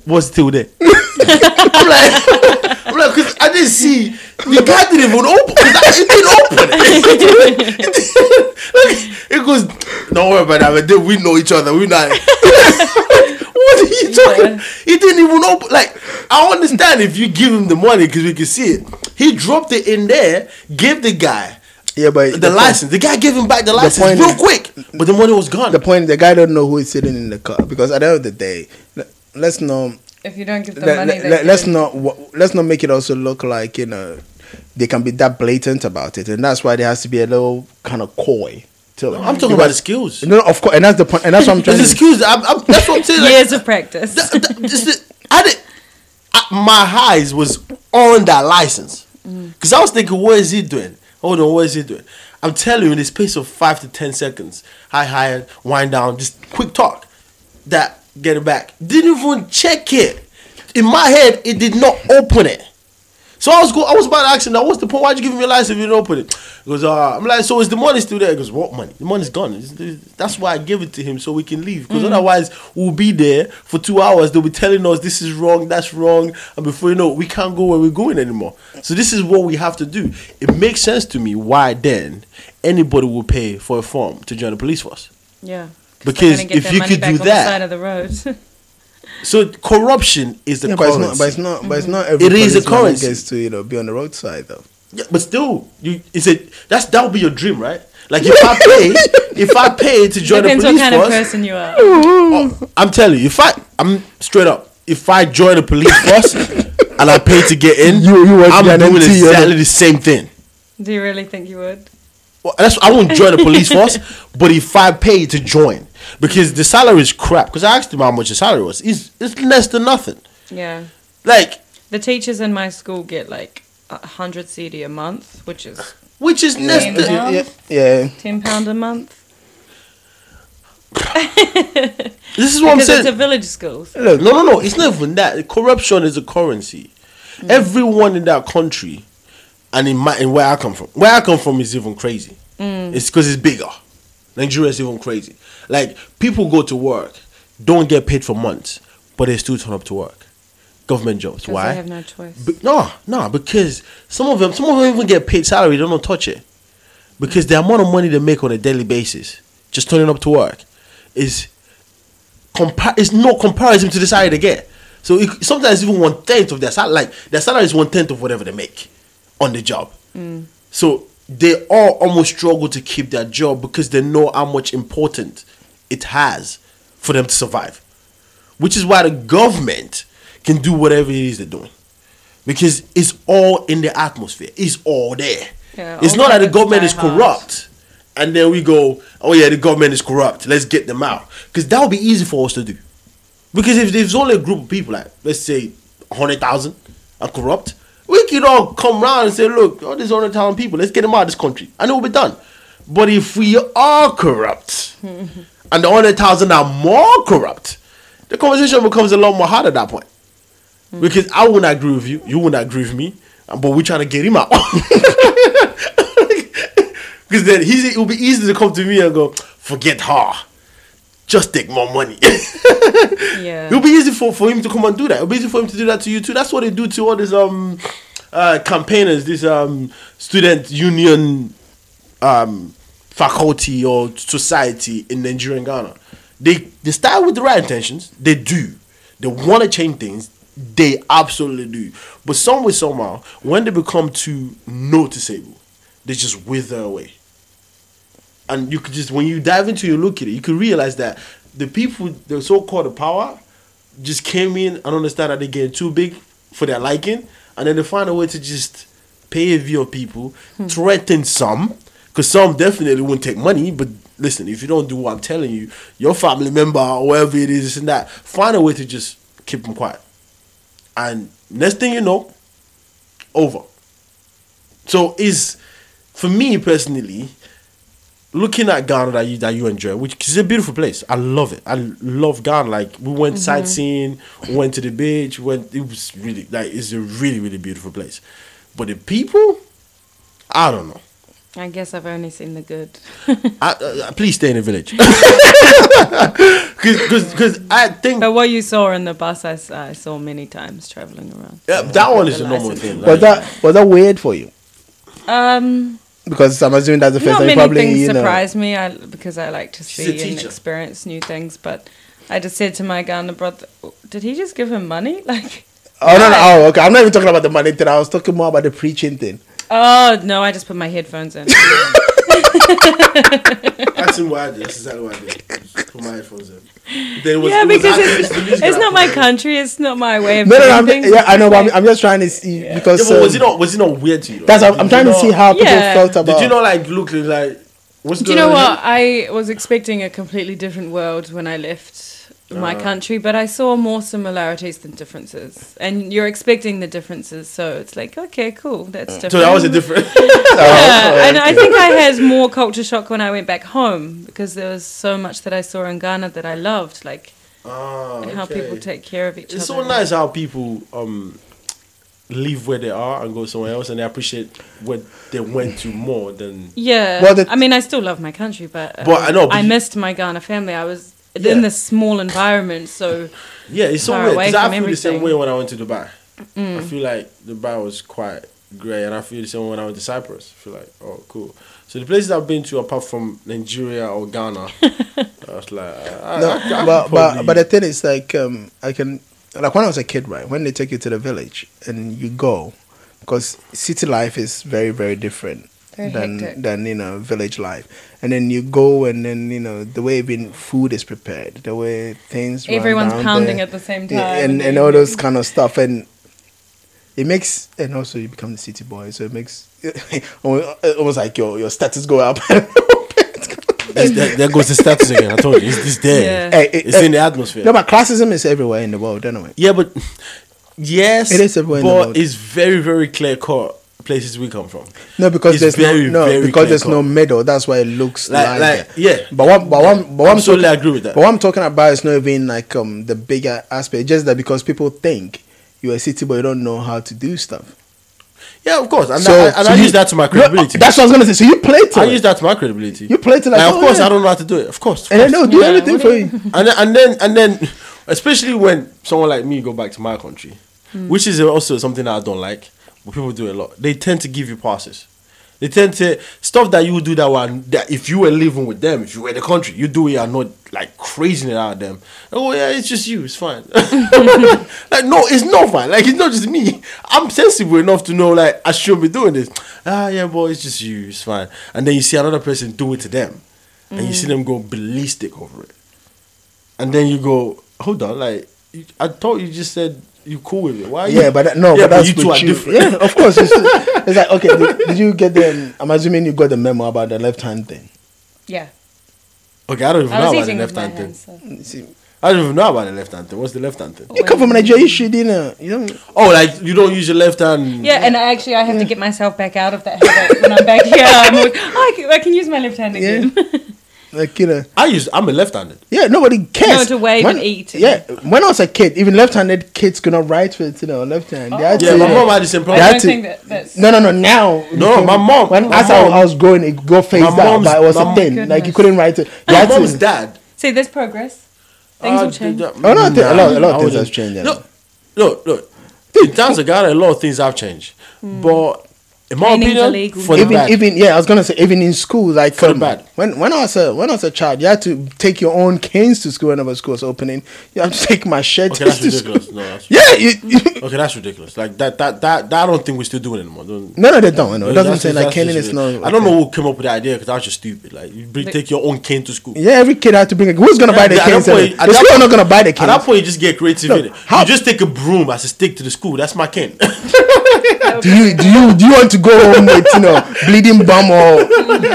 [SPEAKER 1] "What's still there?" I'm like, I'm like, because I didn't see the guy didn't even open. 'cause I- It didn't open. it goes, "Don't worry about that. But then we know each other. We not." What are you talking?
[SPEAKER 3] Yeah.
[SPEAKER 1] He didn't even open. Like, I understand if you give him the money because we can see it. He dropped it in there, gave the guy
[SPEAKER 2] Yeah, but
[SPEAKER 1] the,
[SPEAKER 2] the point-
[SPEAKER 1] license. the guy gave him back the license
[SPEAKER 2] point
[SPEAKER 1] real
[SPEAKER 2] is-
[SPEAKER 1] quick, but the money was gone.
[SPEAKER 2] The point, the guy don't know who is sitting in the car because at the end of the day, le- let's not
[SPEAKER 3] If you don't give the
[SPEAKER 2] let,
[SPEAKER 3] money,
[SPEAKER 2] let,
[SPEAKER 3] they
[SPEAKER 2] let- let's
[SPEAKER 3] give-
[SPEAKER 2] not wa- let's not make it also look like you know they can be that blatant about it, and that's why there has to be a little kind of coy. To it.
[SPEAKER 1] I'm talking about the skills.
[SPEAKER 2] No, no, of course, and that's the point, and that's what I'm trying.
[SPEAKER 1] It's
[SPEAKER 2] to
[SPEAKER 1] excuse. I'm, I'm, that's what I'm saying. Like,
[SPEAKER 3] Years of practice.
[SPEAKER 1] that- that- this is- I did. I, my highs was on that license because I was thinking, what is he doing? Hold on, what is he doing? I'm telling you, in the space of five to ten seconds, high, high, wind down, just quick talk. That get it back. Didn't even check it. In my head, it did not open it. So I was go. I was about to ask him, now, what's the point? Why'd you give me a license if you don't put it? He goes, uh, I'm like, so is the money still there? He goes, what money? The money's gone. It's- it's- that's why I gave it to him so we can leave.
[SPEAKER 2] Mm.
[SPEAKER 1] Because otherwise, we'll be there for two hours. They'll be telling us this is wrong, that's wrong. And before you know it, we can't go where we're going anymore. So this is what we have to do. It makes sense to me why then anybody will pay for a form to join the police force.
[SPEAKER 3] yeah.
[SPEAKER 1] Because if you could do that-
[SPEAKER 3] side of the road.
[SPEAKER 1] So corruption is the
[SPEAKER 2] Yeah, but it's
[SPEAKER 1] currency.
[SPEAKER 2] not. But it's not. But it's not every.
[SPEAKER 1] It is a
[SPEAKER 2] policeman who
[SPEAKER 1] currency.
[SPEAKER 2] Gets to you know be on the roadside though.
[SPEAKER 1] Yeah, but still, you is it that's that would be your dream, right? Like if I pay, if I pay to join
[SPEAKER 3] Depends
[SPEAKER 1] the
[SPEAKER 3] what
[SPEAKER 1] police
[SPEAKER 3] kind of
[SPEAKER 1] force,
[SPEAKER 3] person you are.
[SPEAKER 1] oh, I'm telling you, if I I'm straight up, if I join the police force and I pay to get in,
[SPEAKER 2] You- you work
[SPEAKER 1] I'm
[SPEAKER 2] there and
[SPEAKER 1] doing
[SPEAKER 2] empty, you're
[SPEAKER 1] exactly the same thing.
[SPEAKER 3] Do you really think you would?
[SPEAKER 1] Well, that's I won't join the police force, but if I pay to join, because the salary is crap. Because I asked him how much the salary was, it's it's less than nothing.
[SPEAKER 3] Yeah.
[SPEAKER 1] Like
[SPEAKER 3] The teachers in my school get like a hundred CD a month, which is
[SPEAKER 1] which is less
[SPEAKER 3] Yeah.
[SPEAKER 1] than.
[SPEAKER 2] Yeah. yeah.
[SPEAKER 3] ten pound a month.
[SPEAKER 1] This is what I'm
[SPEAKER 3] Because
[SPEAKER 1] saying.
[SPEAKER 3] it's a village school. so-
[SPEAKER 1] Look, no, no, no. It's not even that. Corruption is a currency.
[SPEAKER 3] Hmm.
[SPEAKER 1] Everyone in that country, and in my, in where I come from, where I come from is even crazy.
[SPEAKER 3] Hmm.
[SPEAKER 1] It's because it's bigger. Nigeria is even crazy. Like people go to work, don't get paid for months, but they still turn up to work. Government jobs.
[SPEAKER 3] 'cause
[SPEAKER 1] Why?
[SPEAKER 3] They have no choice.
[SPEAKER 1] But no, no, because some of them, some of them even get paid salary, they don't touch it, because the amount of money they make on a daily basis, just turning up to work, is compar- It's no comparison to the salary they get. So it, sometimes even one tenth of their salary, like their salary is one tenth of whatever they make on the job. So they all almost struggle to keep their job because they know how much important it has for them to survive. Which is why the government can do whatever it is they're doing. Because it's all in the atmosphere. It's all there.
[SPEAKER 3] Yeah,
[SPEAKER 1] it's
[SPEAKER 3] all
[SPEAKER 1] not that the
[SPEAKER 3] habits
[SPEAKER 1] government
[SPEAKER 3] die
[SPEAKER 1] is
[SPEAKER 3] hard.
[SPEAKER 1] corrupt and then we go, oh yeah, the government is corrupt. Let's get them out. Because that would be easy for us to do. Because if there's only a group of people, like let's say 100,000 are corrupt, we could all come round and say, look, all these 100,000 people, let's get them out of this country. And it will be done. But if we are corrupt and the 100,000 are more corrupt, the conversation becomes a lot more hard at that point. Because I wouldn't agree with you, you wouldn't agree with me, but we're trying to get him out. Because then he's, it will be easy to come to me and go, forget her. Just take more money.
[SPEAKER 3] yeah.
[SPEAKER 1] It'll be easy for, for him to come and do that. It'll be easy for him to do that to you too. That's what they do to all these um uh campaigners, these um student union um faculty or society in Nigeria and Ghana. They they start with the right intentions. They do. They want to change things. They absolutely do. But some way somehow, when they become too noticeable, they just wither away and you could just when you dive into it, you look at it, you could realize that the people, the so-called the power, just came in and understand that they getting too big for their liking, and then they find a way to just pay a view of people, threaten some, because some definitely won't take money. But listen, if you don't do what I'm telling you, your family member or whatever it is, this and that, find a way to just keep them quiet, and next thing you know, over. So is for me personally, looking at Ghana that you that you enjoy, which is a beautiful place. I love it. I love Ghana. Like we went
[SPEAKER 3] Mm-hmm.
[SPEAKER 1] sightseeing, went to the beach, went. It was really like it's a really really beautiful place, but the people, I don't know.
[SPEAKER 3] I guess I've only seen the good.
[SPEAKER 1] I, uh, please stay in the village. Because I think
[SPEAKER 3] But what you saw in the bus, I, s- I saw many times traveling around.
[SPEAKER 1] uh, that one is
[SPEAKER 3] The
[SPEAKER 1] a normal
[SPEAKER 3] license.
[SPEAKER 1] thing.
[SPEAKER 2] Was
[SPEAKER 1] like-
[SPEAKER 2] that was that weird for you?
[SPEAKER 3] Um,
[SPEAKER 2] Because I'm assuming that's the first
[SPEAKER 3] not
[SPEAKER 2] time you
[SPEAKER 3] many
[SPEAKER 2] probably
[SPEAKER 3] things
[SPEAKER 2] you know.
[SPEAKER 3] surprise me I, because I like to
[SPEAKER 1] She's a
[SPEAKER 3] see and
[SPEAKER 1] teacher.
[SPEAKER 3] experience new things. But I just said to my Ghana brother, "Did he just give him money?" Like,
[SPEAKER 2] Oh no, no, oh okay. I'm not even talking about the money thing. I was talking more about the preaching thing.
[SPEAKER 3] oh no, I just put my headphones in.
[SPEAKER 1] That's him why I did. That's exactly why I did. Put my headphones in. Then it was,
[SPEAKER 3] yeah,
[SPEAKER 1] it was
[SPEAKER 3] because
[SPEAKER 1] actually-
[SPEAKER 3] it's,
[SPEAKER 1] the music
[SPEAKER 3] it's not my
[SPEAKER 1] happened.
[SPEAKER 3] country. It's not my way of
[SPEAKER 2] No, no,
[SPEAKER 3] doing
[SPEAKER 2] no I'm,
[SPEAKER 3] things.
[SPEAKER 2] yeah, I know, but I'm,
[SPEAKER 3] Like,
[SPEAKER 2] I'm just trying to see
[SPEAKER 1] Yeah,
[SPEAKER 2] because
[SPEAKER 1] but was
[SPEAKER 2] um,
[SPEAKER 1] it not? Was it not weird to you?
[SPEAKER 2] that's I'm,
[SPEAKER 1] Did
[SPEAKER 2] I'm
[SPEAKER 1] you
[SPEAKER 2] trying to
[SPEAKER 1] not-
[SPEAKER 2] see how people
[SPEAKER 3] Yeah.
[SPEAKER 2] felt about.
[SPEAKER 1] Did you not like look like? What's
[SPEAKER 3] do you
[SPEAKER 1] going
[SPEAKER 3] know
[SPEAKER 1] on
[SPEAKER 3] what?
[SPEAKER 1] here?
[SPEAKER 3] I was expecting a completely different world when I left my
[SPEAKER 1] Uh.
[SPEAKER 3] country, but I saw more similarities than differences. And you're expecting the differences, so it's like, okay, cool, that's different.
[SPEAKER 1] So that was a different. Oh,
[SPEAKER 3] Yeah, and I think I had more culture shock when I went back home because there was so much that I saw in Ghana that I loved, like
[SPEAKER 1] Ah,
[SPEAKER 3] and how people
[SPEAKER 1] okay.
[SPEAKER 3] take care of each
[SPEAKER 1] It's so
[SPEAKER 3] other.
[SPEAKER 1] nice how people um leave where they are and go somewhere else, and they appreciate what they went to more than.
[SPEAKER 3] Yeah,
[SPEAKER 2] Well, the-
[SPEAKER 3] I mean, I still love my country, but, uh,
[SPEAKER 1] But I know, but
[SPEAKER 3] I
[SPEAKER 1] you-
[SPEAKER 3] missed my Ghana family. I was
[SPEAKER 1] Yeah.
[SPEAKER 3] in this small environment, so
[SPEAKER 1] Yeah, it's so
[SPEAKER 3] Far
[SPEAKER 1] weird.
[SPEAKER 3] away
[SPEAKER 1] 'cause I
[SPEAKER 3] from
[SPEAKER 1] feel the same
[SPEAKER 3] everything. Mm.
[SPEAKER 1] way when I went to Dubai. I feel like Dubai was quite great, and I feel the same way when I went to Cyprus. I feel like, oh, cool. So the places I've been to, apart from Nigeria or Ghana, I was like, I, I, I could
[SPEAKER 2] no, but, but
[SPEAKER 1] probably-
[SPEAKER 2] but the thing is like um I can like when I was a kid, right? When they take you to the village and you go, because city life is very very different
[SPEAKER 3] Very
[SPEAKER 2] than
[SPEAKER 3] hectic.
[SPEAKER 2] than you know village life. And then you go and then you know the way even food is prepared, the way things run
[SPEAKER 3] everyone's
[SPEAKER 2] down
[SPEAKER 3] pounding
[SPEAKER 2] there,
[SPEAKER 3] at the same time,
[SPEAKER 2] yeah, and and all those kind of stuff and. It makes, and also you become the city boy, so it makes almost like your your status go up.
[SPEAKER 1] That's- that, that goes to status again. I told you, it's, it's there.
[SPEAKER 3] Yeah.
[SPEAKER 2] Hey, it-
[SPEAKER 1] it's in the atmosphere.
[SPEAKER 2] No, but classism is everywhere in the world, anyway.
[SPEAKER 1] yeah, but yes,
[SPEAKER 2] It is everywhere in the
[SPEAKER 1] but
[SPEAKER 2] world.
[SPEAKER 1] it's very, very clear cut places we come from.
[SPEAKER 2] No, because
[SPEAKER 1] It's
[SPEAKER 2] there's
[SPEAKER 1] very,
[SPEAKER 2] no, no
[SPEAKER 1] very
[SPEAKER 2] because there's no
[SPEAKER 1] clear-cut.
[SPEAKER 2] middle. That's why it looks
[SPEAKER 1] Like-
[SPEAKER 2] like,
[SPEAKER 1] like,
[SPEAKER 2] that.
[SPEAKER 1] yeah.
[SPEAKER 2] But what, but what, but what I'm
[SPEAKER 1] Absolutely
[SPEAKER 2] talking,
[SPEAKER 1] agree with that.
[SPEAKER 2] But what I'm talking about is not even like um the bigger aspect. Just that because people think you're a city, but you don't know how to do stuff.
[SPEAKER 1] Yeah, of course, and,
[SPEAKER 2] so,
[SPEAKER 1] I, and
[SPEAKER 2] so
[SPEAKER 1] I
[SPEAKER 2] you-
[SPEAKER 1] use that to my
[SPEAKER 2] No, uh,
[SPEAKER 1] credibility.
[SPEAKER 2] that's what I was gonna say. So you play to
[SPEAKER 1] I
[SPEAKER 2] it.
[SPEAKER 1] use that to my credibility.
[SPEAKER 2] You play to like,
[SPEAKER 1] Like, of
[SPEAKER 2] oh,
[SPEAKER 1] course,
[SPEAKER 2] yeah.
[SPEAKER 1] I don't know how to do it. Of course, of
[SPEAKER 2] and then
[SPEAKER 1] course.
[SPEAKER 2] they'll do
[SPEAKER 3] Yeah,
[SPEAKER 2] everything
[SPEAKER 3] what
[SPEAKER 2] for
[SPEAKER 3] do
[SPEAKER 2] you.
[SPEAKER 1] and then, and then and then especially when someone like me go back to my country which is also something that i don't like but people do a lot they tend to give you passes they tend to stuff that you would do that one that if you were living with them if you were in the country you do it and not like crazing it out of them oh yeah it's just you it's fine like no it's not fine like it's not just me i'm sensible enough to know like i shouldn't be doing this ah yeah boy it's just you it's fine and then you see another person do it to them and you see them go ballistic over it and then you go, hold on, like you- I thought you just said you cool with it. Why? Are you,
[SPEAKER 2] Yeah, but that, no,
[SPEAKER 1] Yeah,
[SPEAKER 2] but that's
[SPEAKER 1] you two
[SPEAKER 2] with
[SPEAKER 1] are different.
[SPEAKER 2] Yeah, of course. It's, it's like okay, did, did you get the? I'm assuming you got the memo about the left hand thing.
[SPEAKER 3] yeah,
[SPEAKER 1] Okay, I don't even
[SPEAKER 3] I
[SPEAKER 1] know
[SPEAKER 3] was
[SPEAKER 1] about the
[SPEAKER 3] eating
[SPEAKER 1] left
[SPEAKER 3] with my
[SPEAKER 1] hand thing.
[SPEAKER 3] hands. so-
[SPEAKER 2] See,
[SPEAKER 1] I don't even know about the left hand thing. What's the left hand thing?
[SPEAKER 2] you come from Nigeria, you should you know you don't.
[SPEAKER 1] Oh, like you don't use your left hand.
[SPEAKER 3] Yeah, and I actually I have to get myself back out of that habit when I'm back here. I'm like, oh, I can, I can use my left hand again.
[SPEAKER 2] Like you know,
[SPEAKER 1] I use. I'm a left-handed.
[SPEAKER 2] yeah, nobody cares.
[SPEAKER 3] No, to wave
[SPEAKER 2] when,
[SPEAKER 3] and eat.
[SPEAKER 2] Yeah, when I was a kid, even left-handed kids could not write with you know left hand. They had
[SPEAKER 1] Oh. Yeah,
[SPEAKER 2] to,
[SPEAKER 1] my
[SPEAKER 2] you
[SPEAKER 1] mom
[SPEAKER 2] know-
[SPEAKER 1] had the same
[SPEAKER 3] I
[SPEAKER 1] problem.
[SPEAKER 2] That-
[SPEAKER 3] don't
[SPEAKER 2] That's it.
[SPEAKER 3] think that that's
[SPEAKER 2] No, no, no. Now, it
[SPEAKER 1] No,
[SPEAKER 2] became-
[SPEAKER 1] my mom-
[SPEAKER 2] When
[SPEAKER 1] my
[SPEAKER 2] as I-
[SPEAKER 1] mom-
[SPEAKER 2] I was growing, it go face
[SPEAKER 1] My
[SPEAKER 2] down,
[SPEAKER 1] mom's-
[SPEAKER 2] but it was
[SPEAKER 1] my
[SPEAKER 2] a thing. Like you couldn't write it. You
[SPEAKER 1] My
[SPEAKER 2] had to-
[SPEAKER 1] mom's dad. uh,
[SPEAKER 3] see there's progress. Things will change.
[SPEAKER 2] Oh, no, I think a lot- a lot of things has changed, yeah.
[SPEAKER 1] Look, look, look. In terms of Ghana, a lot of things have changed, but in my
[SPEAKER 3] Training's
[SPEAKER 1] opinion,
[SPEAKER 3] Hmm. illegal
[SPEAKER 1] for the
[SPEAKER 3] now.
[SPEAKER 2] even
[SPEAKER 1] bad.
[SPEAKER 2] even yeah, I was gonna say even in school, like
[SPEAKER 1] For the
[SPEAKER 2] um,
[SPEAKER 1] bad.
[SPEAKER 2] When when I was a when I was a child, you had to take your own canes to school whenever school was opening. You had to take machetes
[SPEAKER 1] okay, that's
[SPEAKER 2] to school.
[SPEAKER 1] ridiculous. No, that's
[SPEAKER 2] Yeah, you, you,
[SPEAKER 1] Okay, that's ridiculous. Like that, that, that, that I don't think we still do it anymore. Don't-
[SPEAKER 2] no, no, they don't. No, it doesn't
[SPEAKER 1] That's-
[SPEAKER 2] say like
[SPEAKER 1] that's
[SPEAKER 2] caning
[SPEAKER 1] just
[SPEAKER 2] is
[SPEAKER 1] weird.
[SPEAKER 2] not.
[SPEAKER 1] I don't know who came up with the idea because that was just stupid. Like you bring,
[SPEAKER 3] Like-
[SPEAKER 1] take your own cane to school.
[SPEAKER 2] Yeah, every kid had to bring. A, who's gonna buy the
[SPEAKER 1] At that
[SPEAKER 2] canes?
[SPEAKER 1] point-
[SPEAKER 2] anyway?
[SPEAKER 1] at
[SPEAKER 2] The
[SPEAKER 1] that
[SPEAKER 2] school are
[SPEAKER 1] point-
[SPEAKER 2] not gonna buy the
[SPEAKER 1] At that
[SPEAKER 2] canes.
[SPEAKER 1] point, you just get creative.
[SPEAKER 2] No,
[SPEAKER 1] in it.
[SPEAKER 2] how-
[SPEAKER 1] You just take a broom as a stick to the school. That's my cane.
[SPEAKER 2] Do you do you do you want to go home with you know bleeding bum or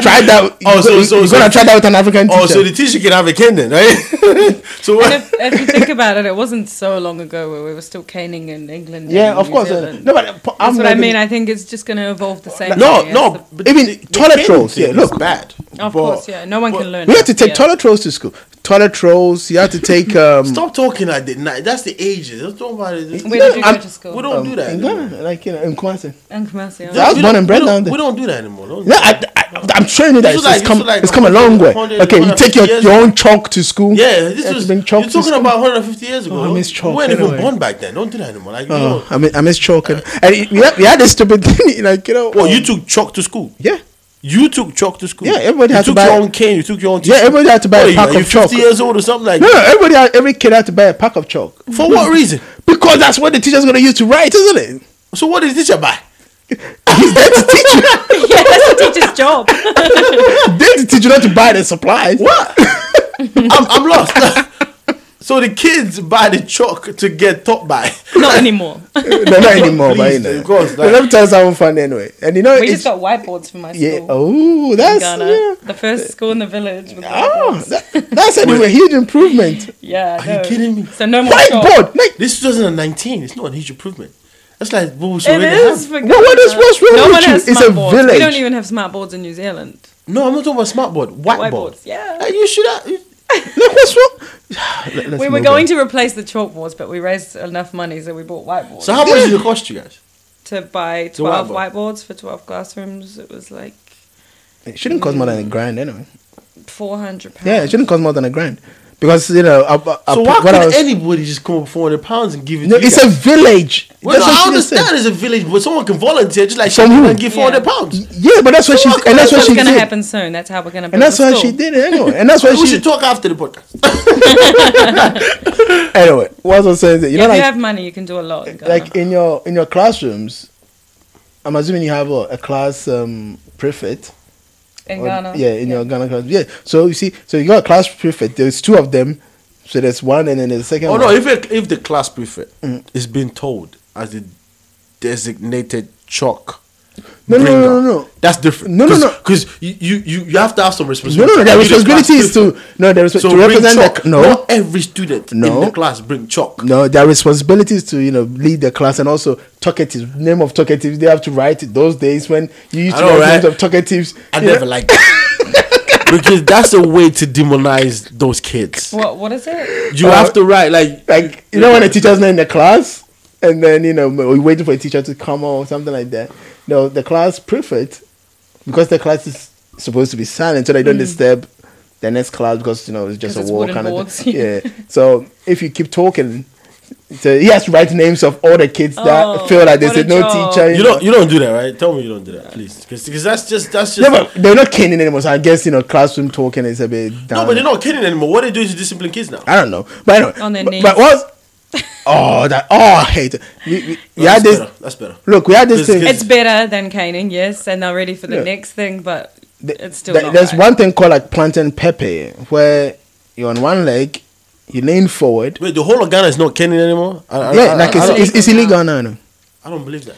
[SPEAKER 2] try that?
[SPEAKER 1] Oh, so-
[SPEAKER 2] you
[SPEAKER 1] so-
[SPEAKER 2] you're
[SPEAKER 1] so-
[SPEAKER 2] gonna try that with an African teacher?
[SPEAKER 1] oh, so the teacher can have a cane then, right? so
[SPEAKER 3] And
[SPEAKER 1] what?
[SPEAKER 3] if, if you think about it, it wasn't so long ago where we were still caning in England.
[SPEAKER 2] yeah,
[SPEAKER 3] and
[SPEAKER 2] of
[SPEAKER 3] New
[SPEAKER 2] course. uh,
[SPEAKER 3] Zealand.
[SPEAKER 2] No, but uh, po- I'm
[SPEAKER 3] that's what
[SPEAKER 2] not
[SPEAKER 3] I
[SPEAKER 2] gonna-
[SPEAKER 3] mean. I think it's just going to evolve the same.
[SPEAKER 1] no,
[SPEAKER 3] way as
[SPEAKER 1] no.
[SPEAKER 3] the-
[SPEAKER 1] But
[SPEAKER 2] Even toilet
[SPEAKER 1] cane
[SPEAKER 2] rolls,
[SPEAKER 1] thing
[SPEAKER 2] yeah,
[SPEAKER 1] is
[SPEAKER 2] look.
[SPEAKER 1] bad. But-
[SPEAKER 3] Of course, yeah. No one
[SPEAKER 1] but-
[SPEAKER 3] can learn.
[SPEAKER 2] We had to take
[SPEAKER 3] yeah.
[SPEAKER 2] toilet rolls to school. Toilet rolls. You had to take. Um,
[SPEAKER 1] Stop talking like that. Nah, That's the ages. Don't talk about it.
[SPEAKER 3] Where did you
[SPEAKER 2] I'm-
[SPEAKER 3] go to school?
[SPEAKER 1] We don't do that.
[SPEAKER 2] in
[SPEAKER 1] anymore.
[SPEAKER 2] Ghana, like you know, in Kumasi.
[SPEAKER 3] And commercial.
[SPEAKER 2] Yeah. I was
[SPEAKER 1] We
[SPEAKER 2] born
[SPEAKER 1] don't-
[SPEAKER 2] and bred
[SPEAKER 1] we don't-
[SPEAKER 2] down there.
[SPEAKER 1] We don't do that anymore. don't do
[SPEAKER 2] Yeah,
[SPEAKER 1] that.
[SPEAKER 2] I, I, I'm showing you that
[SPEAKER 1] You
[SPEAKER 2] it's,
[SPEAKER 1] feel like-
[SPEAKER 2] it's come.
[SPEAKER 1] you feel like
[SPEAKER 2] it's come a long way.
[SPEAKER 1] 100,
[SPEAKER 2] Okay, you
[SPEAKER 1] 100
[SPEAKER 2] take your,
[SPEAKER 1] years
[SPEAKER 2] your own chalk to school.
[SPEAKER 1] yeah, this
[SPEAKER 2] You had
[SPEAKER 1] was
[SPEAKER 2] to bring
[SPEAKER 1] you're
[SPEAKER 2] chalk to
[SPEAKER 1] talking
[SPEAKER 2] school. Oh,
[SPEAKER 1] about 150 years ago.
[SPEAKER 2] I miss
[SPEAKER 1] You
[SPEAKER 2] chalk
[SPEAKER 1] weren't even
[SPEAKER 2] anyway.
[SPEAKER 1] born back then. Don't do that anymore. Like you
[SPEAKER 2] Oh,
[SPEAKER 1] know,
[SPEAKER 2] I miss, I miss chalk and, and it- we, had, we had this stupid thing like you know.
[SPEAKER 1] well,
[SPEAKER 2] um,
[SPEAKER 1] you took chalk to school.
[SPEAKER 2] Yeah,
[SPEAKER 1] You took chalk to school.
[SPEAKER 2] Yeah, everybody
[SPEAKER 1] you
[SPEAKER 2] had to
[SPEAKER 1] took
[SPEAKER 2] buy-
[SPEAKER 1] your own cane. You took your own.
[SPEAKER 2] yeah.
[SPEAKER 1] tissue.
[SPEAKER 2] Everybody had to buy
[SPEAKER 1] What are
[SPEAKER 2] a
[SPEAKER 1] you,
[SPEAKER 2] pack
[SPEAKER 1] are you
[SPEAKER 2] of chalk.
[SPEAKER 1] 50 years old or something like
[SPEAKER 2] No,
[SPEAKER 1] that?
[SPEAKER 2] no, everybody, had, every kid had to buy a pack of chalk
[SPEAKER 1] For what reason?
[SPEAKER 2] because that's what the teacher's gonna use to write, isn't it?
[SPEAKER 1] So what did the teacher buy?
[SPEAKER 2] He's there to teach you.
[SPEAKER 3] yeah, that's the teacher's job.
[SPEAKER 2] there to teach you not to buy the supplies.
[SPEAKER 1] What? I'm, I'm lost. so the kids buy the chalk to get taught by.
[SPEAKER 3] Not anymore.
[SPEAKER 2] no, not anymore, but you
[SPEAKER 1] Please,
[SPEAKER 2] know.
[SPEAKER 1] of course,
[SPEAKER 2] But
[SPEAKER 1] like-
[SPEAKER 2] let me tell you something fun anyway. And you know,
[SPEAKER 3] We
[SPEAKER 2] it's,
[SPEAKER 3] just got whiteboards for my school.
[SPEAKER 2] yeah. Oh,
[SPEAKER 3] in
[SPEAKER 2] that's
[SPEAKER 3] Ghana.
[SPEAKER 2] yeah.
[SPEAKER 3] The first school in the village. With
[SPEAKER 2] Oh,
[SPEAKER 3] whiteboards.
[SPEAKER 2] that, that's anyway a huge improvement.
[SPEAKER 3] yeah.
[SPEAKER 1] Are you
[SPEAKER 3] no.
[SPEAKER 1] kidding me?
[SPEAKER 3] So no more chalk.
[SPEAKER 2] Whiteboard, like
[SPEAKER 1] This is 2019. It's not a huge improvement. That's like what we should
[SPEAKER 3] It
[SPEAKER 1] already
[SPEAKER 3] is.
[SPEAKER 1] have.
[SPEAKER 3] for
[SPEAKER 2] No, what is-
[SPEAKER 3] Ghana.
[SPEAKER 2] what's wrong
[SPEAKER 3] no
[SPEAKER 2] with
[SPEAKER 3] one
[SPEAKER 2] you?
[SPEAKER 3] Has
[SPEAKER 2] It's a
[SPEAKER 3] smart boards. We
[SPEAKER 2] village.
[SPEAKER 3] don't even have smart boards in New Zealand.
[SPEAKER 1] No, I'm not talking about smartboard. Whiteboard.
[SPEAKER 3] Whiteboards, yeah.
[SPEAKER 1] Like, you should have.
[SPEAKER 2] look what's wrong. Let- let's
[SPEAKER 3] we were
[SPEAKER 2] move
[SPEAKER 3] going
[SPEAKER 2] on.
[SPEAKER 3] to replace the chalkboards, but we raised enough money, so we bought whiteboards.
[SPEAKER 1] So how much did it cost you guys?
[SPEAKER 3] to buy 12
[SPEAKER 1] whiteboard.
[SPEAKER 3] whiteboards for 12 classrooms, it was like
[SPEAKER 2] It shouldn't cost more than a grand anyway.
[SPEAKER 3] 400 pounds.
[SPEAKER 2] Yeah, it shouldn't cost more than a grand because you know. I, I,
[SPEAKER 1] So why
[SPEAKER 2] what
[SPEAKER 1] could
[SPEAKER 2] Uh, I was,
[SPEAKER 1] anybody just come up with 400 pounds and give it
[SPEAKER 2] no,
[SPEAKER 1] to you
[SPEAKER 2] it's
[SPEAKER 1] guys?
[SPEAKER 2] a village.
[SPEAKER 1] well, no,
[SPEAKER 2] That's what
[SPEAKER 1] I
[SPEAKER 2] she just said.
[SPEAKER 1] understand it's a village, but someone can volunteer just like she
[SPEAKER 2] Someone.
[SPEAKER 1] can give 400
[SPEAKER 3] Yeah.
[SPEAKER 1] pounds.
[SPEAKER 2] Yeah, but that's what
[SPEAKER 1] So
[SPEAKER 2] she
[SPEAKER 1] how come
[SPEAKER 2] and that's
[SPEAKER 1] that's
[SPEAKER 2] what
[SPEAKER 3] That's
[SPEAKER 2] she
[SPEAKER 3] going to
[SPEAKER 2] did.
[SPEAKER 3] happen soon. That's how we're going to
[SPEAKER 2] And that's why she did it anyway. And that's why
[SPEAKER 1] We
[SPEAKER 2] she
[SPEAKER 1] should talk after the podcast.
[SPEAKER 2] anyway. What was I saying? You know,
[SPEAKER 3] if
[SPEAKER 2] like
[SPEAKER 3] you have money, you can do a lot. In Ghana.
[SPEAKER 2] like in your in your classrooms i'm assuming you have a, a class um prefect
[SPEAKER 3] in
[SPEAKER 2] or-
[SPEAKER 3] Ghana.
[SPEAKER 2] yeah in your ghana class yeah so you see so you got a class prefect there's two of them so there's one and then there's a second
[SPEAKER 1] Oh
[SPEAKER 2] one.
[SPEAKER 1] no! If it, if the class prefect
[SPEAKER 2] Mm.
[SPEAKER 1] is being told as the designated chalk,
[SPEAKER 2] No, no, no,
[SPEAKER 1] bringer,
[SPEAKER 2] no, no.
[SPEAKER 1] that's different.
[SPEAKER 2] No, no,
[SPEAKER 1] Cause,
[SPEAKER 2] no.
[SPEAKER 1] because you, you you you have to have some
[SPEAKER 2] no
[SPEAKER 1] responsibility.
[SPEAKER 2] no no
[SPEAKER 1] You
[SPEAKER 2] their
[SPEAKER 1] the class
[SPEAKER 2] responsibility is to
[SPEAKER 1] prefect.
[SPEAKER 2] no their resp-
[SPEAKER 1] So
[SPEAKER 2] to
[SPEAKER 1] bring
[SPEAKER 2] represent
[SPEAKER 1] chalk.
[SPEAKER 2] the, no
[SPEAKER 1] not every student in
[SPEAKER 2] No.
[SPEAKER 1] the class bring chalk.
[SPEAKER 2] no their responsibility is to you know lead the class and also talkative name of talkative they have to write it those days when you used
[SPEAKER 1] I
[SPEAKER 2] to
[SPEAKER 1] know,
[SPEAKER 2] write
[SPEAKER 1] right?
[SPEAKER 2] names of talkatives
[SPEAKER 1] I
[SPEAKER 2] you know?
[SPEAKER 1] never like that because that's a way to demonize those kids.
[SPEAKER 3] What, what is it?
[SPEAKER 1] You
[SPEAKER 2] Uh,
[SPEAKER 1] have to write like
[SPEAKER 2] like you know when a teacher's not in the class and then you know we're waiting for a teacher to come or something like that no the class prefect because the class is supposed to be silent so they don't disturb the next class because you know it's just
[SPEAKER 3] Mm. 'Cause
[SPEAKER 2] a wall
[SPEAKER 3] it's wooden
[SPEAKER 2] kind of
[SPEAKER 3] boards.
[SPEAKER 2] thing. yeah so if you keep talking so he has to write names of all the kids
[SPEAKER 3] Oh,
[SPEAKER 2] that feel like
[SPEAKER 3] what
[SPEAKER 2] there's
[SPEAKER 3] a
[SPEAKER 2] a no
[SPEAKER 3] job.
[SPEAKER 2] teacher
[SPEAKER 1] you don't you don't do that, right? Tell me you don't do that, please, because that's just that's just.
[SPEAKER 2] yeah, but they're not caning anymore. So I guess you know classroom talking is a bit down.
[SPEAKER 1] no, but they're not kidding anymore. What they do is to discipline kids now.
[SPEAKER 2] I don't know. But anyway,
[SPEAKER 3] On their
[SPEAKER 2] but,
[SPEAKER 3] knees.
[SPEAKER 2] but what? Oh, that oh, I hate it. We, we, we
[SPEAKER 1] No, that's
[SPEAKER 2] had this.
[SPEAKER 1] better. That's better.
[SPEAKER 2] Look, we had this
[SPEAKER 1] It's
[SPEAKER 2] thing.
[SPEAKER 1] good.
[SPEAKER 3] It's better than caning, yes, and they're ready for the
[SPEAKER 2] Yeah.
[SPEAKER 3] next thing, but
[SPEAKER 2] th-
[SPEAKER 3] it's still
[SPEAKER 2] th-
[SPEAKER 3] not
[SPEAKER 2] there's
[SPEAKER 3] right.
[SPEAKER 2] one thing called like plantain pepe, where you're on one leg, you lean forward.
[SPEAKER 1] Wait, the whole of Ghana is not caning anymore. I, I,
[SPEAKER 2] yeah,
[SPEAKER 1] I,
[SPEAKER 2] like
[SPEAKER 1] I,
[SPEAKER 2] it's,
[SPEAKER 1] I, don't,
[SPEAKER 2] it's, it's illegal now. no.
[SPEAKER 1] I don't believe that.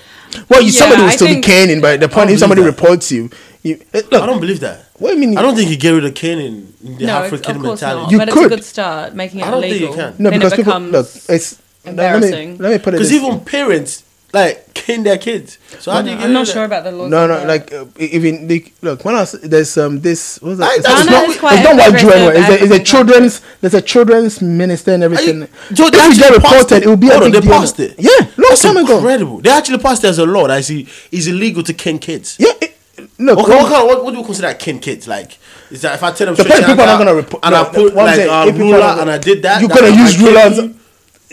[SPEAKER 2] Well, you,
[SPEAKER 3] Yeah,
[SPEAKER 2] somebody will
[SPEAKER 3] I
[SPEAKER 2] still
[SPEAKER 3] think-
[SPEAKER 2] be caning, but the point
[SPEAKER 1] believe
[SPEAKER 2] if somebody
[SPEAKER 1] that.
[SPEAKER 2] reports you, you eh,
[SPEAKER 1] I
[SPEAKER 2] look.
[SPEAKER 1] don't believe that.
[SPEAKER 2] What do you mean?
[SPEAKER 1] I don't think you get rid of caning in the
[SPEAKER 3] no, it's-
[SPEAKER 1] African
[SPEAKER 3] of course
[SPEAKER 1] mentality.
[SPEAKER 3] not.
[SPEAKER 2] You
[SPEAKER 3] but it's
[SPEAKER 2] could.
[SPEAKER 3] a good start, making it
[SPEAKER 1] I don't think you
[SPEAKER 3] legal.
[SPEAKER 1] can.
[SPEAKER 2] no
[SPEAKER 3] then
[SPEAKER 2] because
[SPEAKER 3] it
[SPEAKER 2] people
[SPEAKER 3] becomes
[SPEAKER 2] look. It's let me,
[SPEAKER 3] embarrassing.
[SPEAKER 2] let me put it.
[SPEAKER 1] Because
[SPEAKER 2] this-
[SPEAKER 1] even parents like cane their kids. So how do you get
[SPEAKER 3] I'm
[SPEAKER 1] rid of
[SPEAKER 3] not
[SPEAKER 1] that?
[SPEAKER 3] sure about the laws.
[SPEAKER 2] no,
[SPEAKER 3] of
[SPEAKER 2] no,
[SPEAKER 3] that.
[SPEAKER 2] like uh, even the, look when I was, there's um this what's that?
[SPEAKER 1] I-
[SPEAKER 2] it's,
[SPEAKER 1] Ghana
[SPEAKER 2] it's not,
[SPEAKER 1] is
[SPEAKER 2] it's
[SPEAKER 3] quite
[SPEAKER 2] not white Jew
[SPEAKER 3] progressive
[SPEAKER 2] anyway. It's a, it's a
[SPEAKER 3] African
[SPEAKER 2] children's there's a children's minister and
[SPEAKER 1] Are
[SPEAKER 2] everything.
[SPEAKER 1] you- So they
[SPEAKER 2] if you
[SPEAKER 1] actually
[SPEAKER 2] get
[SPEAKER 1] passed
[SPEAKER 2] reported, it will be a
[SPEAKER 1] Hold on,
[SPEAKER 2] big
[SPEAKER 1] they
[SPEAKER 2] deal.
[SPEAKER 1] passed it.
[SPEAKER 2] Yeah, long
[SPEAKER 1] That's
[SPEAKER 2] time ago.
[SPEAKER 1] incredible. They actually passed it as a law that is is illegal to cane kids.
[SPEAKER 2] Yeah, it, look,
[SPEAKER 1] Okay,
[SPEAKER 2] when-
[SPEAKER 1] what, kind of, what, what do you consider cane kids? Like, is that if I tell them
[SPEAKER 2] the
[SPEAKER 1] straight,
[SPEAKER 2] point people are
[SPEAKER 1] I-
[SPEAKER 2] not gonna report.
[SPEAKER 1] and
[SPEAKER 2] no,
[SPEAKER 1] I
[SPEAKER 2] no,
[SPEAKER 1] put
[SPEAKER 2] what I'm
[SPEAKER 1] like
[SPEAKER 2] saying,
[SPEAKER 1] a
[SPEAKER 2] if people are
[SPEAKER 1] ruler
[SPEAKER 2] not-
[SPEAKER 1] and I did that,
[SPEAKER 2] You're
[SPEAKER 1] that
[SPEAKER 2] gonna
[SPEAKER 1] I
[SPEAKER 2] use
[SPEAKER 1] can't
[SPEAKER 2] rulers.
[SPEAKER 1] do.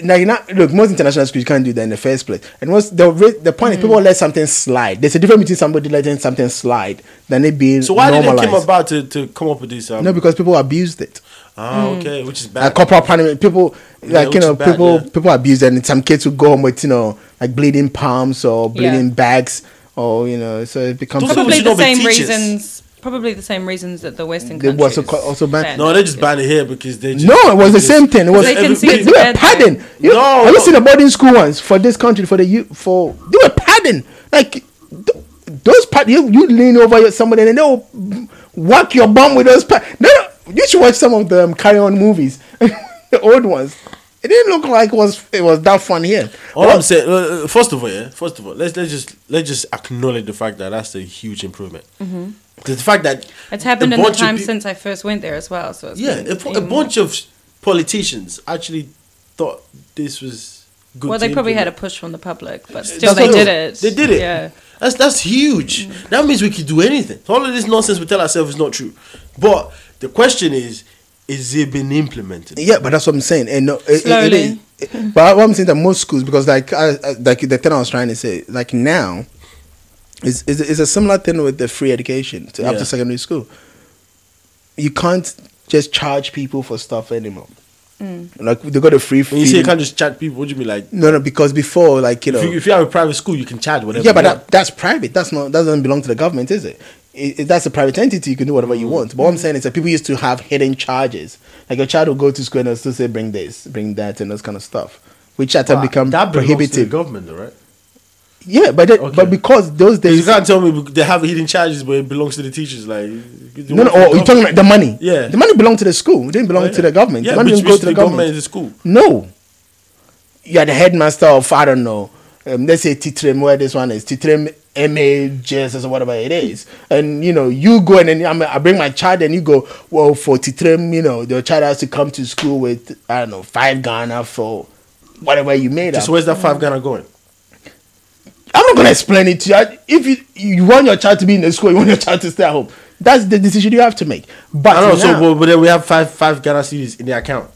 [SPEAKER 2] Now you not look most international schools you can't do that in the first place. And what's the re- the point is people let something slide. There's a difference between somebody letting something slide than it being
[SPEAKER 1] So why did
[SPEAKER 2] normalized.
[SPEAKER 1] they come about to, to come up with this? Um,
[SPEAKER 2] No, because people abused it.
[SPEAKER 1] ah,
[SPEAKER 3] Mm.
[SPEAKER 1] okay, which is bad.
[SPEAKER 2] like corporal punishment. People like
[SPEAKER 1] which
[SPEAKER 2] you
[SPEAKER 1] is
[SPEAKER 2] know
[SPEAKER 1] bad,
[SPEAKER 2] people
[SPEAKER 1] yeah.
[SPEAKER 2] people abuse that, and some kids would go home with you know like bleeding palms or bleeding
[SPEAKER 3] Yeah.
[SPEAKER 2] bags or you know so it becomes
[SPEAKER 1] Those So we
[SPEAKER 3] probably
[SPEAKER 1] should
[SPEAKER 3] the
[SPEAKER 1] not be
[SPEAKER 3] same
[SPEAKER 1] teachers.
[SPEAKER 3] reasons. Probably the same reasons that the Western
[SPEAKER 2] They
[SPEAKER 3] countries
[SPEAKER 2] were also co- also banned.
[SPEAKER 1] No, they just banned it here because they just
[SPEAKER 2] no it was the
[SPEAKER 1] because-
[SPEAKER 2] same thing it was
[SPEAKER 3] They can see
[SPEAKER 2] they,
[SPEAKER 3] it's
[SPEAKER 2] they were
[SPEAKER 3] bad
[SPEAKER 2] padding
[SPEAKER 3] then.
[SPEAKER 2] you
[SPEAKER 1] No,
[SPEAKER 2] have
[SPEAKER 1] no.
[SPEAKER 2] you seen the boarding school ones for this country for the U for they were padding like th- those pad you, you lean over your- somebody and they'll whack your bum with those pad no, no you should watch some of the um, carry on movies the old ones it didn't look like it was it was that fun here
[SPEAKER 1] All I'm saying, uh, uh, first of all, yeah, first of all, let's let's just let's just acknowledge the fact that that's a huge improvement. The fact that
[SPEAKER 3] Mm-hmm. It's happened
[SPEAKER 1] a
[SPEAKER 3] in the
[SPEAKER 1] bunch of
[SPEAKER 3] time
[SPEAKER 1] peop-
[SPEAKER 3] since I first went there as well. So it's
[SPEAKER 1] yeah,
[SPEAKER 3] been
[SPEAKER 1] a, po- a
[SPEAKER 3] even
[SPEAKER 1] bunch of politicians actually thought this was good.
[SPEAKER 3] more. Well, they
[SPEAKER 1] to
[SPEAKER 3] probably had a
[SPEAKER 1] implement.
[SPEAKER 3] push from the public, but still they
[SPEAKER 1] Still,
[SPEAKER 3] did it.
[SPEAKER 1] They did it.
[SPEAKER 3] Yeah. Mm.
[SPEAKER 1] That's that's huge. That means we could do anything. All of this nonsense we tell ourselves is not true. But the question is, is it been implemented?
[SPEAKER 2] Yeah, but that's what I'm saying. And no, it- it- it
[SPEAKER 3] Slowly.
[SPEAKER 2] is- it- but what I'm saying that most schools, because like I, I- like the thing I was trying to say, like now, is is is a similar thing with the free education to
[SPEAKER 1] Yeah.
[SPEAKER 2] after secondary school. You can't just charge people for stuff anymore. Like they got a free.
[SPEAKER 1] When you say you
[SPEAKER 2] feeding-
[SPEAKER 1] can't just chat people, what do you mean? Like,
[SPEAKER 2] no, no, because before, like you know,
[SPEAKER 1] if, you, if you have a private school, you can chat whatever.
[SPEAKER 2] yeah, but
[SPEAKER 1] you want.
[SPEAKER 2] that, that's private. That's not that doesn't belong to the government, is it? It, it- That's a private entity. You can do
[SPEAKER 1] Mm.
[SPEAKER 2] whatever you want. But what I'm saying is that people used to have hidden charges. Like your child will go to school and they'll still say, "Bring this, bring that," and those kind of stuff, which had to
[SPEAKER 1] But
[SPEAKER 2] become
[SPEAKER 1] belongs to the
[SPEAKER 2] prohibitive.
[SPEAKER 1] government, though, right?
[SPEAKER 2] yeah, but that,
[SPEAKER 1] Okay.
[SPEAKER 2] but because those
[SPEAKER 1] You
[SPEAKER 2] days,
[SPEAKER 1] can't tell me they have hidden charges, but it belongs to the teachers. Like,
[SPEAKER 2] no, no, or you're talking about the money.
[SPEAKER 1] Yeah.
[SPEAKER 2] the money belonged to the school. It didn't belong to the government.
[SPEAKER 1] Yeah,
[SPEAKER 2] the money
[SPEAKER 1] which,
[SPEAKER 2] didn't go
[SPEAKER 1] which
[SPEAKER 2] to the government.
[SPEAKER 1] is the school.
[SPEAKER 2] No. You are the headmaster of, I don't know, um, let's say Titrem, where this one is, Titrem MAJSS or whatever it is. And, you know, you go and then I'm, I bring my child and you go, well, for Titrem, you know, the child has to come to school with, I don't know, five Ghana for whatever you made up.
[SPEAKER 1] So where's that five Ghana going?
[SPEAKER 2] I'm not going to explain it to you. I- If you, you want your child to be in the school, you want your child to stay at home. That's the decision you have to make. But
[SPEAKER 1] I don't know. So,
[SPEAKER 2] now-
[SPEAKER 1] but, but then we have five five Ghana cities in the account.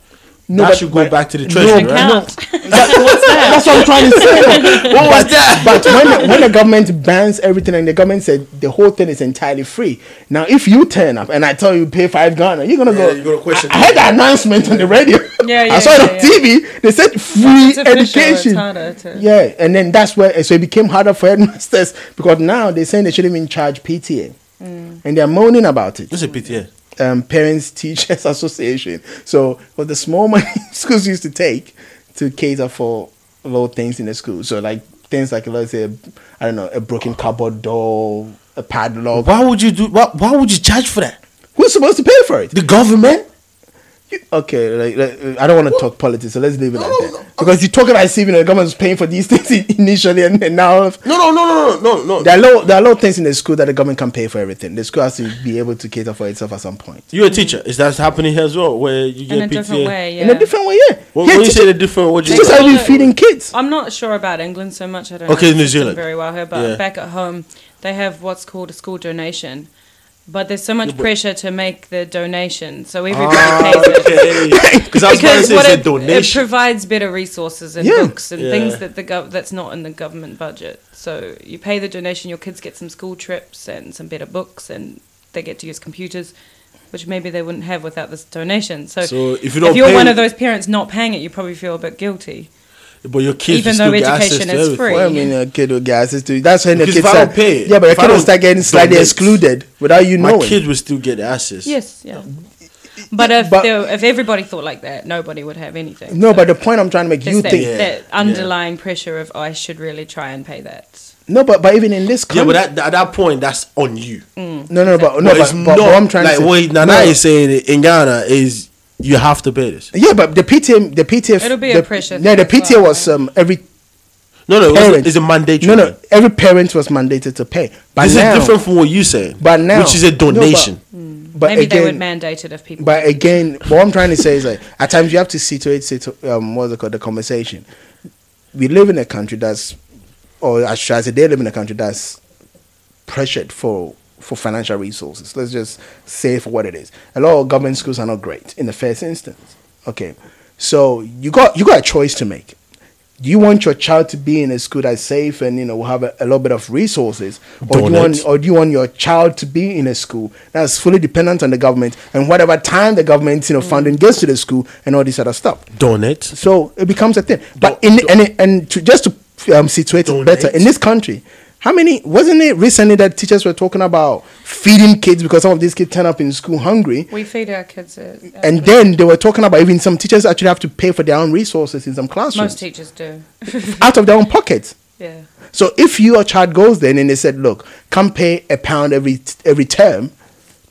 [SPEAKER 2] No,
[SPEAKER 1] that
[SPEAKER 2] but-
[SPEAKER 1] should go
[SPEAKER 2] but-
[SPEAKER 1] back to the
[SPEAKER 2] no,
[SPEAKER 1] treasury,
[SPEAKER 2] but-
[SPEAKER 1] right?
[SPEAKER 2] no.
[SPEAKER 3] Account.
[SPEAKER 2] That- That's what I'm trying to say. what was
[SPEAKER 1] that?
[SPEAKER 2] But when the, when the government bans everything and the government said the whole thing is entirely free. Now, if you turn up and I tell you pay five Ghana, you're gonna go.
[SPEAKER 1] Yeah, you're gonna question
[SPEAKER 2] I, I heard the announcement on the radio.
[SPEAKER 3] Yeah, yeah,
[SPEAKER 2] I saw
[SPEAKER 3] yeah,
[SPEAKER 2] it on
[SPEAKER 3] yeah.
[SPEAKER 2] TV. They said free
[SPEAKER 3] It's official, it's
[SPEAKER 2] education.
[SPEAKER 3] harder to-
[SPEAKER 2] yeah, and then that's where so it became harder for headmasters because now they're saying they shouldn't even charge PTA,
[SPEAKER 3] Mm.
[SPEAKER 2] and they're moaning about it
[SPEAKER 1] Just a PTA.
[SPEAKER 2] um, Parents Teachers Association. So, for the small money schools used to take to cater for little things in the school. So, like things like, let's say, I don't know, a broken cupboard door, a padlock.
[SPEAKER 1] Why would you do? Why, why would you charge for that?
[SPEAKER 2] Who's supposed to pay for it?
[SPEAKER 1] The government.
[SPEAKER 2] You- Okay, like, like, I don't want to talk politics, so let's leave it
[SPEAKER 1] No,
[SPEAKER 2] like
[SPEAKER 1] no,
[SPEAKER 2] that. Because you talk about saving, the government's paying for these things initially, and, and now
[SPEAKER 1] No, no, no, no, no, no, no.
[SPEAKER 2] there are, low, there are a lot of things in the school that the government can pay for everything. The school has to be able to cater for itself at some point.
[SPEAKER 1] You're a teacher. Is that happening here as well? Where you get
[SPEAKER 3] in a
[SPEAKER 1] PTA?
[SPEAKER 3] different way. Yeah.
[SPEAKER 2] In a different way, yeah.
[SPEAKER 1] What,
[SPEAKER 2] yeah
[SPEAKER 1] when you
[SPEAKER 2] teacher-
[SPEAKER 1] say the different, what do you
[SPEAKER 2] teachers
[SPEAKER 1] mean?
[SPEAKER 2] are
[SPEAKER 3] Well,
[SPEAKER 2] be
[SPEAKER 3] no.
[SPEAKER 2] feeding kids.
[SPEAKER 3] I'm not sure about England so much. I don't
[SPEAKER 1] Okay,
[SPEAKER 3] know the
[SPEAKER 1] New
[SPEAKER 3] system
[SPEAKER 1] Zealand.
[SPEAKER 3] very well here, but
[SPEAKER 1] Yeah.
[SPEAKER 3] back at home, they have what's called a school donation. But there's so much
[SPEAKER 1] Yeah, but-
[SPEAKER 3] pressure to make the donation, so everybody
[SPEAKER 1] Ah.
[SPEAKER 3] pays it.
[SPEAKER 1] Because I was going to
[SPEAKER 3] Because
[SPEAKER 1] say
[SPEAKER 3] what
[SPEAKER 1] it's a
[SPEAKER 3] it, it
[SPEAKER 1] donation.
[SPEAKER 3] provides better resources and
[SPEAKER 2] Yeah.
[SPEAKER 3] books and
[SPEAKER 1] Yeah.
[SPEAKER 3] things that the gov- that's not in the government budget. So you pay the donation, your kids get some school trips and some better books, and they get to use computers, which maybe they wouldn't have without this donation. So,
[SPEAKER 1] So if you don't
[SPEAKER 3] are
[SPEAKER 1] pay-
[SPEAKER 3] one of those parents not paying it, you probably feel a bit guilty.
[SPEAKER 1] but your kids
[SPEAKER 3] even
[SPEAKER 1] will still
[SPEAKER 3] though
[SPEAKER 1] get access
[SPEAKER 3] education
[SPEAKER 1] to
[SPEAKER 3] is
[SPEAKER 1] everything.
[SPEAKER 3] free.
[SPEAKER 2] Well, I mean, a kid will get access to it. That's when the
[SPEAKER 1] Because
[SPEAKER 2] kids
[SPEAKER 1] if I
[SPEAKER 2] are.
[SPEAKER 1] don't pay it,
[SPEAKER 2] yeah, but a
[SPEAKER 1] if I
[SPEAKER 2] kid will
[SPEAKER 1] don't
[SPEAKER 2] start getting slightly
[SPEAKER 1] donate,
[SPEAKER 2] excluded without you
[SPEAKER 1] My
[SPEAKER 2] knowing.
[SPEAKER 1] kids will still get access.
[SPEAKER 3] Yes, yeah. But if
[SPEAKER 2] but-
[SPEAKER 3] there, if everybody thought like that, nobody would have anything.
[SPEAKER 2] no,
[SPEAKER 3] So
[SPEAKER 2] but the point I'm trying to make,
[SPEAKER 3] there's
[SPEAKER 2] you
[SPEAKER 3] that,
[SPEAKER 2] think
[SPEAKER 1] Yeah.
[SPEAKER 3] that
[SPEAKER 1] Yeah.
[SPEAKER 3] underlying pressure of oh, I should really try and pay that.
[SPEAKER 2] no, but but even in this
[SPEAKER 1] Yeah,
[SPEAKER 2] country,
[SPEAKER 1] but at, at that point, that's on you.
[SPEAKER 2] no, no, but no,
[SPEAKER 1] But
[SPEAKER 2] but,
[SPEAKER 1] it's
[SPEAKER 2] but,
[SPEAKER 1] not
[SPEAKER 2] what I'm trying
[SPEAKER 1] like
[SPEAKER 2] to say,
[SPEAKER 1] what Nana
[SPEAKER 2] no.
[SPEAKER 1] is saying in Ghana is you have to pay this.
[SPEAKER 2] Yeah, but the PTA, the PTA,
[SPEAKER 3] It'll be
[SPEAKER 2] the,
[SPEAKER 3] a pressure
[SPEAKER 2] Yeah, the
[SPEAKER 3] thing as
[SPEAKER 2] PTA
[SPEAKER 3] well,
[SPEAKER 2] was
[SPEAKER 3] right?
[SPEAKER 2] um every
[SPEAKER 1] No, no,
[SPEAKER 2] parent
[SPEAKER 1] it's, it's a mandatory.
[SPEAKER 2] No,
[SPEAKER 1] thing.
[SPEAKER 2] no, every parent was mandated to pay. But
[SPEAKER 1] this
[SPEAKER 2] now,
[SPEAKER 1] is different from what you said.
[SPEAKER 2] But now,
[SPEAKER 1] which is a
[SPEAKER 2] No, but-
[SPEAKER 1] donation.
[SPEAKER 2] but,
[SPEAKER 3] Maybe
[SPEAKER 2] again,
[SPEAKER 3] they would mandate it if people.
[SPEAKER 2] But again, what I'm trying to say is like at times you have to situate, situ- um, what's it called, the conversation. We live in a country that's, or I should I say, they live in a country that's pressured for for financial resources. Let's just say for what it is. A lot of government schools are not great in the first instance. Okay, so you got you got a choice to make. Do you want your child to be in a school that's safe and you know will have a, a little bit of resources, or do you
[SPEAKER 1] Donate.
[SPEAKER 2] want or do you want your child to be in a school that's fully dependent on the government and whatever time the government you know funding gets to the school and all this other stuff?
[SPEAKER 1] Donate.
[SPEAKER 2] So it becomes a thing. But
[SPEAKER 1] Don-
[SPEAKER 2] in
[SPEAKER 1] don-
[SPEAKER 2] and it- and to, just to um, situate it better
[SPEAKER 1] Donate.
[SPEAKER 2] in this country, how many wasn't it recently that teachers were talking about feeding kids because some of these kids turn up in school hungry,
[SPEAKER 3] we feed our kids it. uh,
[SPEAKER 2] and then they were talking about even some teachers actually have to pay for their own resources in some classrooms
[SPEAKER 3] most teachers do.
[SPEAKER 2] out of their own pockets.
[SPEAKER 3] yeah.
[SPEAKER 2] So if your child goes then and they said, look, come pay a pound every every term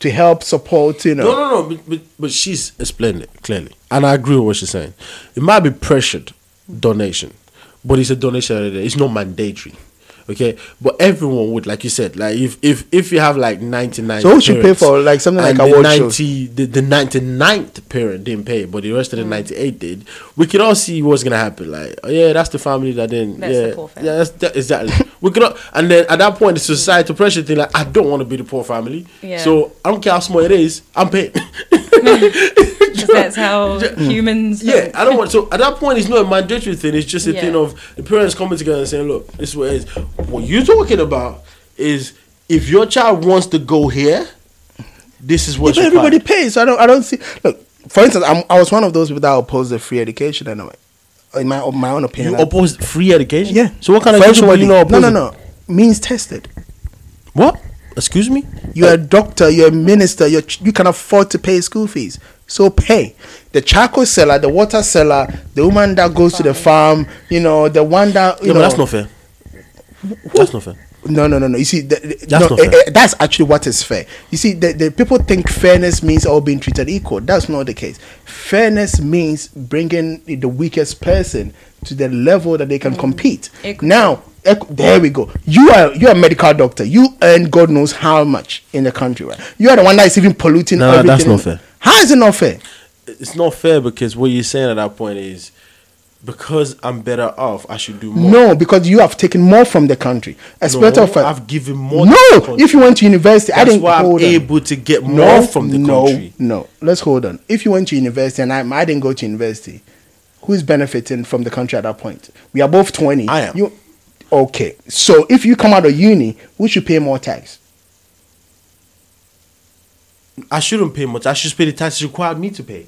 [SPEAKER 2] to help support, you know.
[SPEAKER 1] No, no, no. But, but, but she's explained it clearly, and I agree with what she's saying. It might be pressured donation, but it's a donation. at the end of the day. It's not mandatory. Okay, but everyone would, like you said, like if if if you have like ninety nine.
[SPEAKER 2] So who should pay for, like, something like award
[SPEAKER 1] the
[SPEAKER 2] shows?
[SPEAKER 1] The, the 99th parent didn't pay, but the rest of the
[SPEAKER 2] Mm.
[SPEAKER 1] 98 did. We can all see what's gonna happen. Like, oh, yeah, that's the family that didn't.
[SPEAKER 3] That's
[SPEAKER 1] yeah,
[SPEAKER 3] the poor family.
[SPEAKER 1] yeah, that's that, exactly. we can all, and then at that point, the societal pressure thing. Like, I don't want to be the poor family.
[SPEAKER 3] Yeah.
[SPEAKER 1] So I don't care how small it is. I'm paying.
[SPEAKER 3] 'Cause that's how humans.
[SPEAKER 1] Yeah, I don't want. So at that point, it's not a mandatory thing. It's just a
[SPEAKER 3] Yeah.
[SPEAKER 1] thing of the parents coming together and saying, "Look, this is what it is." What you're talking about is if your child wants to go here, this is what
[SPEAKER 2] But
[SPEAKER 1] you
[SPEAKER 2] everybody pays. So I don't. I don't see. Look, for instance, I'm, I was one of those people that opposed the free education anyway. In my my own opinion,
[SPEAKER 1] You
[SPEAKER 2] I-
[SPEAKER 1] oppose free education.
[SPEAKER 2] yeah.
[SPEAKER 1] So what kind
[SPEAKER 2] For
[SPEAKER 1] of education would you know?
[SPEAKER 2] everybody-
[SPEAKER 1] Oppose
[SPEAKER 2] No, no, no. Means tested.
[SPEAKER 1] What? Excuse me.
[SPEAKER 2] You're a doctor. You're a minister. You're, ch- you can afford to pay school fees. So pay. The charcoal seller, the water seller, the woman that goes to the farm. You know, the one that. You
[SPEAKER 1] Yeah,
[SPEAKER 2] know,
[SPEAKER 1] but that's not fair. That's not fair.
[SPEAKER 2] No, no, no, no. You see, the,
[SPEAKER 1] That's
[SPEAKER 2] that's, no,
[SPEAKER 1] not
[SPEAKER 2] eh,
[SPEAKER 1] fair.
[SPEAKER 2] eh, that's actually what is fair. You see, the, the people think fairness means all being treated equal. That's not the case. Fairness means bringing the weakest person to the level that they can compete.
[SPEAKER 3] Equity.
[SPEAKER 2] Now, ec- there we go. You are you are a medical doctor. You earn God knows how much in the country, right? You are the one that is even polluting.
[SPEAKER 1] No, no, that's
[SPEAKER 2] everything.
[SPEAKER 1] not fair.
[SPEAKER 2] How is it not fair?
[SPEAKER 1] It's not fair because what you're saying at that point is because I'm better off, I should do more.
[SPEAKER 2] No, because you have taken more from the country. A
[SPEAKER 1] No,
[SPEAKER 2] spirit of a-
[SPEAKER 1] I've given more. to
[SPEAKER 2] No,
[SPEAKER 1] the country.
[SPEAKER 2] if you went to university, I
[SPEAKER 1] That's
[SPEAKER 2] didn't.
[SPEAKER 1] why I'm
[SPEAKER 2] hold on.
[SPEAKER 1] able to get more from the
[SPEAKER 2] no,
[SPEAKER 1] country.
[SPEAKER 2] No, let's hold on. If you went to university and I, I didn't go to university, who's benefiting from the country at that point? We are both 20.
[SPEAKER 1] I am.
[SPEAKER 2] You, okay. So if you come out of uni, we should pay more tax.
[SPEAKER 1] I shouldn't pay much. I should pay the taxes required me to pay.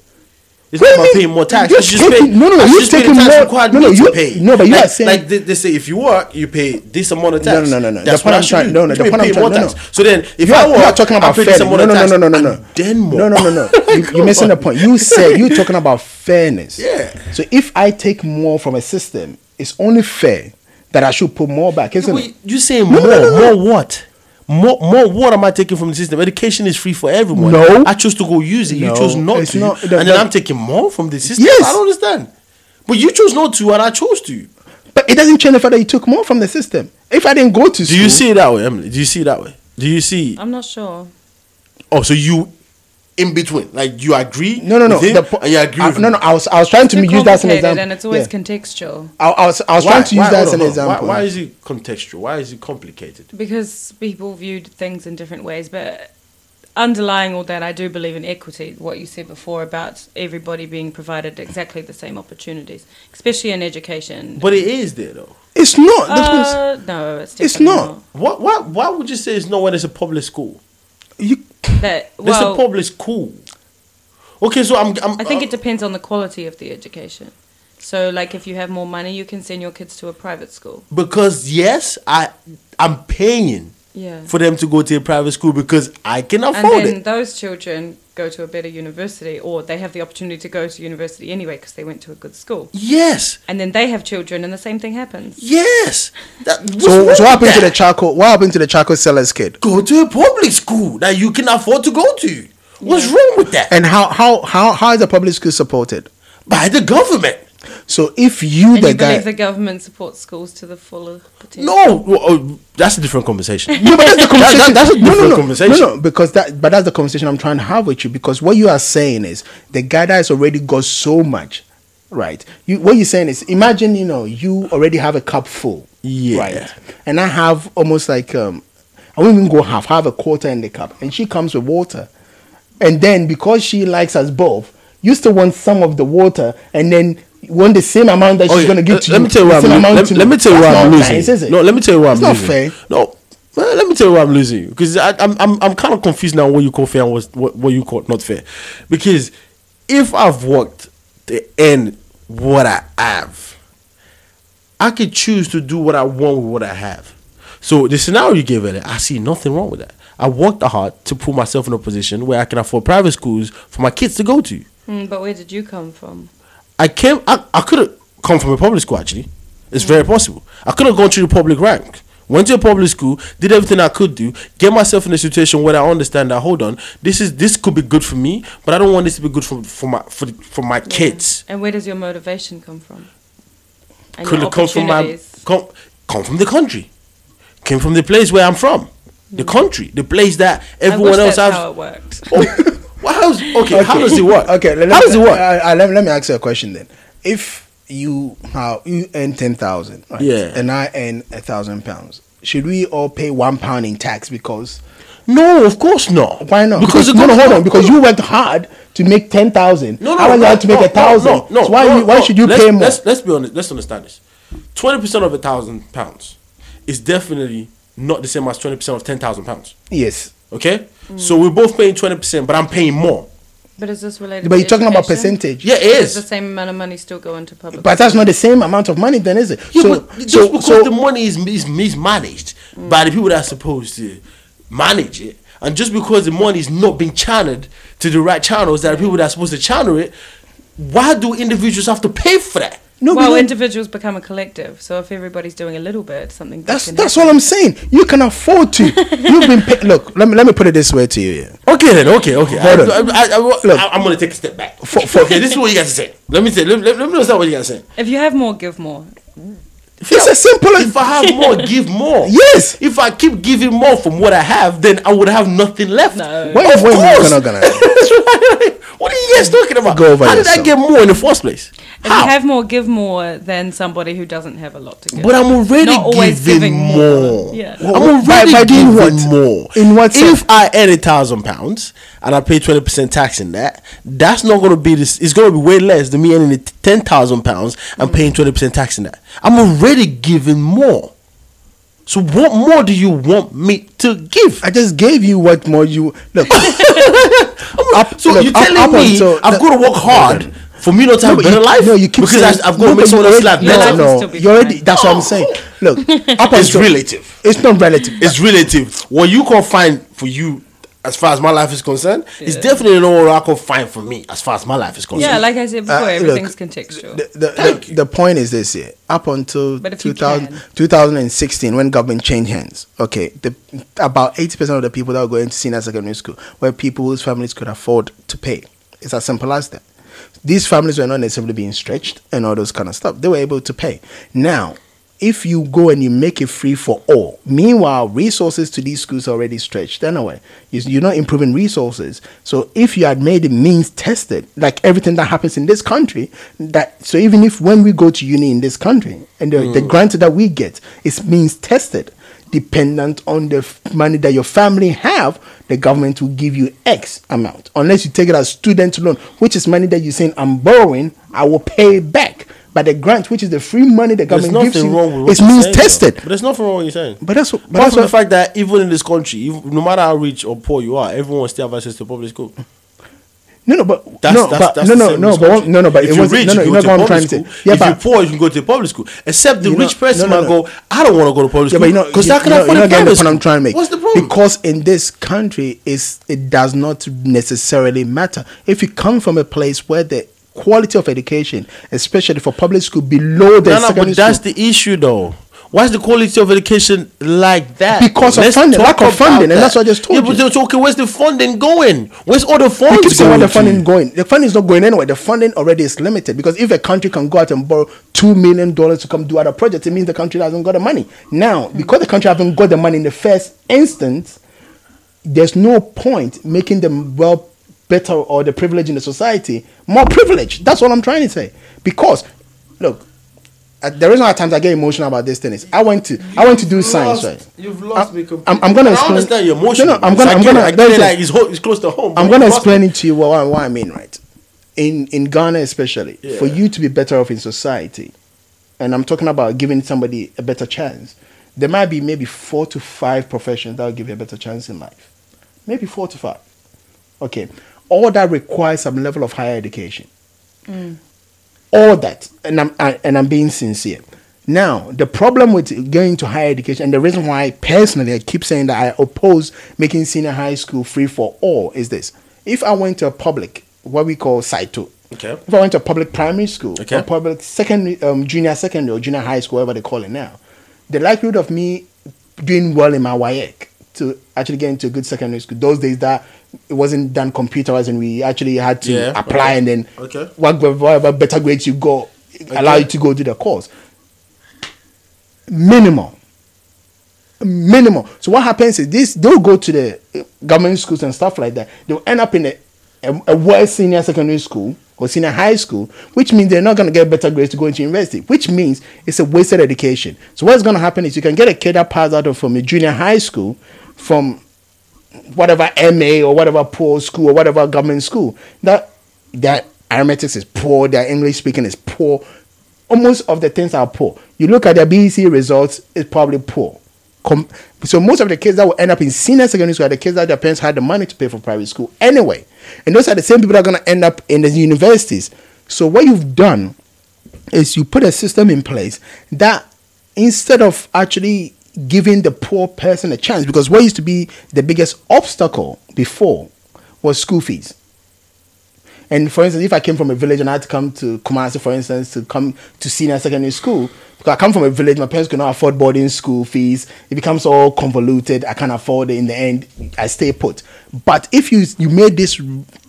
[SPEAKER 1] It's not
[SPEAKER 2] What do you
[SPEAKER 1] about
[SPEAKER 2] mean?
[SPEAKER 1] paying more tax.
[SPEAKER 2] You're
[SPEAKER 1] It's just pay,
[SPEAKER 2] taking- no, no,
[SPEAKER 1] I
[SPEAKER 2] you're
[SPEAKER 1] should pay the
[SPEAKER 2] taking
[SPEAKER 1] tax
[SPEAKER 2] more-
[SPEAKER 1] required
[SPEAKER 2] no, no,
[SPEAKER 1] me to
[SPEAKER 2] you-
[SPEAKER 1] pay.
[SPEAKER 2] no, but you
[SPEAKER 1] like,
[SPEAKER 2] are saying-
[SPEAKER 1] like they, they say if you work, you pay this amount of tax.
[SPEAKER 2] No, no, no, no, no.
[SPEAKER 1] That's
[SPEAKER 2] The point
[SPEAKER 1] what I
[SPEAKER 2] I'm
[SPEAKER 1] should
[SPEAKER 2] trying-
[SPEAKER 1] do.
[SPEAKER 2] no, no,
[SPEAKER 1] You
[SPEAKER 2] the
[SPEAKER 1] mean
[SPEAKER 2] point
[SPEAKER 1] pay
[SPEAKER 2] I'm
[SPEAKER 1] more
[SPEAKER 2] trying- no,
[SPEAKER 1] tax.
[SPEAKER 2] no.
[SPEAKER 1] So then, if
[SPEAKER 2] you
[SPEAKER 1] I
[SPEAKER 2] are,
[SPEAKER 1] work,
[SPEAKER 2] you are talking about
[SPEAKER 1] I pay this
[SPEAKER 2] fairness. No,
[SPEAKER 1] amount
[SPEAKER 2] no,
[SPEAKER 1] of
[SPEAKER 2] no,
[SPEAKER 1] tax
[SPEAKER 2] no, no, no,
[SPEAKER 1] and
[SPEAKER 2] no.
[SPEAKER 1] Then more.
[SPEAKER 2] No, no, no, no. You- You're missing the point. You said you're talking about fairness.
[SPEAKER 1] Yeah.
[SPEAKER 2] So if I take more from a system, it's only fair that I should put more back, isn't
[SPEAKER 1] Wait,
[SPEAKER 2] it?
[SPEAKER 1] you saying
[SPEAKER 2] No,
[SPEAKER 1] more?
[SPEAKER 2] no, no, no.
[SPEAKER 1] More what? More, more what am I taking from the system? Education is free for everyone.
[SPEAKER 2] No.
[SPEAKER 1] I chose to go use it. you
[SPEAKER 2] No,
[SPEAKER 1] chose not
[SPEAKER 2] it's
[SPEAKER 1] to.
[SPEAKER 2] not-
[SPEAKER 1] and
[SPEAKER 2] the-
[SPEAKER 1] then
[SPEAKER 2] the-
[SPEAKER 1] I'm taking more from the system.
[SPEAKER 2] Yes.
[SPEAKER 1] I don't understand. But you chose not to, and I chose to.
[SPEAKER 2] But it doesn't change the fact that you took more from the system. If I didn't go to school,
[SPEAKER 1] Do you see it that way, Emily? Do you see it that way? Do you see?
[SPEAKER 3] I'm not sure.
[SPEAKER 1] Oh, so you in between? Like you agree?
[SPEAKER 2] No, no, no.
[SPEAKER 1] with him,
[SPEAKER 2] The po-
[SPEAKER 1] and you agree?
[SPEAKER 2] I-
[SPEAKER 1] with
[SPEAKER 2] no,
[SPEAKER 1] him?
[SPEAKER 2] no. I was, I was trying to
[SPEAKER 3] Too
[SPEAKER 2] use that as an
[SPEAKER 3] complicated
[SPEAKER 2] example.
[SPEAKER 3] and it's always
[SPEAKER 2] Yeah.
[SPEAKER 3] contextual
[SPEAKER 2] I, I was, I was trying to use
[SPEAKER 1] Why- hold
[SPEAKER 2] that as an
[SPEAKER 1] on, hold on. Why-
[SPEAKER 2] example.
[SPEAKER 1] Why, is it contextual? Why is it complicated?
[SPEAKER 3] because people viewed things in different ways. But underlying all that, I do believe in equity. What you said before about everybody being provided exactly the same opportunities, especially in education.
[SPEAKER 1] But it is there though.
[SPEAKER 2] It's not. That's what it's-
[SPEAKER 3] uh, no, it's
[SPEAKER 2] It's
[SPEAKER 3] definitely
[SPEAKER 2] not.
[SPEAKER 1] What? Why? Why would you say it's not when it's a public school?
[SPEAKER 2] you,
[SPEAKER 3] That
[SPEAKER 1] There's
[SPEAKER 3] well,
[SPEAKER 1] a public school. Okay, so I'm. I'm
[SPEAKER 3] I think
[SPEAKER 1] uh,
[SPEAKER 3] it depends on the quality of the education. So, like, if you have more money, you can send your kids to a private school.
[SPEAKER 1] because yes, I I'm paying
[SPEAKER 3] Yeah.
[SPEAKER 1] for them to go to a private school because I can
[SPEAKER 3] and
[SPEAKER 1] afford
[SPEAKER 3] then
[SPEAKER 1] it.
[SPEAKER 3] those children go to a better university, or they have the opportunity to go to university anyway because they went to a good school.
[SPEAKER 1] Yes,
[SPEAKER 3] And then they have children, and the same thing happens.
[SPEAKER 1] yes. That, what's wrong
[SPEAKER 2] so,
[SPEAKER 1] with
[SPEAKER 2] so what happened to
[SPEAKER 1] that?
[SPEAKER 2] the charcoal? What happened to the charcoal seller's kid?
[SPEAKER 1] go to a public school that you can afford to go to. What's wrong with that?
[SPEAKER 2] And how, how, how, how is the public school supported?
[SPEAKER 1] By the government.
[SPEAKER 2] So if you,
[SPEAKER 3] And
[SPEAKER 2] the
[SPEAKER 3] you
[SPEAKER 2] guy,
[SPEAKER 3] believe the government supports schools to the full potential?
[SPEAKER 1] No, well, oh, that's a different conversation.
[SPEAKER 2] No, but that's the conversation.
[SPEAKER 1] That- that- that's a
[SPEAKER 2] No, no,
[SPEAKER 1] different
[SPEAKER 2] no.
[SPEAKER 1] conversation.
[SPEAKER 2] No, no, because that, but that's the conversation I'm trying to have with you. Because what you are saying is the guy that has already got so much, right? You, what you're saying is, imagine you know you already have a cup full,
[SPEAKER 1] Yeah.
[SPEAKER 2] right? And I have almost like um, I won't even go half. I have a quarter in the cup, and she comes with water, and then because she likes us both, you still want some of the water, and then. you Want the same amount that she's
[SPEAKER 1] Okay,
[SPEAKER 2] gonna give
[SPEAKER 1] eh, let-
[SPEAKER 2] to
[SPEAKER 1] Oh, Uh, let
[SPEAKER 2] you?
[SPEAKER 1] me tell you why I'm
[SPEAKER 2] the same
[SPEAKER 1] lo-
[SPEAKER 2] amount
[SPEAKER 1] let,
[SPEAKER 2] to
[SPEAKER 1] let me tell you
[SPEAKER 2] That's
[SPEAKER 1] why I'm
[SPEAKER 2] not
[SPEAKER 1] losing.
[SPEAKER 2] nice, is it?
[SPEAKER 1] No, let me tell you why I'm
[SPEAKER 2] It's not
[SPEAKER 1] losing.
[SPEAKER 2] fair.
[SPEAKER 1] No, well, let me tell you why I'm losing because I'm I'm I'm kind of confused now. What you call fair and what's- what what you call not fair, because if I've worked to earn what I have, I could choose to do what I want with what I have. So the scenario you gave earlier, I see nothing wrong with that. I worked hard to put myself in a position where I can afford private schools for my kids to go to.
[SPEAKER 3] Mm, but where did you come from?
[SPEAKER 1] I came. I, I could have come from a public school. Actually, it's very possible. I could have gone through the public rank. Went to a public school, did everything I could do, get myself in a situation where I understand that hold on, this is this could be good for me, but I don't want this to be good for for my for, for my kids.
[SPEAKER 3] And where does your motivation come from? And
[SPEAKER 1] Could
[SPEAKER 3] your
[SPEAKER 1] it come from my
[SPEAKER 3] opportunities?
[SPEAKER 1] come, come from the country? came from the place where I'm from, the country, the place that
[SPEAKER 3] I
[SPEAKER 1] everyone
[SPEAKER 3] Mm.
[SPEAKER 1] else
[SPEAKER 3] wish
[SPEAKER 1] has.
[SPEAKER 3] that's how it worked.
[SPEAKER 1] Oh, well, how's, okay, how does it work?
[SPEAKER 2] Okay, let,
[SPEAKER 1] how
[SPEAKER 2] let-
[SPEAKER 1] does it work?
[SPEAKER 2] I, I- let, me- uh, let me ask you a question then. If you how you earn ten thousand, right?
[SPEAKER 1] Yeah.
[SPEAKER 2] and I earn a thousand pounds, should we all pay one pound in tax? Because
[SPEAKER 1] no, of course not.
[SPEAKER 2] why not?
[SPEAKER 1] Because
[SPEAKER 2] no, no,
[SPEAKER 1] because-
[SPEAKER 2] hold on.
[SPEAKER 1] no,
[SPEAKER 2] Because
[SPEAKER 1] no,
[SPEAKER 2] you worked hard to make ten thousand.
[SPEAKER 1] No, no,
[SPEAKER 2] I was
[SPEAKER 1] no,
[SPEAKER 2] allowed to make
[SPEAKER 1] no,
[SPEAKER 2] a thousand.
[SPEAKER 1] No, no,
[SPEAKER 2] so why
[SPEAKER 1] no,
[SPEAKER 2] you, why
[SPEAKER 1] no.
[SPEAKER 2] should you
[SPEAKER 1] let's,
[SPEAKER 2] pay more?
[SPEAKER 1] Let's, let's be honest. Let's understand this. Twenty percent of a thousand pounds is definitely not the same as twenty percent of ten thousand pounds.
[SPEAKER 2] Yes,
[SPEAKER 1] Okay,
[SPEAKER 2] Mm.
[SPEAKER 1] so we're both paying twenty percent, but I'm paying more.
[SPEAKER 3] But is this related?
[SPEAKER 2] but
[SPEAKER 3] to
[SPEAKER 2] you're talking about
[SPEAKER 3] education?
[SPEAKER 2] percentage.
[SPEAKER 1] Yeah, it
[SPEAKER 3] Does the
[SPEAKER 1] is.
[SPEAKER 3] same amount of money still go into public?
[SPEAKER 2] But that's not the same amount of money, then, is it?
[SPEAKER 1] Yeah, but just because the money is is mismanaged
[SPEAKER 2] Mm.
[SPEAKER 1] by the people that are supposed to manage it, and just because the money is not being channeled to the right channels that are people that are supposed to channel it, why do individuals have to pay for that?
[SPEAKER 2] no, we
[SPEAKER 3] well,
[SPEAKER 2] don't-
[SPEAKER 3] individuals become a collective. So if everybody's doing a little bit, something.
[SPEAKER 2] That's
[SPEAKER 3] can
[SPEAKER 2] that's
[SPEAKER 3] happen.
[SPEAKER 2] all I'm saying. You can afford to. You've been paid. Look, let me let me put it this way to you. Yeah.
[SPEAKER 1] Okay then, okay, okay.
[SPEAKER 2] Hold
[SPEAKER 1] I,
[SPEAKER 2] on.
[SPEAKER 1] I, I,
[SPEAKER 2] Look.
[SPEAKER 1] am gonna take a step back.
[SPEAKER 2] For- for-
[SPEAKER 1] okay, this is what you guys are saying. Let me say, let, let, let me understand what you guys are saying.
[SPEAKER 3] If you have more, give more.
[SPEAKER 2] It's as simple as
[SPEAKER 1] If I have more, give more.
[SPEAKER 2] Yes.
[SPEAKER 1] If I keep giving more from what I have, then I would have nothing left.
[SPEAKER 3] No.
[SPEAKER 2] Where
[SPEAKER 1] Of
[SPEAKER 2] when
[SPEAKER 1] course.
[SPEAKER 2] you gonna gonna
[SPEAKER 1] What are you guys talking about?
[SPEAKER 2] Go over
[SPEAKER 1] How did I
[SPEAKER 2] yourself.
[SPEAKER 1] get more in the first place?
[SPEAKER 3] If
[SPEAKER 1] How?
[SPEAKER 3] you have more, give more than somebody who doesn't have a lot to give.
[SPEAKER 1] But I'm already
[SPEAKER 3] Not always
[SPEAKER 1] giving,
[SPEAKER 3] giving
[SPEAKER 1] more.
[SPEAKER 3] more. Yeah.
[SPEAKER 1] I'm
[SPEAKER 2] Wha- wha-
[SPEAKER 1] already
[SPEAKER 2] by- by
[SPEAKER 1] giving
[SPEAKER 2] doing what?
[SPEAKER 1] more.
[SPEAKER 2] In what sense?
[SPEAKER 1] If I earn a thousand pounds and I pay twenty percent tax in that, that's not going to be this. It's going to be way less than me earning it ten thousand pounds and paying twenty percent tax in that. I'm already giving more. So what more do you want me to give?
[SPEAKER 2] I just gave you what more you look.
[SPEAKER 1] I'm-
[SPEAKER 2] Up-
[SPEAKER 1] so
[SPEAKER 2] look,
[SPEAKER 1] you're
[SPEAKER 2] up-
[SPEAKER 1] telling
[SPEAKER 2] up
[SPEAKER 1] me
[SPEAKER 2] until-
[SPEAKER 1] I've got to work hard for me not to have a
[SPEAKER 2] but
[SPEAKER 1] better
[SPEAKER 2] you-
[SPEAKER 1] life?
[SPEAKER 2] No, you keep
[SPEAKER 1] because
[SPEAKER 2] saying
[SPEAKER 1] I- I've got to make
[SPEAKER 2] but
[SPEAKER 1] someone
[SPEAKER 2] you
[SPEAKER 1] else like
[SPEAKER 2] already-
[SPEAKER 3] Your life
[SPEAKER 1] better.
[SPEAKER 3] will
[SPEAKER 2] No,
[SPEAKER 3] still
[SPEAKER 2] no,
[SPEAKER 3] be
[SPEAKER 2] you already.
[SPEAKER 3] fine.
[SPEAKER 2] That's what I'm saying. Look, up
[SPEAKER 1] It's
[SPEAKER 2] until-
[SPEAKER 1] relative.
[SPEAKER 2] It's not relative.
[SPEAKER 1] It's relative. What you can find for you, as far as my life is concerned, is
[SPEAKER 3] Yeah.
[SPEAKER 1] definitely not what I can find for me, as far as my life is concerned.
[SPEAKER 3] yeah, like I said before,
[SPEAKER 2] Uh, look,
[SPEAKER 3] everything's contextual.
[SPEAKER 2] The, the,
[SPEAKER 1] Thank
[SPEAKER 2] the, the point is this here. Up until
[SPEAKER 3] But if you
[SPEAKER 2] 2000,
[SPEAKER 3] can.
[SPEAKER 2] 2016, when government changed hands, okay, the, about 80% of the people that were going to senior secondary school were people whose families could afford to pay. It's as simple as that. These families were not necessarily being stretched and all those kind of stuff. They were able to pay. Now, if you go and you make it free for all, meanwhile, resources to these schools are already stretched anyway. You- You're not improving resources. So if you had made the means tested, like everything that happens in this country, that so even if when we go to uni in this country and the,
[SPEAKER 1] Mm.
[SPEAKER 2] the grant that we get is means tested, dependent on the f- money that your family have, the government will give you X amount. Unless you take it as student loan, which is money that you're saying I'm borrowing, I will pay back. But the grant, which is the free money the
[SPEAKER 1] there's
[SPEAKER 2] government gives
[SPEAKER 1] nothing
[SPEAKER 2] you,
[SPEAKER 1] wrong with what
[SPEAKER 2] it's
[SPEAKER 1] you're
[SPEAKER 2] means
[SPEAKER 1] saying,
[SPEAKER 2] tested.
[SPEAKER 1] though. But there's nothing wrong with what you're saying.
[SPEAKER 2] But that's what- but
[SPEAKER 1] Apart
[SPEAKER 2] that's
[SPEAKER 1] from the
[SPEAKER 2] what-
[SPEAKER 1] fact that even in this country, ev- no matter how rich or poor you are, everyone still have access to public school.
[SPEAKER 2] No, no, but
[SPEAKER 1] That's,
[SPEAKER 2] no,
[SPEAKER 1] that's,
[SPEAKER 2] but
[SPEAKER 1] that's
[SPEAKER 2] no,
[SPEAKER 1] the
[SPEAKER 2] no,
[SPEAKER 1] same in
[SPEAKER 2] no,
[SPEAKER 1] this
[SPEAKER 2] but
[SPEAKER 1] country.
[SPEAKER 2] one- no, no, but
[SPEAKER 1] if
[SPEAKER 2] it
[SPEAKER 1] you're
[SPEAKER 2] was
[SPEAKER 1] rich,
[SPEAKER 2] no, no,
[SPEAKER 1] you go
[SPEAKER 2] you know
[SPEAKER 1] to
[SPEAKER 2] what I'm trying
[SPEAKER 1] public
[SPEAKER 2] to
[SPEAKER 1] school.
[SPEAKER 2] say. Yeah,
[SPEAKER 1] if you're
[SPEAKER 2] but
[SPEAKER 1] poor, you can go to public school. Except the
[SPEAKER 2] You know-
[SPEAKER 1] rich person
[SPEAKER 2] no, no,
[SPEAKER 1] might
[SPEAKER 2] no.
[SPEAKER 1] go, I don't want to go to public
[SPEAKER 2] yeah,
[SPEAKER 1] school
[SPEAKER 2] but you know,
[SPEAKER 1] because
[SPEAKER 2] you,
[SPEAKER 1] I can
[SPEAKER 2] you know,
[SPEAKER 1] afford
[SPEAKER 2] you
[SPEAKER 1] a
[SPEAKER 2] know, getting the
[SPEAKER 1] private
[SPEAKER 2] point
[SPEAKER 1] school.
[SPEAKER 2] I'm trying to make.
[SPEAKER 1] What's the problem?
[SPEAKER 2] Because in this country, is it does not necessarily matter if you come from a place where the quality of education, especially for public school, below the
[SPEAKER 1] No, no,
[SPEAKER 2] secondary
[SPEAKER 1] but that's
[SPEAKER 2] school,
[SPEAKER 1] the issue, though. Why is the quality of education like that?
[SPEAKER 2] Because of funding,
[SPEAKER 1] talk
[SPEAKER 2] lack of
[SPEAKER 1] about
[SPEAKER 2] funding, and
[SPEAKER 1] that.
[SPEAKER 2] that's what I just told
[SPEAKER 1] yeah, But
[SPEAKER 2] you.
[SPEAKER 1] they're talking, where's the funding going? Where's all the
[SPEAKER 2] we
[SPEAKER 1] funds
[SPEAKER 2] keep saying
[SPEAKER 1] going?
[SPEAKER 2] where the
[SPEAKER 1] to?
[SPEAKER 2] funding going. The funding is not going anywhere. The funding already is limited because if a country can go out and borrow two million dollars to come do other projects, it means the country hasn't got the money. Now,
[SPEAKER 1] Hmm.
[SPEAKER 2] because the country haven't got the money in the first instance, there's no point making them well better or the privilege in the society more privileged. That's all I'm trying to say. Because, look, uh, the reason why at times I get emotional about this thing is I went to I went to do
[SPEAKER 1] You've lost-
[SPEAKER 2] science, right?
[SPEAKER 1] You've lost
[SPEAKER 2] I-
[SPEAKER 1] me
[SPEAKER 2] I'm-
[SPEAKER 1] completely.
[SPEAKER 2] I'm gonna
[SPEAKER 1] And I
[SPEAKER 2] explain-
[SPEAKER 1] understand your
[SPEAKER 2] No, no,
[SPEAKER 1] emotion.
[SPEAKER 2] I'm
[SPEAKER 1] because
[SPEAKER 2] gonna-
[SPEAKER 1] I
[SPEAKER 2] I'm
[SPEAKER 1] get
[SPEAKER 2] gonna-
[SPEAKER 1] it. I get
[SPEAKER 2] that's
[SPEAKER 1] it.
[SPEAKER 2] it.
[SPEAKER 1] Like it's, ho- it's close to home.
[SPEAKER 2] I'm
[SPEAKER 1] Oh, but
[SPEAKER 2] going to
[SPEAKER 1] you've lost
[SPEAKER 2] explain
[SPEAKER 1] me.
[SPEAKER 2] it to you what, what I mean, right? In in Ghana, especially, for
[SPEAKER 1] Yeah.
[SPEAKER 2] you to be better off in society, and I'm talking about giving somebody a better chance, there might be maybe four to five professions that will give you a better chance in life. Maybe four to five. Okay. All that requires some level of higher education. All that, and I'm I, and I'm being sincere. Now, the problem with going to higher education, and the reason why personally I keep saying that I oppose making senior high school free for all, is this: if I went to a public, what we call Saito,
[SPEAKER 1] Okay.
[SPEAKER 2] if I went to a public primary school,
[SPEAKER 1] Okay.
[SPEAKER 2] or public secondary, um, junior secondary, or junior high school, whatever they call it now, the likelihood of me doing well in my WAEC to actually get into a good secondary school, those days that it wasn't done computerized and we actually had to
[SPEAKER 1] Yeah,
[SPEAKER 2] apply
[SPEAKER 1] okay.
[SPEAKER 2] and then
[SPEAKER 1] Okay.
[SPEAKER 2] what- whatever better grades you got allow
[SPEAKER 1] Okay.
[SPEAKER 2] you to go do the course. Minimal. minimum. So what happens is this: they'll go to the uh, government schools and stuff like that. They'll end up in a, a, a worse senior secondary school or senior high school, which means they're not going to get better grades to go into university. Which means it's a wasted education. So what's going to happen is you can get a kid that passed out of from a junior high school, from whatever MA or whatever poor school or whatever government school that their arithmetic is poor, their English speaking is poor. Almost of the things are poor. You look at their BEC results, it's probably poor. Com- so most of the kids that will end up in senior secondary school are the kids that their parents had the money to pay for private school anyway. And those are the same people that are going to end up in the universities. So what you've done is you put a system in place that instead of actually giving the poor person a chance, because what used to be the biggest obstacle before was school fees. And for instance, if I came from a village and I had to come to Kumasi, for instance, to come to senior secondary school, because I come from a village, my parents could not afford boarding school fees. It becomes all convoluted. I can't afford it. In the end, I stay put. But if you you made this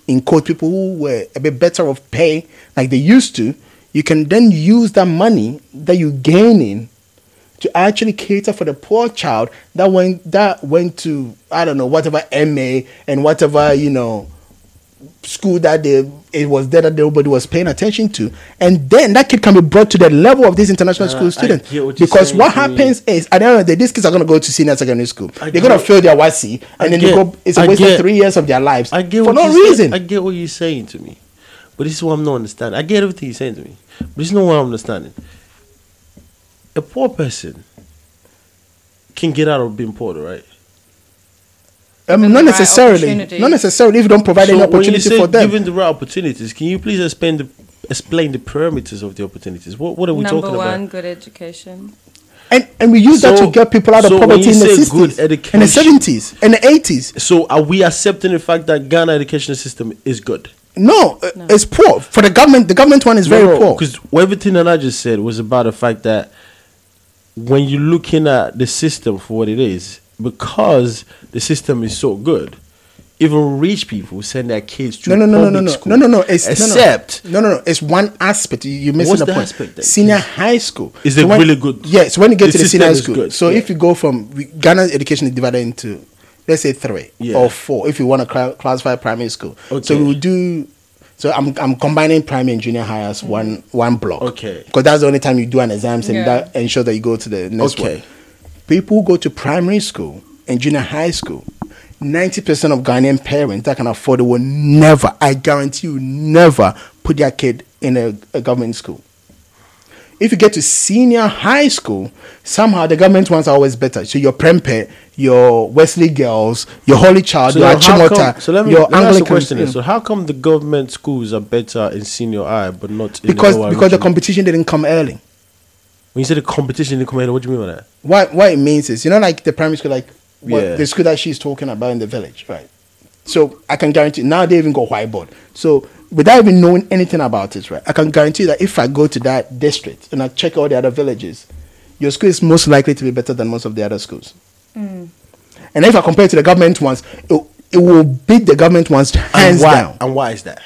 [SPEAKER 2] in quote people who were a bit better of pay like they used to, you can then use that money that you gain in to actually cater for the poor child that went that went to I don't know whatever MA and whatever you know school that they it was there that nobody was paying attention to and then that kid can be brought to the level of these international
[SPEAKER 1] Uh, I
[SPEAKER 2] school students
[SPEAKER 1] get what you're
[SPEAKER 2] because
[SPEAKER 1] saying,
[SPEAKER 2] what
[SPEAKER 1] I mean-
[SPEAKER 2] happens is at the end of the day these kids are going to go to senior secondary school
[SPEAKER 1] I
[SPEAKER 2] they're going to
[SPEAKER 1] get-
[SPEAKER 2] fail their YC and
[SPEAKER 1] I
[SPEAKER 2] then
[SPEAKER 1] get-
[SPEAKER 2] they go it's a
[SPEAKER 1] I
[SPEAKER 2] waste
[SPEAKER 1] get-
[SPEAKER 2] of three years of their lives
[SPEAKER 1] I get
[SPEAKER 2] for
[SPEAKER 1] what
[SPEAKER 2] no
[SPEAKER 1] you're saying-
[SPEAKER 2] reason
[SPEAKER 1] I get what you're saying to me, but this is what I'm not understanding. I get everything you're saying to me, but this is not what I'm understanding. A poor person can get out of being poor, right?
[SPEAKER 2] um,
[SPEAKER 3] Given
[SPEAKER 2] not
[SPEAKER 3] the right
[SPEAKER 2] necessarily
[SPEAKER 3] opportunity.
[SPEAKER 2] not necessarily if you don't provide any
[SPEAKER 1] So when you
[SPEAKER 2] opportunity
[SPEAKER 1] say
[SPEAKER 2] for them
[SPEAKER 1] Given the right opportunities, can you please explain the explain the parameters of the opportunities? What what are we
[SPEAKER 3] Number
[SPEAKER 1] talking
[SPEAKER 3] one,
[SPEAKER 1] about?
[SPEAKER 3] good education.
[SPEAKER 2] and, and we use that
[SPEAKER 1] So-
[SPEAKER 2] to get people out of
[SPEAKER 1] so when
[SPEAKER 2] poverty
[SPEAKER 1] you
[SPEAKER 2] in the
[SPEAKER 1] say
[SPEAKER 2] 60s
[SPEAKER 1] good
[SPEAKER 2] in the
[SPEAKER 1] education-
[SPEAKER 2] 70s and the 80s
[SPEAKER 1] So are we accepting the fact that Ghana education system is good?
[SPEAKER 2] No, uh, it's poor for the government. The government one is very poor.
[SPEAKER 1] Because everything that I just said was about the fact that when you're looking at the system for what it is, because the system is so good, even rich people send their kids to
[SPEAKER 2] No, no, no, no,
[SPEAKER 1] public
[SPEAKER 2] no, no,
[SPEAKER 1] school.
[SPEAKER 2] no, no, no. It's no, no.
[SPEAKER 1] except
[SPEAKER 2] no, no, no. It's one aspect. You- You're missing
[SPEAKER 1] What's
[SPEAKER 2] the,
[SPEAKER 1] the
[SPEAKER 2] point.
[SPEAKER 1] aspect then?
[SPEAKER 2] Senior high school
[SPEAKER 1] Is
[SPEAKER 2] So
[SPEAKER 1] it
[SPEAKER 2] when-
[SPEAKER 1] really good?
[SPEAKER 2] Yes. When you get
[SPEAKER 1] The
[SPEAKER 2] to the
[SPEAKER 1] system
[SPEAKER 2] senior high
[SPEAKER 1] is
[SPEAKER 2] school,
[SPEAKER 1] good,
[SPEAKER 2] so
[SPEAKER 1] yeah.
[SPEAKER 2] if you go from we- Ghana's education is divided into, let's say three
[SPEAKER 1] Yeah.
[SPEAKER 2] or four, if you want to cla classify primary school.
[SPEAKER 1] Okay.
[SPEAKER 2] So we will do. So I'm I'm combining primary and junior high as one one block.
[SPEAKER 1] Mm-hmm. Okay.
[SPEAKER 2] Because that's the only time you do an exam, and
[SPEAKER 3] Yeah.
[SPEAKER 2] that ensures that you go to the next
[SPEAKER 1] Okay.
[SPEAKER 2] one. people who go to primary school and junior high school, 90% of Ghanaian parents that can afford it will never, I guarantee you, never put their kid in a, a government school. If you get to senior high school, somehow the government ones are always better. So your Prempe, your Wesley Girls, your Holy Child,
[SPEAKER 1] So,
[SPEAKER 2] your
[SPEAKER 1] now how come,
[SPEAKER 2] Achimota,
[SPEAKER 1] so let me,
[SPEAKER 2] your
[SPEAKER 1] let me ask you a
[SPEAKER 2] Anglican.
[SPEAKER 1] question. then.
[SPEAKER 2] you
[SPEAKER 1] So
[SPEAKER 2] know,
[SPEAKER 1] how come the government schools are better in senior high but not in
[SPEAKER 2] because
[SPEAKER 1] the lower
[SPEAKER 2] because the
[SPEAKER 1] region?
[SPEAKER 2] competition didn't come early.
[SPEAKER 1] when you say the competition in the commander, what do you mean by that?
[SPEAKER 2] what what it means is you know like the primary school like what,
[SPEAKER 1] Yeah.
[SPEAKER 2] the school that she's talking about in the village right so i can guarantee now they even got whiteboard so without even knowing anything about it right i can guarantee that if i go to that district and i check all the other villages your school is most likely to be better than most of the other schools and if i compare it to the government ones it, it will beat the government ones
[SPEAKER 1] and
[SPEAKER 2] hands
[SPEAKER 1] why,
[SPEAKER 2] down
[SPEAKER 1] And why is that?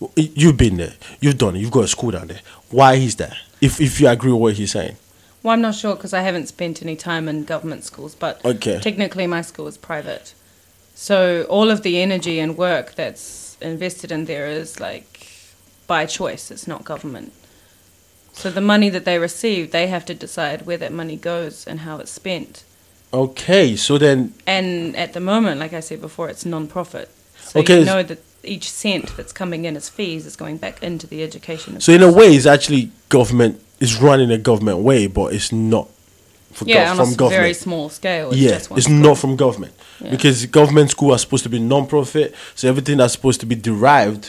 [SPEAKER 1] Well, y- You've been there. You've done it. You've got a school down there. Why is that? If if you agree with what he's saying.
[SPEAKER 3] Well, I'm not sure because I haven't spent any time in government schools, but
[SPEAKER 1] Okay.
[SPEAKER 3] technically my school is private. So all of the energy and work that's invested in there is like by choice, it's not government. So the money that they receive, they have to decide where that money goes and how it's spent.
[SPEAKER 1] Okay, so then
[SPEAKER 3] And at the moment, like I said before, it's non-profit. So
[SPEAKER 1] Okay,
[SPEAKER 3] you
[SPEAKER 1] s-
[SPEAKER 3] know that each cent that's coming in as fees is going back into the education. of
[SPEAKER 1] so in a
[SPEAKER 3] kids.
[SPEAKER 1] way it's actually government is running a government way, but it's not for gov-
[SPEAKER 3] yeah, on
[SPEAKER 1] from
[SPEAKER 3] a s- very
[SPEAKER 1] government.
[SPEAKER 3] small scale. It's
[SPEAKER 1] yeah,
[SPEAKER 3] just one
[SPEAKER 1] it's
[SPEAKER 3] school.
[SPEAKER 1] not from government
[SPEAKER 3] Yeah. Mm.
[SPEAKER 1] because government school are supposed to be non-profit, so everything that's supposed to be derived